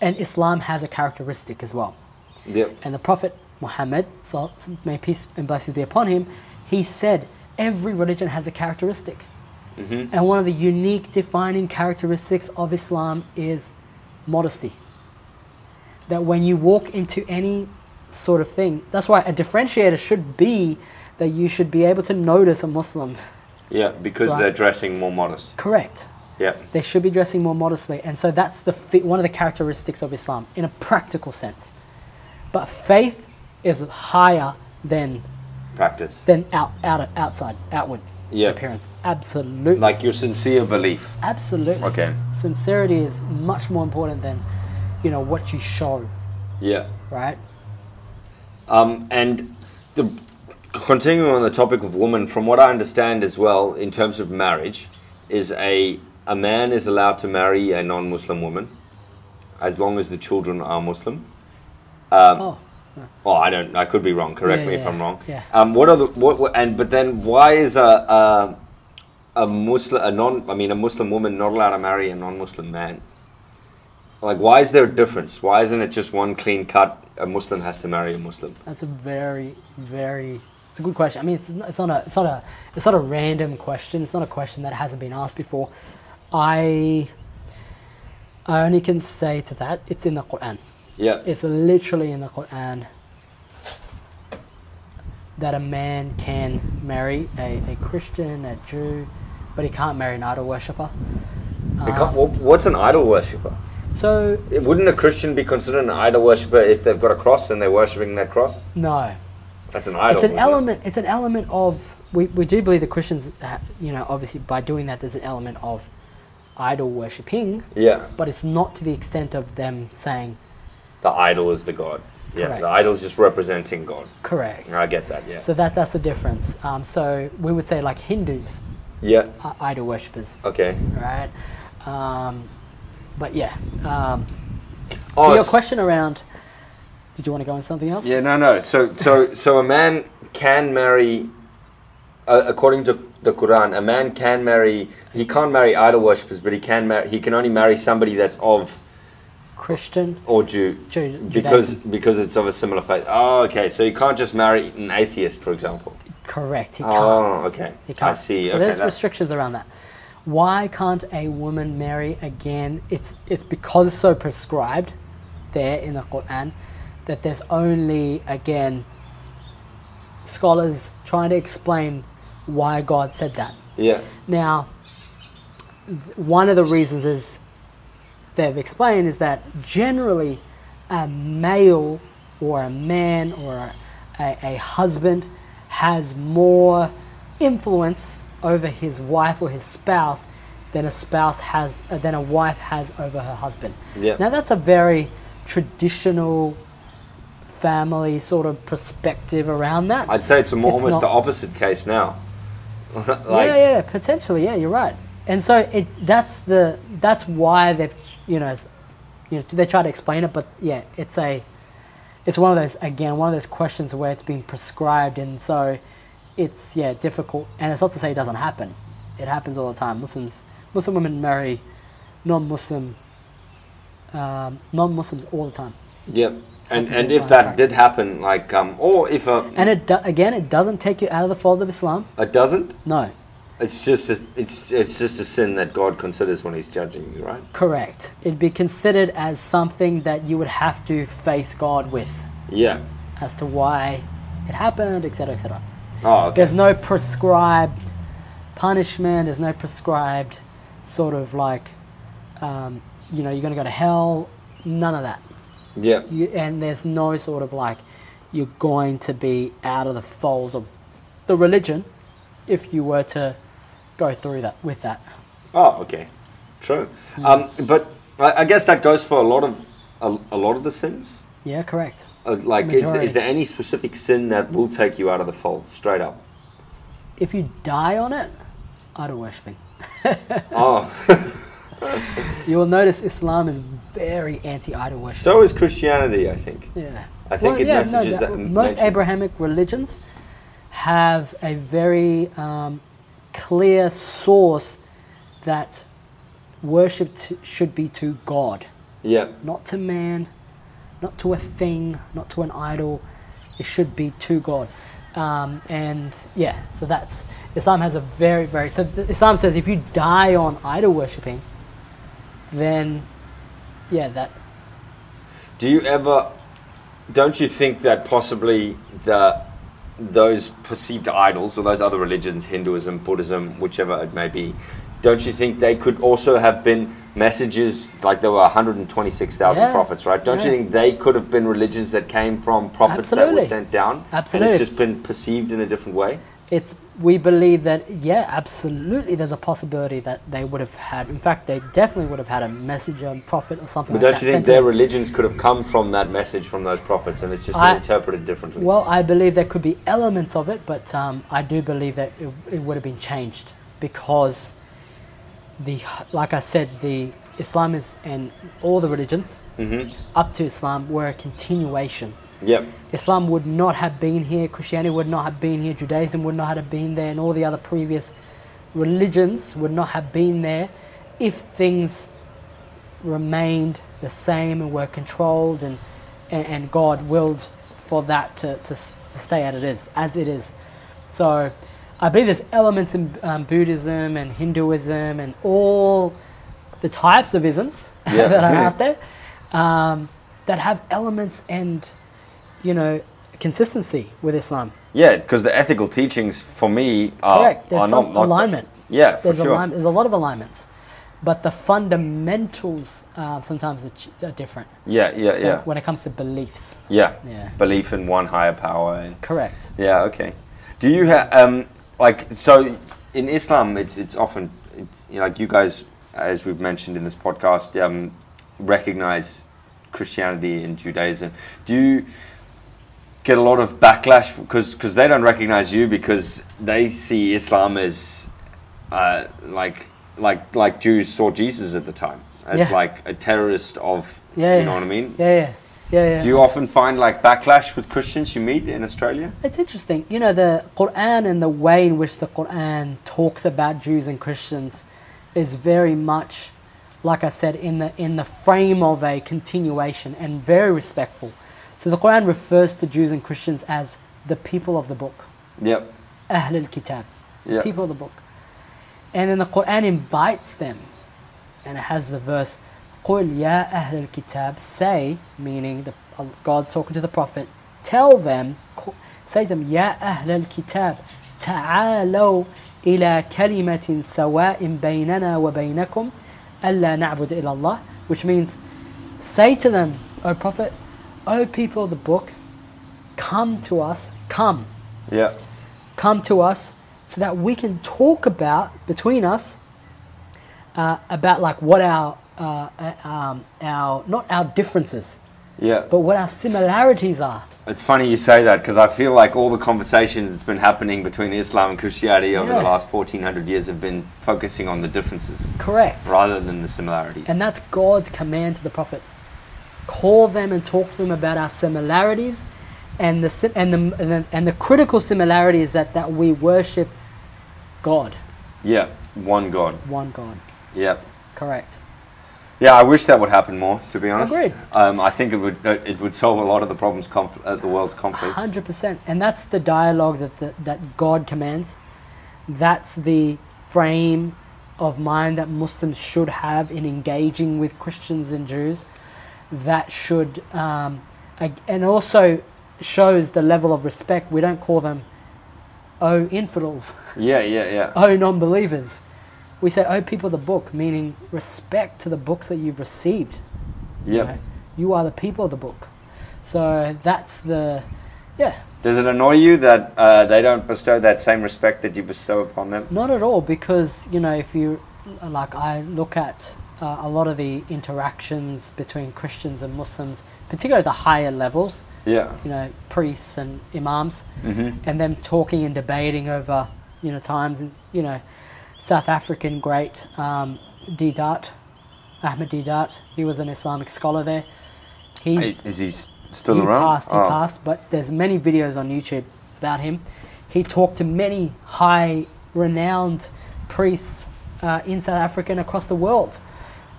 B: and Islam has a characteristic as well.
C: Yep.
B: And the Prophet Muhammad, so may peace and blessings be upon him, he said, every religion has a characteristic. And one of the unique defining characteristics of Islam is modesty. That when you walk into any sort of thing, that's why a differentiator should be that you should be able to notice a Muslim. *laughs*
C: Yeah. Because
B: Right.
C: they're dressing more modest.
B: Correct.
C: Yep.
B: They should be dressing more modestly. And so that's the fi- one of the characteristics of Islam in a practical sense. But faith is higher than
C: Practice.
B: than out, out outside outward
C: Yeah.
B: appearance. Absolutely.
C: Like your sincere belief.
B: Absolutely.
C: Okay.
B: Sincerity is much more important than, you know, what you show,
C: Yeah.
B: right?
C: Um, and the, continuing on the topic of women, from what I understand as well, in terms of marriage, is a a man is allowed to marry a non-Muslim woman, as long as the children are Muslim.
B: oh,
C: Oh, I don't. I could be wrong. Correct
B: Yeah,
C: me if
B: yeah,
C: I'm wrong.
B: yeah.
C: Um, what are the what, what? And but then why is a a, a Muslim a non? I mean, a Muslim woman not allowed to marry a non-Muslim man? Like, why is there a difference? Why isn't it just one clean cut? A Muslim has to marry a Muslim.
B: that's a very, very. It's a good question. I mean, it's not, it's not a, it's not a, it's not a random question. It's not a question that hasn't been asked before. I, I only can say to that it's in the Quran.
C: Yeah.
B: It's literally in the Quran that a man can marry a, a Christian, a Jew, but he can't marry an idol worshipper.
C: They can't- wha- what's an idol worshipper?
B: So,
C: Wouldn't a Christian be considered an idol worshipper if they've got a cross and they're worshiping that cross?
B: no.
C: That's an idol.
B: It's an
C: isn't it?
B: element. It's an element of we, we do believe the Christians, ha- you know, obviously by doing that, there's an element of idol worshipping,
C: Yeah,
B: but it's not to the extent of them saying
C: the idol is the god. Yeah,
B: Correct.
C: the idol's just representing God.
B: correct.
C: I get that. Yeah.
B: So that that's the difference. Um, so we would say like Hindus
C: yeah.
B: are idol worshippers.
C: Okay.
B: right? Um, but yeah. Um,
C: Oh,
B: to your
C: s-
B: question around, did you want to go on something else?
C: Yeah. No. No. So so so a man can marry. Uh, according to the Quran, a man can marry. He can't marry idol worshippers, but he can marry. He can only marry somebody that's of
B: Christian.
C: or Jew,
B: Ju-
C: because because it's of a similar faith. Oh, okay. So you can't just marry an atheist, for example.
B: Correct. He can't.
C: Oh, okay.
B: he can't.
C: I see.
B: So
C: okay,
B: there's
C: that-
B: restrictions around that. Why can't a woman marry again? It's it's because it's so prescribed there in the Quran that there's only again scholars trying to explain why God said that.
C: yeah.
B: Now, th- one of the reasons is they've explained is that generally a male or a man or a, a husband has more influence over his wife or his spouse than a spouse has uh, than a wife has over her husband.
C: Yeah.
B: Now that's a very traditional family sort of perspective around that.
C: I'd say it's, a more,
B: It's
C: almost
B: not-
C: the opposite case now. *laughs* like,
B: yeah, yeah, potentially. Yeah, you're right. And so it that's the that's why they've you know s- you know they try to explain it, but yeah, it's a it's one of those again one of those questions where it's being prescribed, and so it's yeah difficult. And it's not to say it doesn't happen. It happens all the time. Muslims Muslim women marry non-Muslim um, non-Muslims all the time.
C: Yep. And and if that did happen, like um, or if a,
B: And it do- again, it doesn't take you out of the fold of Islam.
C: it doesn't,
B: No,
C: it's just a, it's it's just a sin that God considers when He's judging you, right?
B: correct. It'd be considered as something that you would have to face God with
C: Yeah.
B: as to why it happened, etc., etc.
C: Oh, okay.
B: There's no prescribed punishment. There's no prescribed sort of like, um, you know, you're going to go to hell. None of that.
C: Yeah.
B: You, and there's no sort of like, you're going to be out of the fold of the religion if you were to go through that with that.
C: Oh, okay. True. Um, but I, I guess that goes for a lot of a, a lot of the sins.
B: Yeah, correct.
C: Uh, like, is, there-
B: Majority.
C: is there any specific sin that will take you out of the fold straight up?
B: If you die on it, idol worshipping.
C: Oh, *laughs*
B: You will notice Islam is very anti idol worship.
C: so is Christianity, I think.
B: Yeah.
C: I think it messages
B: no,
C: that-
B: most
C: messages-
B: Abrahamic religions have a very um, clear source that worship t- should be to God,
C: Yeah.
B: not to man, not to a thing, not to an idol. It should be to God. Um, and yeah, so that's Islam has a very, very. So th- Islam says if you die on idol worshipping, then yeah, that
C: Do you ever? Don't you think that possibly the those perceived idols or those other religions, Hinduism, Buddhism, whichever it may be, don't you think they could also have been messages like there were 126,000
B: Yeah.
C: prophets, right? Don't you
B: Yeah.
C: think they could have been religions that came from prophets that
B: Absolutely.
C: were sent down? And
B: Absolutely.
C: it's just been perceived in a different way?
B: it's we believe that yeah absolutely there's a possibility that they would have had in fact they definitely would have had a messenger and prophet or something
C: But
B: like
C: don't
B: that
C: you think
B: sent to
C: their
B: them.
C: religions could have come from that message from those prophets and it's just been
B: I-
C: interpreted differently?
B: well i believe there could be elements of it but um, i do believe that it, it would have been changed because the like i said the islam is and all the religions up to islam were a continuation
C: yep.
B: Islam would not have been here, Christianity would not have been here, Judaism would not have been there, and all the other previous religions would not have been there if things remained the same and were controlled and, and, and God willed for that to, to, s- to stay as it is, as it is. So I believe there's elements in um, Buddhism and Hinduism and all the types of isms *laughs*
C: Yeah.
B: that are out there um, that have elements and you know, consistency with Islam.
C: Yeah, because the ethical teachings for me are,
B: Correct. There's
C: are
B: some
C: not, not
B: alignment.
C: yeah, for
B: there's
C: sure.
B: alignment. There's a lot of alignments, but the fundamentals uh, sometimes are, ch- are different.
C: Yeah, yeah,
B: So
C: yeah,
B: When it comes to beliefs,
C: yeah.
B: Yeah.
C: Belief in one higher power. And,
B: correct.
C: yeah, okay. Do you have um like so in Islam? It's it's often it's, you know, like you guys, as we've mentioned in this podcast, um, recognize Christianity and Judaism. Do you get a lot of backlash because because they don't recognize you because they see Islam as uh, like like like Jews saw Jesus at the time as
B: Yeah.
C: like a terrorist of
B: Yeah.
C: you
B: yeah.
C: know what I mean.
B: Yeah, yeah, yeah, yeah.
C: Do you often find like backlash with Christians you meet in Australia?
B: It's interesting, you know, the Quran and the way in which the Quran talks about Jews and Christians is very much, like I said, in the in the frame of a continuation and very respectful. So the Quran refers to Jews and Christians as the people of the book,
C: Yep.
B: Ahl al-Kitab,
C: Yeah.
B: people of the book, and then the Quran invites them, and it has the verse, "Qul ya ahl al-Kitab," say, meaning the God's talking to the Prophet, tell them, qu- say to them, "Ya ahl al-Kitab, ta'alu ila kalimatin sawa'in baynana wa baynakum, alla na'bud illa Allah," which means, say to them, O Prophet, O people of the book, come to us, come
C: Yeah.
B: come to us so that we can talk about between us uh, about like what our uh, uh, um, our not our differences
C: Yeah.
B: but what our similarities are
C: it's funny you say that because I feel like all the conversations that's been happening between Islam and Christianity over
B: Yeah.
C: the last 1400 years have been focusing on the differences
B: correct
C: rather than the similarities.
B: and that's god's command to the prophet call them and talk to them about our similarities and the si- and the and the, and the critical similarity is that that we worship god
C: yeah. One God.
B: one god
C: Yeah.
B: correct
C: Yeah, I wish that would happen more. To be honest,
B: Agreed.
C: Um, I think it would that it would solve a lot of the problems conf- uh, the world's conflicts.
B: Hundred percent, and that's the dialogue that the, that God commands. That's the frame of mind that Muslims should have in engaging with Christians and Jews. That should, um, ag- and also shows the level of respect. We don't call them, oh infidels, *laughs*
C: Yeah, yeah, yeah.
B: oh non-believers. We say oh people of the book, meaning respect to the books that you've received.
C: yep.
B: Right? You are the people of the book. So that's the, yeah,
C: Does it annoy you that uh, they don't bestow that same respect that you bestow upon them?
B: Not at all, because you know, if you like, I look at uh, a lot of the interactions between Christians and Muslims, particularly the higher levels,
C: Yeah.
B: you know, priests and imams, and them talking and debating over, you know, times and you know, South African great um, Didat, Ahmed Didat, he was an Islamic scholar there. He's
C: Is he s- still
B: he
C: around?
B: passed. He
C: Oh.
B: passed. But there's many videos on YouTube about him. He talked to many high, renowned priests uh, in South Africa and across the world,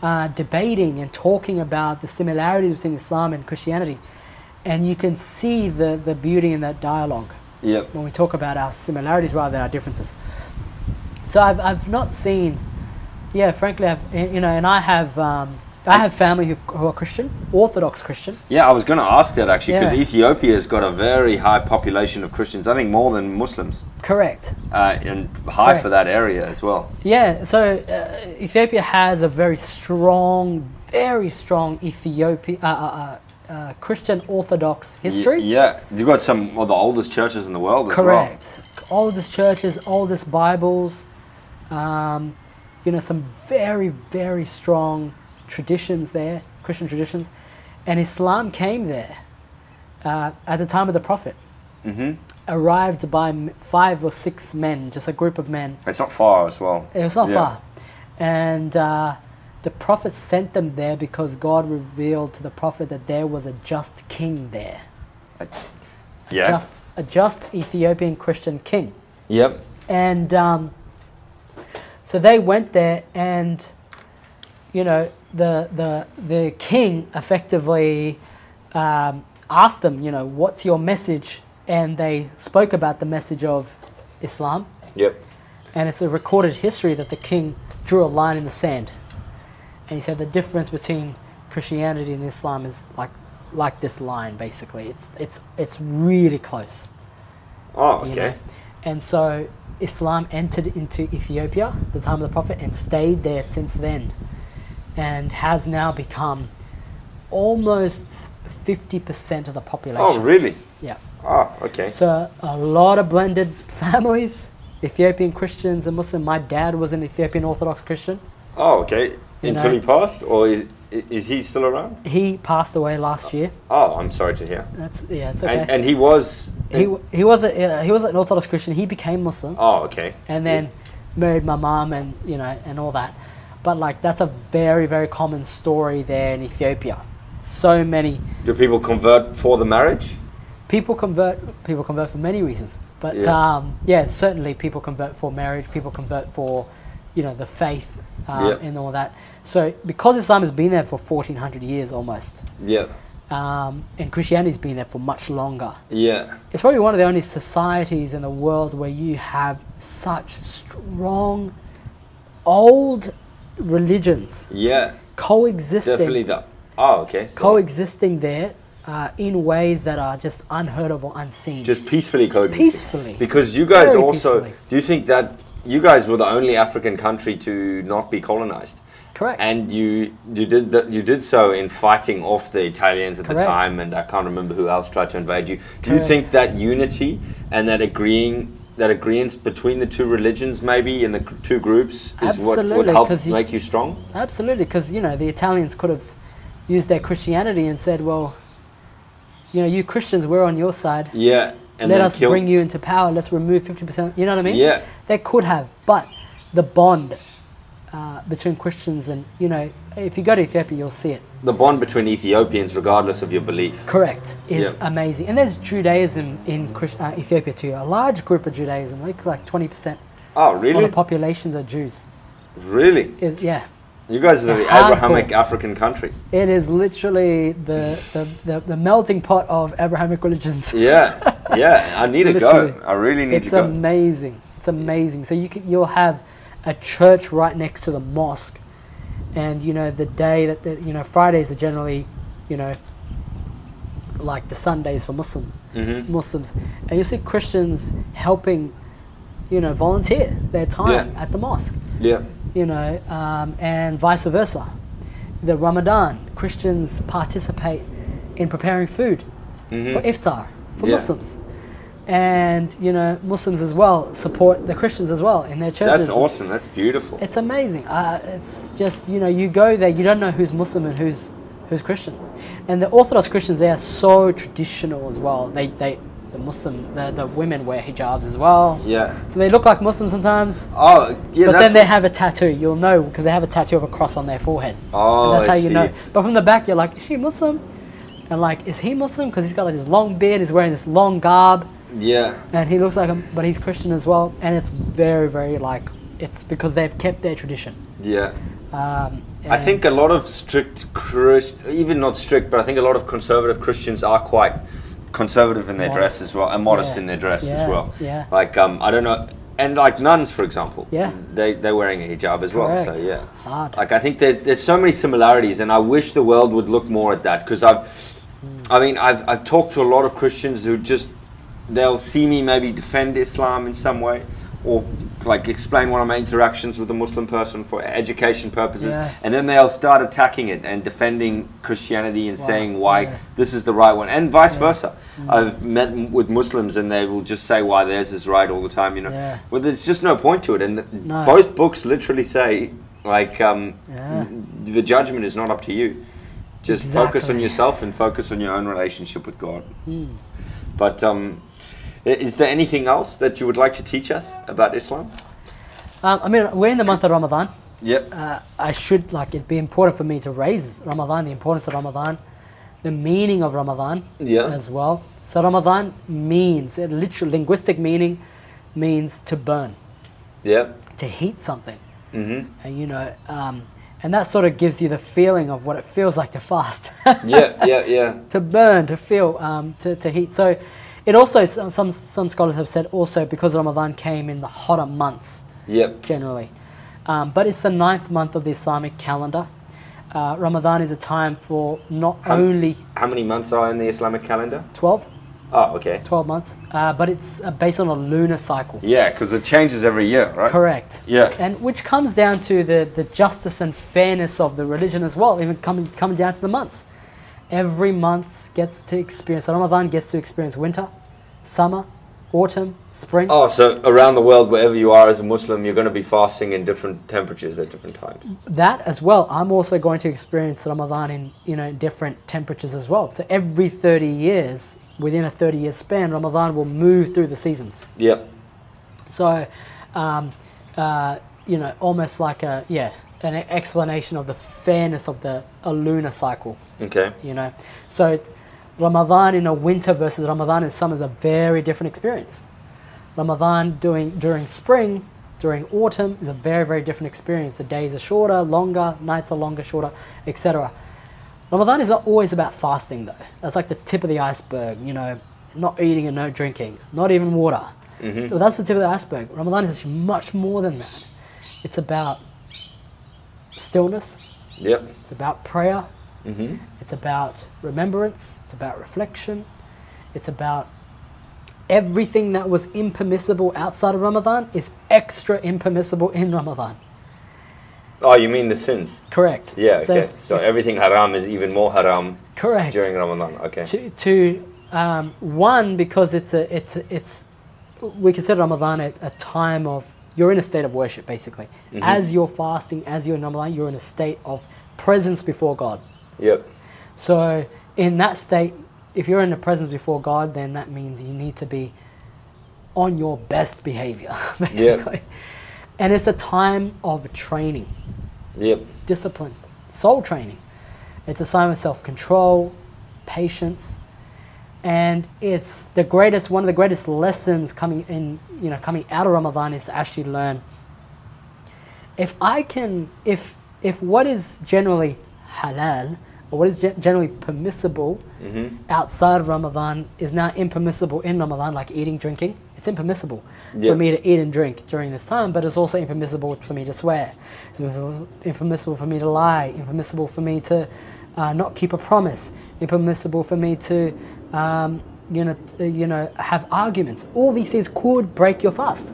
B: uh, debating and talking about the similarities between Islam and Christianity. And you can see the, the beauty in that dialogue
C: Yep.
B: when we talk about our similarities rather than our differences. So I've, I've not seen, yeah, frankly, I've, you know, and I have, um, I have family who, who are Christian, Orthodox Christian,
C: Yeah, I was going to ask that actually because
B: Yeah.
C: Ethiopia's got a very high population of Christians. I think more than Muslims,
B: correct,
C: uh, and high
B: Right.
C: for that area as well.
B: Yeah, so uh, Ethiopia has a very strong, very strong Ethiopian uh, uh, uh, uh, Christian Orthodox
C: Y-
B: history.
C: yeah, you've got some of the oldest churches in the world as well.
B: Correct. Oldest churches, oldest Bibles, um, you know, some very, very strong traditions there, Christian traditions. And Islam came there uh, at the time of the Prophet. Arrived by m- five or six men, just a group of men.
C: It's not far as well.
B: It was not
C: Yeah.
B: far. And uh, the prophet sent them there because God revealed to the prophet that there was a just king there.
A: Yeah.
B: Just, a just Ethiopian Christian king.
C: Yep.
B: And um, so they went there, and you know, the the the king effectively um, asked them, you know, what's your message? And they spoke about the message of Islam
C: Yep.
B: and it's a recorded history that the king drew a line in the sand and he said the difference between christianity and islam is like like this line basically it's it's it's really close
C: Oh,
B: you
C: okay.
B: know? and so islam entered into ethiopia at the time of the prophet and stayed there since then and has now become almost 50% of the population
C: Oh, really?
B: yeah
C: Oh, okay.
B: so a lot of blended *laughs* families, Ethiopian Christians and Muslim. My dad was an Ethiopian Orthodox Christian.
C: Oh, okay.
B: You
C: Until
B: know.
C: he passed, or is, is he still around?
B: He passed away last year.
C: Oh, I'm sorry to hear.
B: That's yeah, it's okay.
C: And, and he was.
B: he w- he was a, uh, he was an Orthodox Christian. He became Muslim
C: oh, okay.
B: and then married my mom and you know and all that. But like that's a very very common story there in Ethiopia. So many
C: do people convert for the marriage?
B: people convert people convert for many reasons but
C: Yeah.
B: yeah, um, yeah certainly people convert for marriage people convert for you know the faith um,
C: Yeah.
B: and all that so because islam has been there for 1400 years almost
C: Yeah.
B: um, and christianity's been there for much longer
C: Yeah.
B: it's probably one of the only societies in the world where you have such strong old religions
C: Yeah.
B: coexisting
C: Definitely that. Oh, okay.
B: coexisting there uh, in ways that are just unheard of or unseen
C: Just peacefully coexisting.
B: Peacefully.
C: Because you guys
B: Very
C: also.
B: peacefully.
C: Do you think that you guys were the only African country to not be colonized?
B: Correct.
C: And you you did that you did so in fighting off the Italians at the
B: Correct.
C: time, and I can't remember who else tried to invade you. Do you
B: Correct.
C: think that unity and that agreeing that agreement between the two religions, maybe in the gr- two groups, is what would
B: Absolutely,
C: help
B: 'cause you-
C: make you strong?
B: Absolutely, because you know the Italians could have used their Christianity and said, "Well, you know, you Christians, we're on your side.
C: Yeah. And
B: Let
C: then
B: us
C: kill-
B: bring you into power. Let's remove fifty percent." You know what I mean?
C: Yeah.
B: They could have, but the bond uh, between Christians and you know, if you go to Ethiopia, you'll see it.
C: the bond between Ethiopians, regardless of your belief.
B: Correct is
C: Yeah.
B: amazing, and there's Judaism in Chris- uh, Ethiopia too. A large group of Judaism, like like twenty percent
C: Oh,
B: of
C: really?
B: the populations are Jews.
C: Really?
B: Is yeah,
C: You guys are the
B: Hardcore.
C: Abrahamic African country.
B: It is literally the, the, the, the melting pot of Abrahamic religions.
C: Yeah, yeah. I need to go.
B: Literally.
C: I really need
B: it's um,
C: to go.
B: amazing. It's amazing. So you can, you'll have a church right next to the mosque, and you know the day that the, you know Fridays are generally, you know, like the Sundays for Muslim
C: Mhm.
B: Muslims, and you see Christians helping, you know, volunteer their time
C: Yeah.
B: at the mosque
C: yeah,
B: you know, um, and vice versa. The Ramadan, Christians participate in preparing food for iftar
C: Mm-hmm.
B: for
C: Yeah.
B: Muslims. And, you know, Muslims as well support the Christians as well in their churches.
C: that's awesome. That's beautiful.
B: It's amazing. Uh, it's just, you know, you go there, you don't know who's Muslim and who's, who's Christian. And the Orthodox Christians, they are so traditional as well. They, they, the Muslim, the, the women wear hijabs as well.
C: Yeah.
B: So they look like Muslims sometimes,
C: Oh, yeah.
B: but
C: that's
B: then they have a tattoo. You'll know because they have a tattoo of a cross on their forehead.
C: Oh,
B: and that's
C: I
B: how you
C: see.
B: know. But from the back, you're like, is she Muslim? And like, is he Muslim? Because he's got like this long beard. He's wearing this long garb,
C: yeah.
B: and he looks like him, but he's Christian as well. And it's very, very like, it's because they've kept their tradition.
C: Yeah.
B: Um,
C: I think a lot of strict Christ, even not strict, but I think a lot of conservative Christians are quite conservative in their
B: Mod-
C: dress as well, and modest
B: yeah,
C: in their dress as
B: yeah,
C: well.
B: yeah.
C: Like um, I don't know, and like nuns, for example.
B: Yeah.
C: They they're wearing a hijab as well.
B: Correct.
C: So yeah.
B: Hard.
C: Like I think there's there's so many similarities, and I wish the world would look more at that because I've, I mean I've I've talked to a lot of Christians who just they'll see me maybe defend Islam in some way. Or like explain one of my interactions with a Muslim person for education purposes,
B: Yeah.
C: and then they'll start attacking it and defending Christianity and
B: Wow,
C: saying why
B: yeah. Mm.
C: this is the right one, and vice versa. I've met m- with Muslims and they will just say why theirs is right all the time, you know.
B: Yeah.
C: Well, there's just no point to it, and th-
B: No.
C: both books literally say like um,
B: Yeah.
C: n- the judgment is not up to you. Just focus on
B: Exactly. Hmm.
C: yourself and focus on your own relationship with God. But um, i- is there anything else that you would like to teach us about Islam?
B: Um, I mean, we're in the month of Ramadan.
C: Yep.
B: uh, I should like it'd be important for me to raise Ramadan, the importance of Ramadan, the meaning of Ramadan
C: Yeah.
B: as well. So Ramadan means it literal linguistic meaning means to burn,
C: yep.
B: to heat something,
C: Mm-hmm.
B: and you know, um, and that sort of gives you the feeling of what it feels like to fast. *laughs*
C: Yeah. Yeah. Yeah.
B: to burn, to feel, um, to, to heat. So it also some some scholars have said also because Ramadan came in the hotter months
C: Yep.
B: generally. Um, but it's the ninth month of the Islamic calendar. Uh, Ramadan is a time for not only
C: How many months are in the Islamic calendar?
B: 12,
C: Oh, okay.
B: 12 months, uh, but it's uh, based on a lunar cycle.
C: Yeah, because it changes every year, right?
B: Correct.
C: Yeah.
B: And which comes down to the, the justice and fairness of the religion as well, even coming, coming down to the months. Every month gets to experience, Ramadan gets to experience winter, summer, autumn, spring.
C: Oh, so around the world, wherever you are as a Muslim, you're going to be fasting in different temperatures at different times.
B: that as well, I'm also going to experience Ramadan in you know different temperatures as well. So every 30 years, within a 30 year span, Ramadan will move through the seasons.
C: Yep.
B: So, um, uh, you know, almost like a yeah, an explanation of the fairness of the a lunar cycle.
C: Okay.
B: You know, so Ramadan in a winter versus Ramadan in summer is a very different experience. Ramadan doing during spring, during autumn is a very very different experience. The days are shorter, longer, nights are longer, shorter, etc. Ramadan is not always about fasting though. That's like the tip of the iceberg. You know, not eating and no drinking, not even water. Well, that's the tip of the iceberg. Ramadan is much more than that. It's about stillness.
C: Yep.
B: It's about prayer.
C: Mm-hmm.
B: It's about remembrance. It's about reflection. It's about everything that was impermissible outside of Ramadan is extra impermissible in Ramadan.
C: Oh, you mean the sins?
B: Correct.
C: Yeah,
B: So
C: okay.
B: if-
C: So everything haram is even more haram
B: correct.
C: during Ramadan. Okay.
B: to, to um, one because it's a it's a- it's we consider Ramadan a, a time of you're in a state of worship basically.
C: Mm-hmm.
B: As you're fasting, as you're in Ramadan, you're in a state of presence before God.
C: Yep.
B: So in that state, if you're in the presence before God, then that means you need to be on your best behavior, *laughs* basically. And it's a time of training,
C: Yep.
B: discipline, soul training. It's a time of self-control, patience, and it's the greatest one of the greatest lessons coming in, you know, coming out of Ramadan is to actually learn if I can if if what is generally halal or what is ge- generally permissible outside of Ramadan is now impermissible in Ramadan, like eating, drinking, it's impermissible
C: Yeah.
B: for me to eat and drink during this time, but it's also impermissible for me to swear. It's impermissible- impermissible for me to lie, impermissible for me to uh, not keep a promise, impermissible for me to, um, you know, uh, you know, have arguments. All these things could break your fast.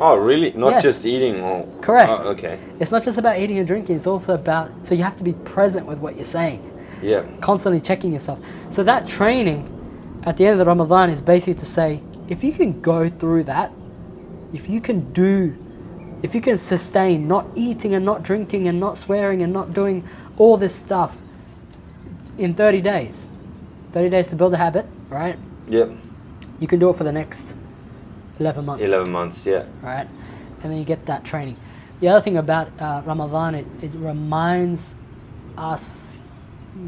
C: Oh, really? Not
B: Yes.
C: just eating or
B: Correct.
C: Oh, okay.
B: It's not just about eating and drinking, it's also about, so you have to be present with what you're saying,
C: Yeah.
B: constantly checking yourself. So that training at the end of the Ramadan is basically to say, if you can go through that, if you can do, if you can sustain not eating and not drinking and not swearing and not doing all this stuff in 30 days, 30 days to build a habit, right?
C: Yep.
B: You can do it for the next 11 months
C: Eleven months. Yeah.
B: right? And then you get that training. The other thing about uh, Ramadan, it, it reminds us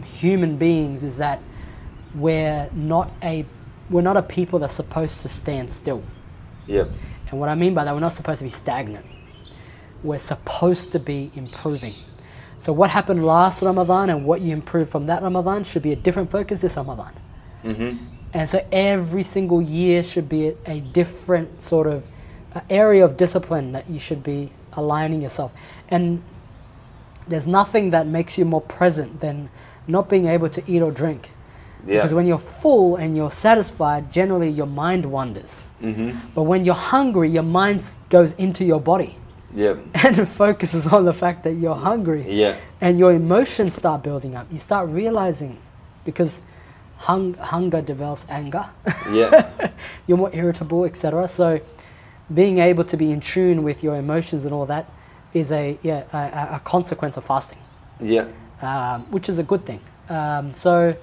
B: human beings is that we're not a we're not a people that's supposed to stand still.
C: Yep.
B: And what I mean by that, we're not supposed to be stagnant. We're supposed to be improving. So what happened last Ramadan and what you improved from that Ramadan should be a different focus this Ramadan. And so every single year should be a, a different sort of uh, area of discipline that you should be aligning yourself. And there's nothing that makes you more present than not being able to eat or drink.
C: Yeah.
B: Because when you're full and you're satisfied, generally your mind wanders.
C: Mm-hmm.
B: But when you're hungry, your mind s- goes into your body *laughs*
C: Yep.
B: and focuses on the fact that you're hungry
C: Yeah.
B: and your emotions start building up. You start realizing because hung, hunger develops anger. *laughs*
C: Yeah.
B: You're more irritable, etc. So, being able to be in tune with your emotions and all that is a yeah a- a, a consequence of fasting,
C: Yeah.
B: um, which is a good thing. Um, so,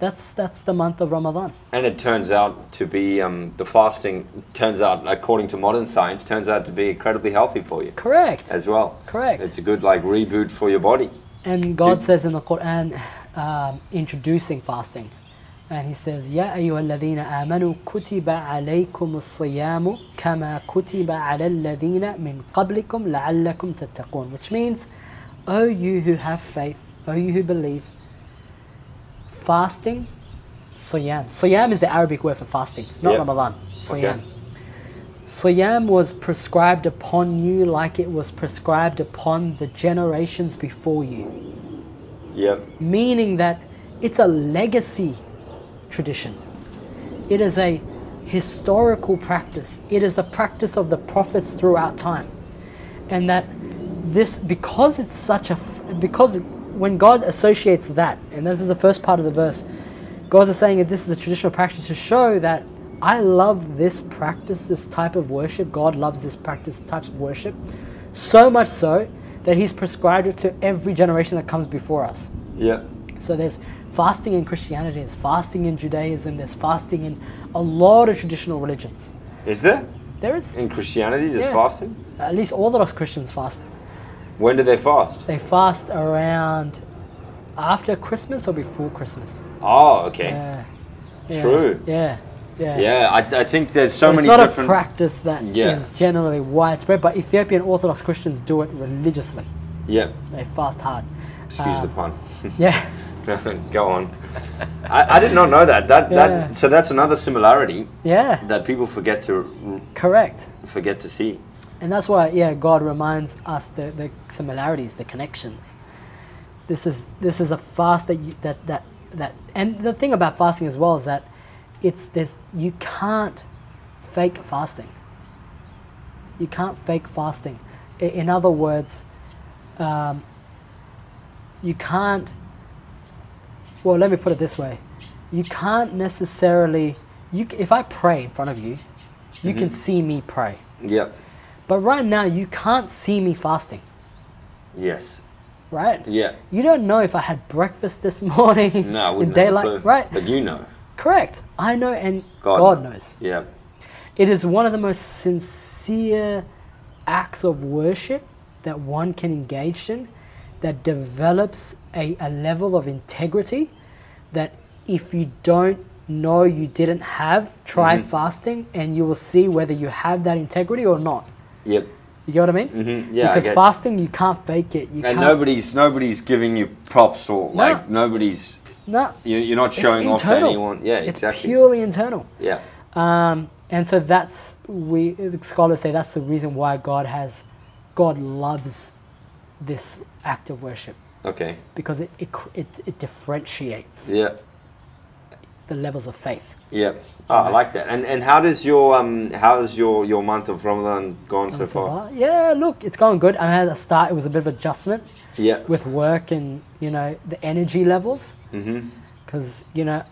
B: that's that's the month of Ramadan.
C: And it turns out to be um, the fasting turns out, according to modern science, turns out to be incredibly healthy for you
B: Correct.
C: as well.
B: Correct.
C: It's a good like reboot for your body.
B: And God
C: Do-
B: says in the Quran, um, introducing fasting, and He says, "Ya ayyuhalladhina amanu kutiba alaykumus siyamu kama kutiba alal ladhina min qablikum la'allakum tattaqun," which means, "O you who have faith, O you who believe, fasting, siyam. Siyam is the Arabic word for fasting, not
C: Yeah.
B: Ramadan. Siyam."
C: Okay.
B: Siyam was prescribed upon you like it was prescribed upon the generations before you
C: Yep.
B: meaning that it's a legacy tradition. It is a historical practice. It is a practice of the prophets throughout time. And that this, because it's such a, f- because when God associates that, and this is the first part of the verse, God is saying that this is a traditional practice to show that I love this practice, this type of worship. God loves this practice, type of worship, so much so that He's prescribed it to every generation that comes before us.
C: Yep.
B: So there's fasting in Christianity, there's fasting in Judaism, there's fasting in a lot of traditional religions.
C: Is there
B: There is,
C: in Christianity there's
B: Yeah.
C: fasting?
B: at least Orthodox Christians fast.
C: When do they fast?
B: They fast around after Christmas or before Christmas.
C: Oh, okay.
B: Yeah. yeah,
C: True.
B: Yeah. Yeah.
C: Yeah, I, I think there's so
B: It's
C: many
B: not
C: different.
B: a practice that is
C: Yeah.
B: generally widespread, but Ethiopian Orthodox Christians do it religiously.
C: yeah,
B: They fast hard.
C: excuse the pun.
B: Um,
C: *laughs*
B: Yeah.
C: Go
B: *laughs*
C: on. I, I did not know that. That
B: Yeah.
C: that so that's another similarity
B: Yeah.
C: that people forget to
B: Correct.
C: forget to see.
B: And that's why, yeah, God reminds us the, the similarities, the connections. This is this is a fast that you, that that that. And the thing about fasting as well is that it's there's you can't fake fasting. You can't fake fasting. I- In other words, um, you can't. Well, let me put it this way: you can't necessarily. You, c- if I pray in front of you, you can see me pray.
C: Yep.
B: But right now, you can't see me fasting,
C: Yes.
B: right?
C: Yeah.
B: You don't know if I had breakfast this *laughs* morning
C: No, I
B: in
C: wouldn't have a
B: daylight,
C: clue.
B: right?
C: But you know,
B: Correct. I know, and
C: God,
B: God, knows.
C: Yeah.
B: It is one of the most sincere acts of worship that one can engage in that develops a, a level of integrity that if you don't know you didn't
C: Mm-hmm.
B: have, try fasting and you will see whether you have that integrity or not.
C: Yep.
B: You get what I mean?
C: Mhm, yeah, I
B: Because
C: get-
B: fasting, you can't fake it.
C: And
B: You can't.
C: nobody's nobody's giving you props or
B: No.
C: like nobody's
B: no,
C: you- you're not
B: it's
C: showing off to
B: internal.
C: anyone. Yeah,
B: it's
C: exactly.
B: purely internal.
C: Yeah.
B: Um, and so that's we scholars say that's the reason why God has, God loves, this act of worship
C: Okay.
B: because it it cr- it, it differentiates
C: Yeah.
B: the levels of faith.
C: Yeah. Oh, I like that. And and how does your um how's your your month of Ramadan gone so far?
B: Yeah, look, it's going good. I had a start. It was a bit of adjustment
C: Yeah.
B: with work and you know the energy levels
C: Mhm.
B: because you know,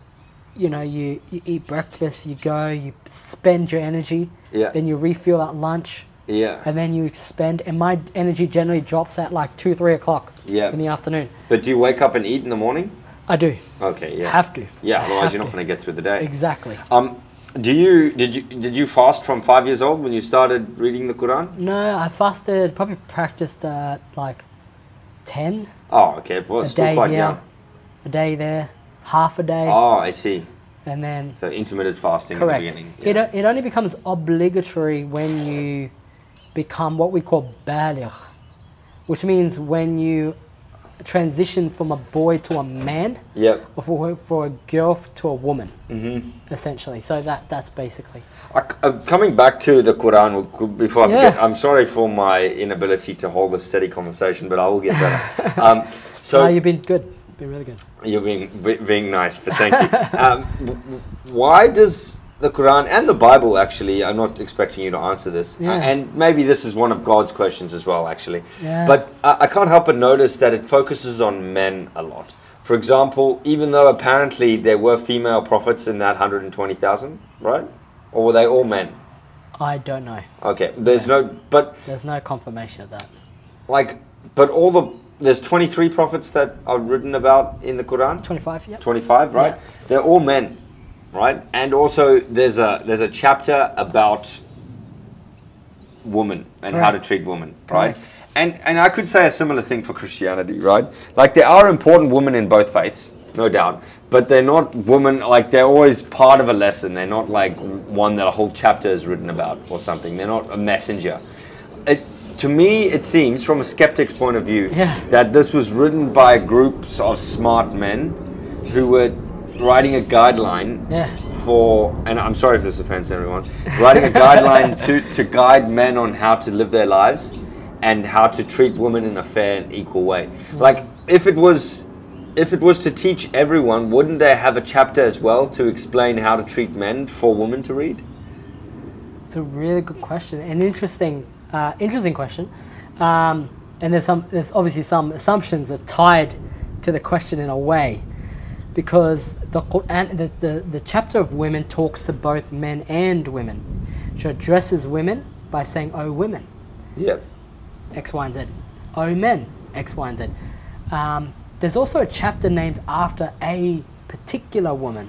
B: you know you, you eat breakfast, you go, you spend your energy,
C: Yeah.
B: then you refuel at lunch,
C: Yeah.
B: and then you expend. And my energy generally drops at like two, three o'clock
C: Yeah.
B: in the afternoon.
C: But do you wake up and eat in the morning?
B: I do
C: Okay. Yeah.
B: have to.
C: Yeah.
B: I
C: Otherwise,
B: have
C: you're not
B: to.
C: going to get through the day.
B: Exactly.
C: Um, do you did you did you fast from five years old when you started reading the Quran?
B: No, I fasted. Probably practiced at like ten
C: Oh, okay. Well,
B: a
C: it's still
B: day
C: quite
B: here,
C: young.
B: a day there, half a day,
C: Oh, I see.
B: and then
C: So intermittent fasting
B: correct.
C: in the beginning.
B: It, o- it only becomes obligatory when you become what we call baligh, which means when you transition from a boy to a man,
C: Yep.
B: or for, for a girl to a woman,
C: Mm-hmm.
B: essentially. So that that's basically.
C: I, am coming back to the Quran w- before I
B: Yeah.
C: forget. I'm sorry for my inability to hold a steady conversation, but I will get
B: *laughs*
C: better. um, so
B: no, you've been good. Been really good.
C: You're being be- being nice, but thank
B: *laughs*
C: you. um, w- w- why does the Quran and the Bible actually? I'm not expecting you to answer this, uh,
B: Yeah.
C: and maybe this is one of God's questions as well, actually.
B: Yeah.
C: But I, I can't help but notice that it focuses on men a lot. For example, even though apparently there were female prophets in that 120,000, right? Or were they all men?
B: I don't know.
C: Okay, there's no, but
B: There's no confirmation of that.
C: like, but all the there's 23 prophets that are written about in the Quran.
B: 25, yeah.
C: 25 right they're all men right and also there's a there's a chapter about women and how to
B: Correct.
C: treat women right
B: Correct.
C: and and i could say a similar thing for christianity right like there are important women in both faiths no doubt but they're not women like they're always part of a lesson they're not like one that a whole chapter is written about or something they're not a messenger it, to me it seems from a skeptic's point of view
B: Yeah.
C: that this was written by groups of smart men who were writing a guideline
B: Yeah.
C: for, and I'm sorry if this offends everyone, writing a
B: *laughs*
C: guideline to, to guide men on how to live their lives and how to treat women in a fair and equal way.
B: Mm.
C: Like, if it was. If it was to teach everyone, wouldn't they have a chapter as well to explain how to treat men for women to read?
B: It's a really good question, an interesting, uh, interesting question. Um, and there's some, there's obviously some assumptions that are tied to the question in a way, because the Quran, the, the, the chapter of women talks to both men and women. She addresses women by saying, "Oh, women."
C: Yep.
B: X, Y, and Z. O men, X, Y, and Z. Um, there's also a chapter named after a particular woman.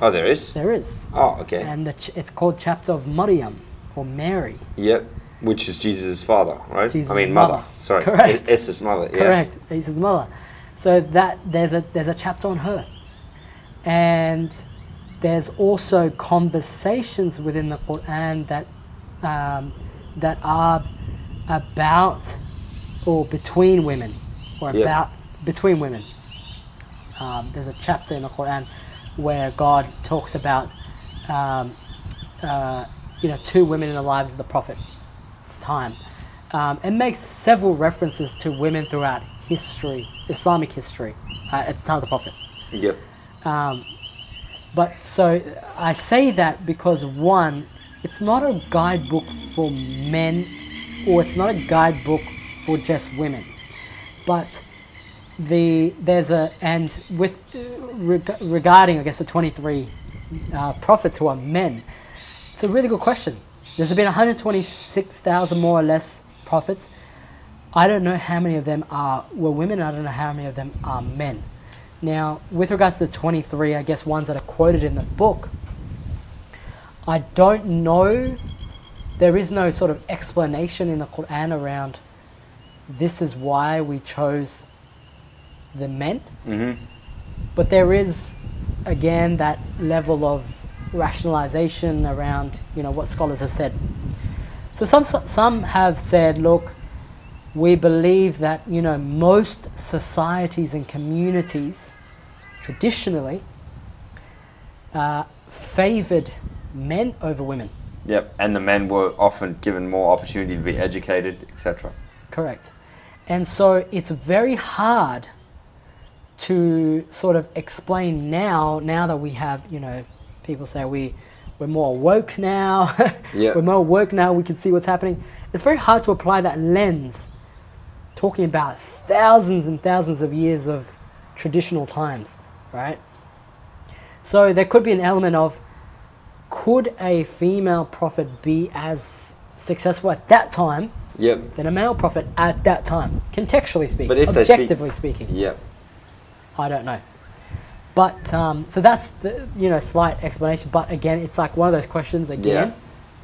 C: Oh, there is.
B: There is.
C: Oh, okay.
B: And the ch- it's called chapter of Maryam or Mary.
C: Yep, which is Jesus' father, right? I
B: Jesus'
C: mean, mother.
B: mother.
C: Sorry,
B: Correct.
C: It's his mother. Yes.
B: Correct. Isa's mother. So that there's a there's a chapter on her. And there's also conversations within the Quran that um, that are about or between women or
C: Yep.
B: about between women. Um, there's a chapter in the Quran where God talks about um, uh, you know two women in the lives of the Prophet. It's time, um, and makes several references to women throughout history, Islamic history, uh, at the time of the Prophet.
C: Yep.
B: Um, but so I say that because one, it's not a guidebook for men, or it's not a guidebook for just women. But the there's a and with reg- regarding I guess the 23 uh, prophets who are men, it's a really good question. There's been 126,000 more or less prophets. I don't know how many of them are were women. I don't know how many of them are men. Now, with regards to the 23, I guess ones that are quoted in the book, I don't know. There is no sort of explanation in the Quran around this is why we chose the men. But there is, again, that level of rationalization around you know what scholars have said. So some some have said, look, we believe that you know most societies and communities traditionally uh, favored men over women.
C: Yep, and the men were often given more opportunity to be educated, etc.
B: Correct. And so it's very hard to sort of explain now, now that we have, you know, people say we, we're more woke now, *laughs*
C: Yeah.
B: we're more woke now, we can see what's happening. It's very hard to apply that lens talking about thousands and thousands of years of traditional times, right? So there could be an element of could a female prophet be as successful at that time
C: Yep.
B: than a male prophet at that time, contextually speaking,
C: But if they speak-
B: objectively speaking.
C: Yep.
B: I don't know. But um, so that's the you know slight explanation. But again, it's like one of those questions again.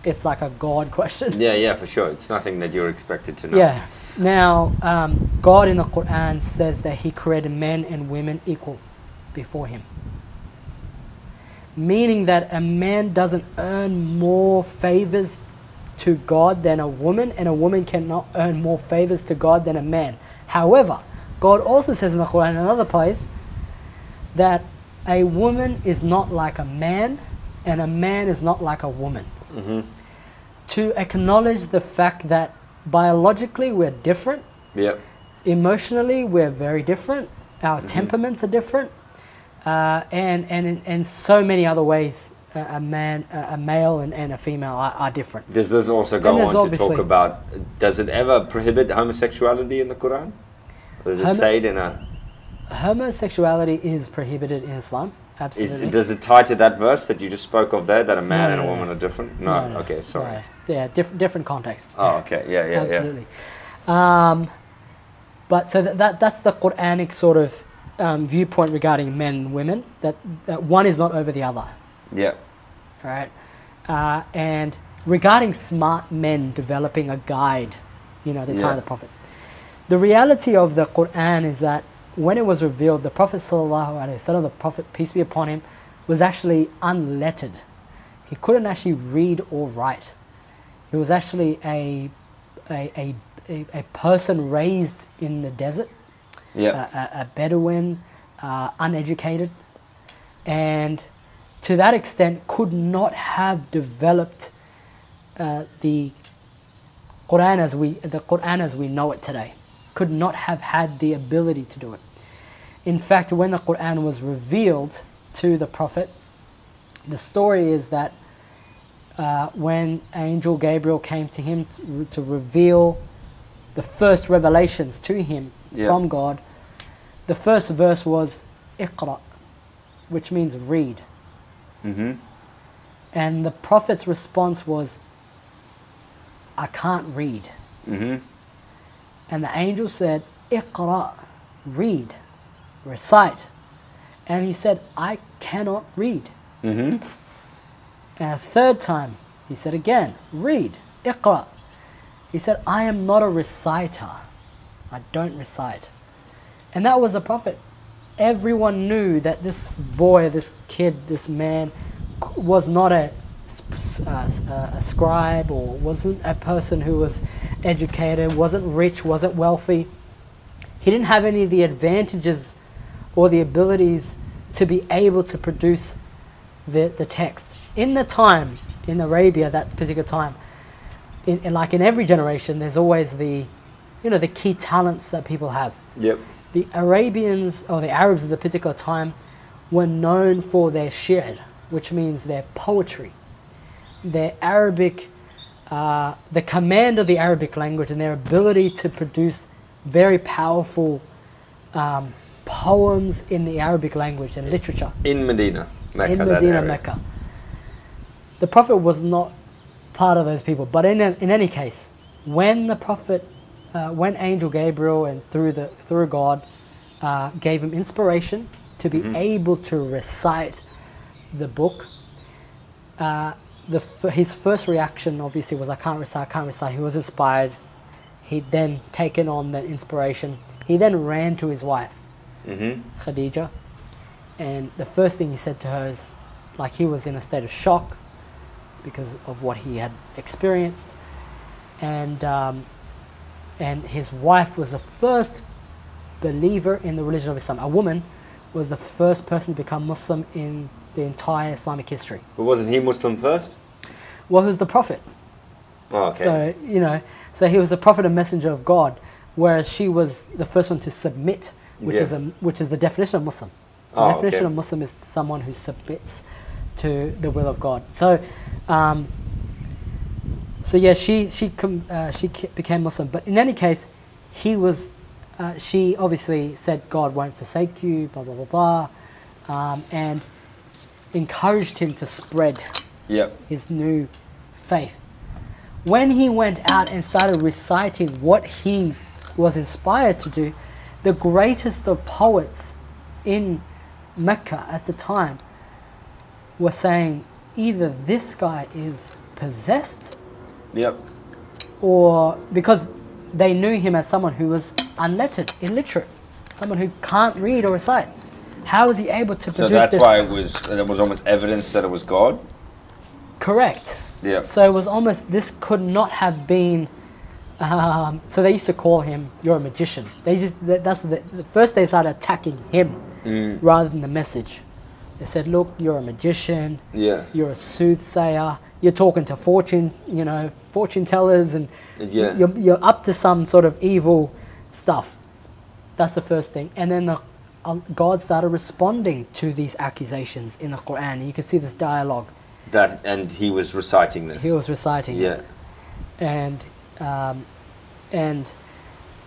B: It's like a God *laughs* question.
C: Yeah, yeah, for sure. It's nothing that you're expected to know.
B: Yeah. Now, um, God in the Quran says that He created men and women equal before Him. Meaning that a man doesn't earn more favors to God than a woman, and a woman cannot earn more favors to God than a man. However, God also says in the Quran in another place that a woman is not like a man, and a man is not like a woman to acknowledge the fact that biologically we're different,
C: Yep.
B: emotionally we're very different, our
C: Mm-hmm.
B: temperaments are different, uh, and, and in and so many other ways a, a man, uh, a, a male and, and a female are, are different.
C: Does this also go
B: And there's
C: on to talk
B: obviously-
C: about? Does it ever prohibit homosexuality in the Quran? Or does it
B: Homo-
C: say it in a?
B: Homosexuality is prohibited in Islam,
C: Is,
B: absolutely.
C: does it tie to that verse that you just spoke of there? That a man
B: No,
C: and a
B: no,
C: woman
B: no.
C: are different? No.
B: No, no,
C: okay. Sorry.
B: no. Yeah, diff- different context.
C: Oh, okay. Yeah, yeah,
B: absolutely. Um, but so that, that that's the Quranic sort of um, viewpoint regarding men and women that, that one is not over the other,
C: yeah. Yeah.
B: right? Uh, and regarding smart men developing a guide, you know, the time
C: Yeah.
B: of the Prophet. The reality of the Quran is that when it was revealed, the Prophet sallallahu the Prophet peace be upon him, was actually unlettered. He couldn't actually read or write. He was actually a a, a, a, a person raised in the desert,
C: Yeah.
B: a, a, a Bedouin, uh, uneducated, and to that extent could not have developed uh, the Quran as we the Quran as we know it today. Could not have had the ability to do it. In fact, when the Quran was revealed to the Prophet, the story is that uh, when angel Gabriel came to him to, to reveal the first revelations to him
C: Yeah.
B: from God, the first verse was Iqra, which means read. And the Prophet's response was, I can't read. And the angel said, Iqra, read, recite. And he said, I cannot read. And a third time, he said again, read, Iqra. He said, I am not a reciter. I don't recite. And that was a prophet. Everyone knew that this boy, this kid, this man c- was not a, s- s- uh, s- uh, a scribe or wasn't a person who was educated, wasn't rich, wasn't wealthy. He didn't have any of the advantages or the abilities to be able to produce the, the text. In the time, in Arabia, that particular time, in, in like in every generation, there's always the, you know, the key talents that people have
C: Yep.
B: the Arabians or the Arabs of the particular time were known for their shi'r, which means their poetry, their Arabic, uh, the command of the Arabic language, and their ability to produce very powerful um, poems in the Arabic language and literature
C: In Medina, Mecca.
B: in
C: that
B: Medina,
C: area.
B: Mecca. The Prophet was not part of those people, but in, in any case, when the Prophet, uh, when Angel Gabriel and through the through God, uh, gave him inspiration to be
C: Mm-hmm.
B: able to recite the book. Uh, the f- his first reaction obviously was, "I can't recite, I can't recite." He was inspired. He then taken on that inspiration. He then ran to his wife,
C: Mm-hmm.
B: Khadija, and the first thing he said to her is, like, he was in a state of shock because of what he had experienced. and um, and his wife was the first believer in the religion of Islam. A woman was the first person to become Muslim in the entire Islamic history.
C: But wasn't he Muslim first?
B: Well, who's the prophet?
C: Oh, okay.
B: So you know, so he was the prophet and messenger of God, whereas she was the first one to submit, which
C: Yeah.
B: is a, which is the definition of Muslim. The
C: Oh,
B: definition
C: okay.
B: of Muslim is someone who submits to the will of God. So, um, so yeah, she she com- uh, she ki- became Muslim, but in any case, he was. Uh, she obviously said, "God won't forsake you," blah blah blah blah, um, and encouraged him to spread
C: yep.
B: his new faith. When he went out and started reciting what he was inspired to do, the greatest of poets in Mecca at the time were saying either this guy is possessed
C: Yep.
B: or because they knew him as someone who was unlettered, illiterate, someone who can't read or recite. How is he able to
C: So
B: produce
C: that's
B: this?
C: why it was. There was almost evidence that it was God.
B: Correct.
C: Yeah.
B: So it was almost this could not have been. Um, so they used to call him "You're a magician." They just that, that's the, the first they started attacking him
C: Mm.
B: rather than the message. They said, "Look, you're a magician.
C: Yeah.
B: You're a soothsayer. You're talking to fortune, you know, fortune tellers, and
C: Yeah.
B: you're, you're up to some sort of evil stuff." That's the first thing. And then the, uh, God started responding to these accusations in the Quran. You can see this dialogue.
C: That and he was reciting this.
B: He was reciting. it
C: Yeah.
B: and um, and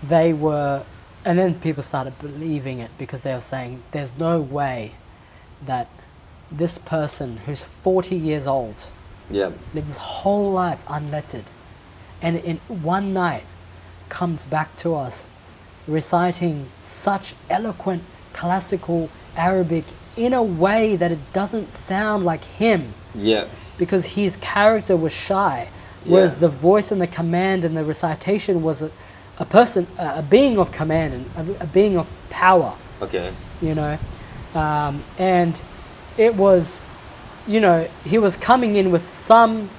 B: they were and then people started believing it because they were saying there's no way that this person who's 40 years old
C: Yeah.
B: lived his whole life unlettered and in one night comes back to us reciting such eloquent classical arabic in a way that it doesn't sound like him
C: Yeah.
B: because his character was shy, whereas
C: Yeah.
B: the voice and the command and the recitation was a, a person, a, a being of command and a, a being of power,
C: Okay.
B: you know. Um, and it was, you know, he was coming in with some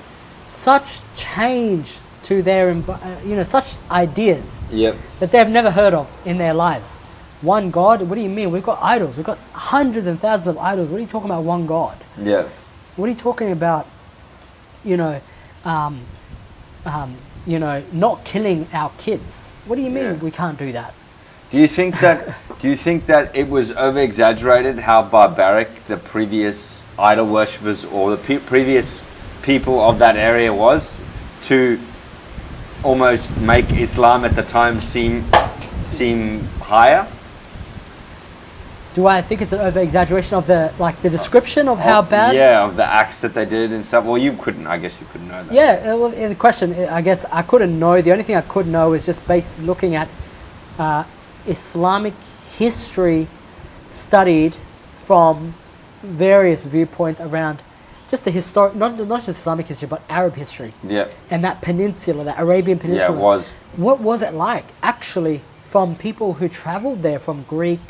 B: such change to their, envi- uh, you know, such ideas
C: Yep.
B: that they've never heard of in their lives. One God, what do you mean? We've got idols, we've got hundreds and thousands of idols. What are you talking about, one God?
C: Yeah.
B: what are you talking about? You know, um, um, you know, not killing our kids. What do you mean
C: Yeah.
B: we can't do that?
C: Do you think that? do you think that it was over exaggerated how barbaric the previous idol worshippers or the pe- previous people of that area was to almost make Islam at the time seem seem higher?
B: Do I think it's an over exaggeration of the like the description of how
C: Of-
B: bad?
C: Oh, Yeah, of the acts that they did and stuff. Well, you couldn't. I guess you couldn't know that.
B: Yeah, uh, well, uh, the question, uh, I guess I couldn't know. The only thing I could know is just based looking at uh, Islamic history studied from various viewpoints around just the historic, not, not just Islamic history, but Arab history.
C: Yeah.
B: and that peninsula, that Arabian
C: Yeah,
B: Peninsula.
C: it was.
B: What was it like, actually, from people who travelled there, from Greek,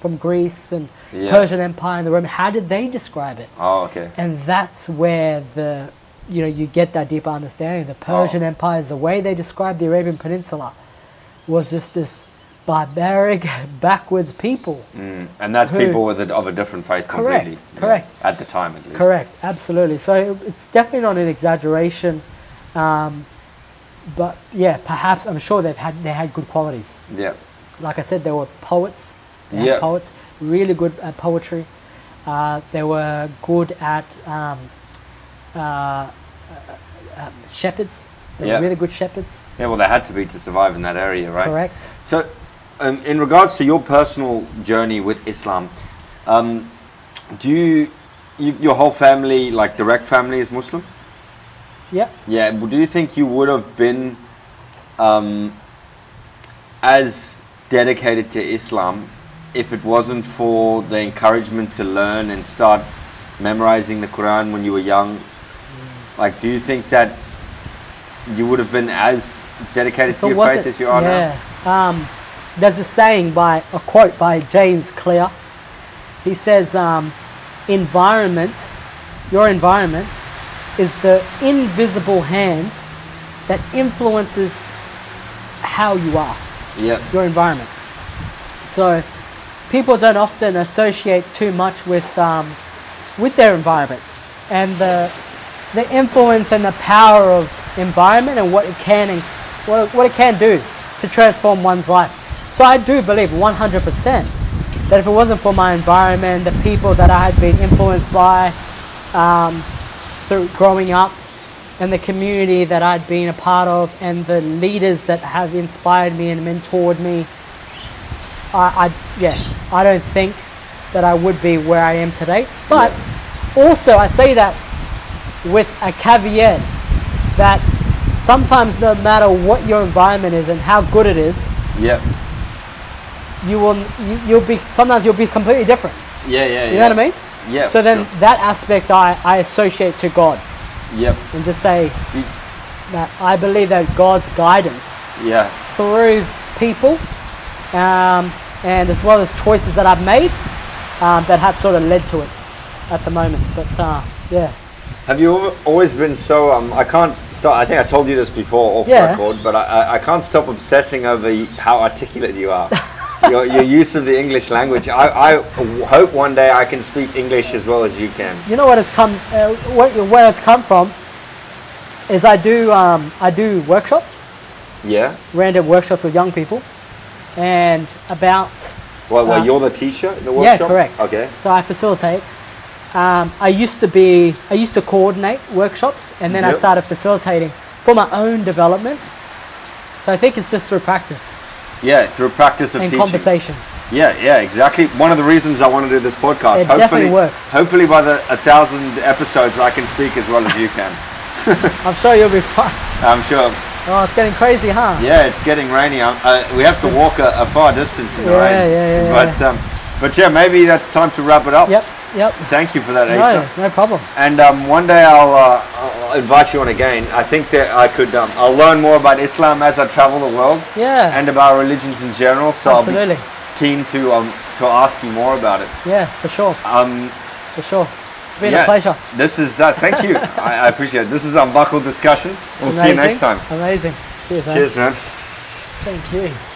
B: from Greece and
C: Yeah.
B: Persian Empire and the Roman? How did they describe it?
C: Oh, okay.
B: And that's where the, you know, you get that deeper understanding. The Persian
C: Oh.
B: empires, the way they described the Arabian Peninsula, was just this barbaric, *laughs* backwards people.
C: Mm. And that's
B: Who-
C: people with a, of a different faith
B: Correct,
C: completely. yeah,
B: correct.
C: At the time, at least.
B: Correct, absolutely. So it's definitely not an exaggeration, um, but yeah, perhaps I'm sure they've had they had good qualities.
C: Yeah.
B: Like I said, they were poets. They had
C: Yeah.
B: poets, really good at poetry. Uh, they were good at um, uh, uh, um, shepherds. They
C: Yeah.
B: were really good shepherds.
C: Yeah. Well, they had to be to survive in that area, right?
B: Correct.
C: So, um, in regards to your personal journey with Islam, um, do you, you your whole family, like direct family, is Muslim?
B: Yeah.
C: Yeah, but do you think you would have been um, as dedicated to Islam if it wasn't for the encouragement to learn and start memorizing the Quran when you were young? Like, do you think that you would have been as dedicated to
B: But
C: your
B: was
C: faith
B: it-
C: as you are
B: yeah. Um, there's a saying by a quote by James Clear. He says, um, "Environment, your environment, is the invisible hand that influences how you are,
D: Yeah.
B: your environment. So people don't often associate too much with um, with their environment and the the influence and the power of environment and what it can and what it, what it can do to transform one's life. So I do believe 100% that if it wasn't for my environment, the people that I had been influenced by um, through growing up, and the community that I'd been a part of, and the leaders that have inspired me and mentored me, I, I yeah, I don't think that I would be where I am today. But also, I say that with a caveat that sometimes, no matter what your environment is and how good it is,
D: Yeah.
B: you will you, you'll be sometimes you'll be completely different.
D: Yeah. Yeah.
B: You know what I mean?
D: Yeah.
B: so then that aspect I, I associate to God
D: Yep.
B: and just say that I believe that God's guidance
D: Yeah.
B: through people um, and as well as choices that I've made um, that have sort of led to it at the moment. But uh, yeah,
C: Have you al- always been so? Um, I can't stop. I think I told you this before off
B: Yeah.
C: record, but I, I, I can't stop obsessing over y- how articulate you
B: *laughs*
C: are. your, your use of the English language. I, I w- hope one day I can speak English as well as you can.
B: you know what it's come, uh, where, where it's come from is I do um, I do workshops,
C: Yeah.
B: random workshops with young people, and about
C: Well, well
B: Uh,
C: you're the teacher in the workshop.
B: yeah, correct.
C: Okay.
B: So I facilitate. Um, I used to be I used to coordinate workshops, and then I
C: Yep.
B: started facilitating for my own development. So I think it's just through practice.
C: Yeah, through practice of
B: and
C: teaching.
B: conversation.
C: Yeah, yeah, exactly. One of the reasons I want to do this podcast.
B: It
C: hopefully,
B: definitely works.
C: Hopefully, by the a thousand episodes, I can speak as well as you can.
B: I'm sure you'll be *laughs* fine.
C: I'm sure.
B: Oh, it's getting crazy, huh?
C: Yeah, it's getting rainy. Um, uh, we have to walk a, a far distance in the
B: Yeah,
C: rain.
B: yeah, yeah,
C: But um, but yeah, maybe that's time to wrap it up.
B: Yep, yep.
C: Thank you for that,
B: No,
C: Asa.
B: no problem.
C: And um, one day I'll, uh, I'll invite you on again. I think that I could. Um, I'll learn more about Islam as I travel the world
B: Yeah,
C: and about religions in general. So I'll
B: absolutely.
C: be keen to um, to ask you more about it.
B: Yeah, for sure,
C: Um,
B: for sure. It's been
C: yeah,
B: a pleasure.
C: This is uh, thank
B: *laughs*
C: you. I, I appreciate it. This is Unbuckled Discussions. We'll see you next
B: Amazing,
C: time.
B: Amazing. Cheers, man.
C: Cheers, man.
B: Thank you.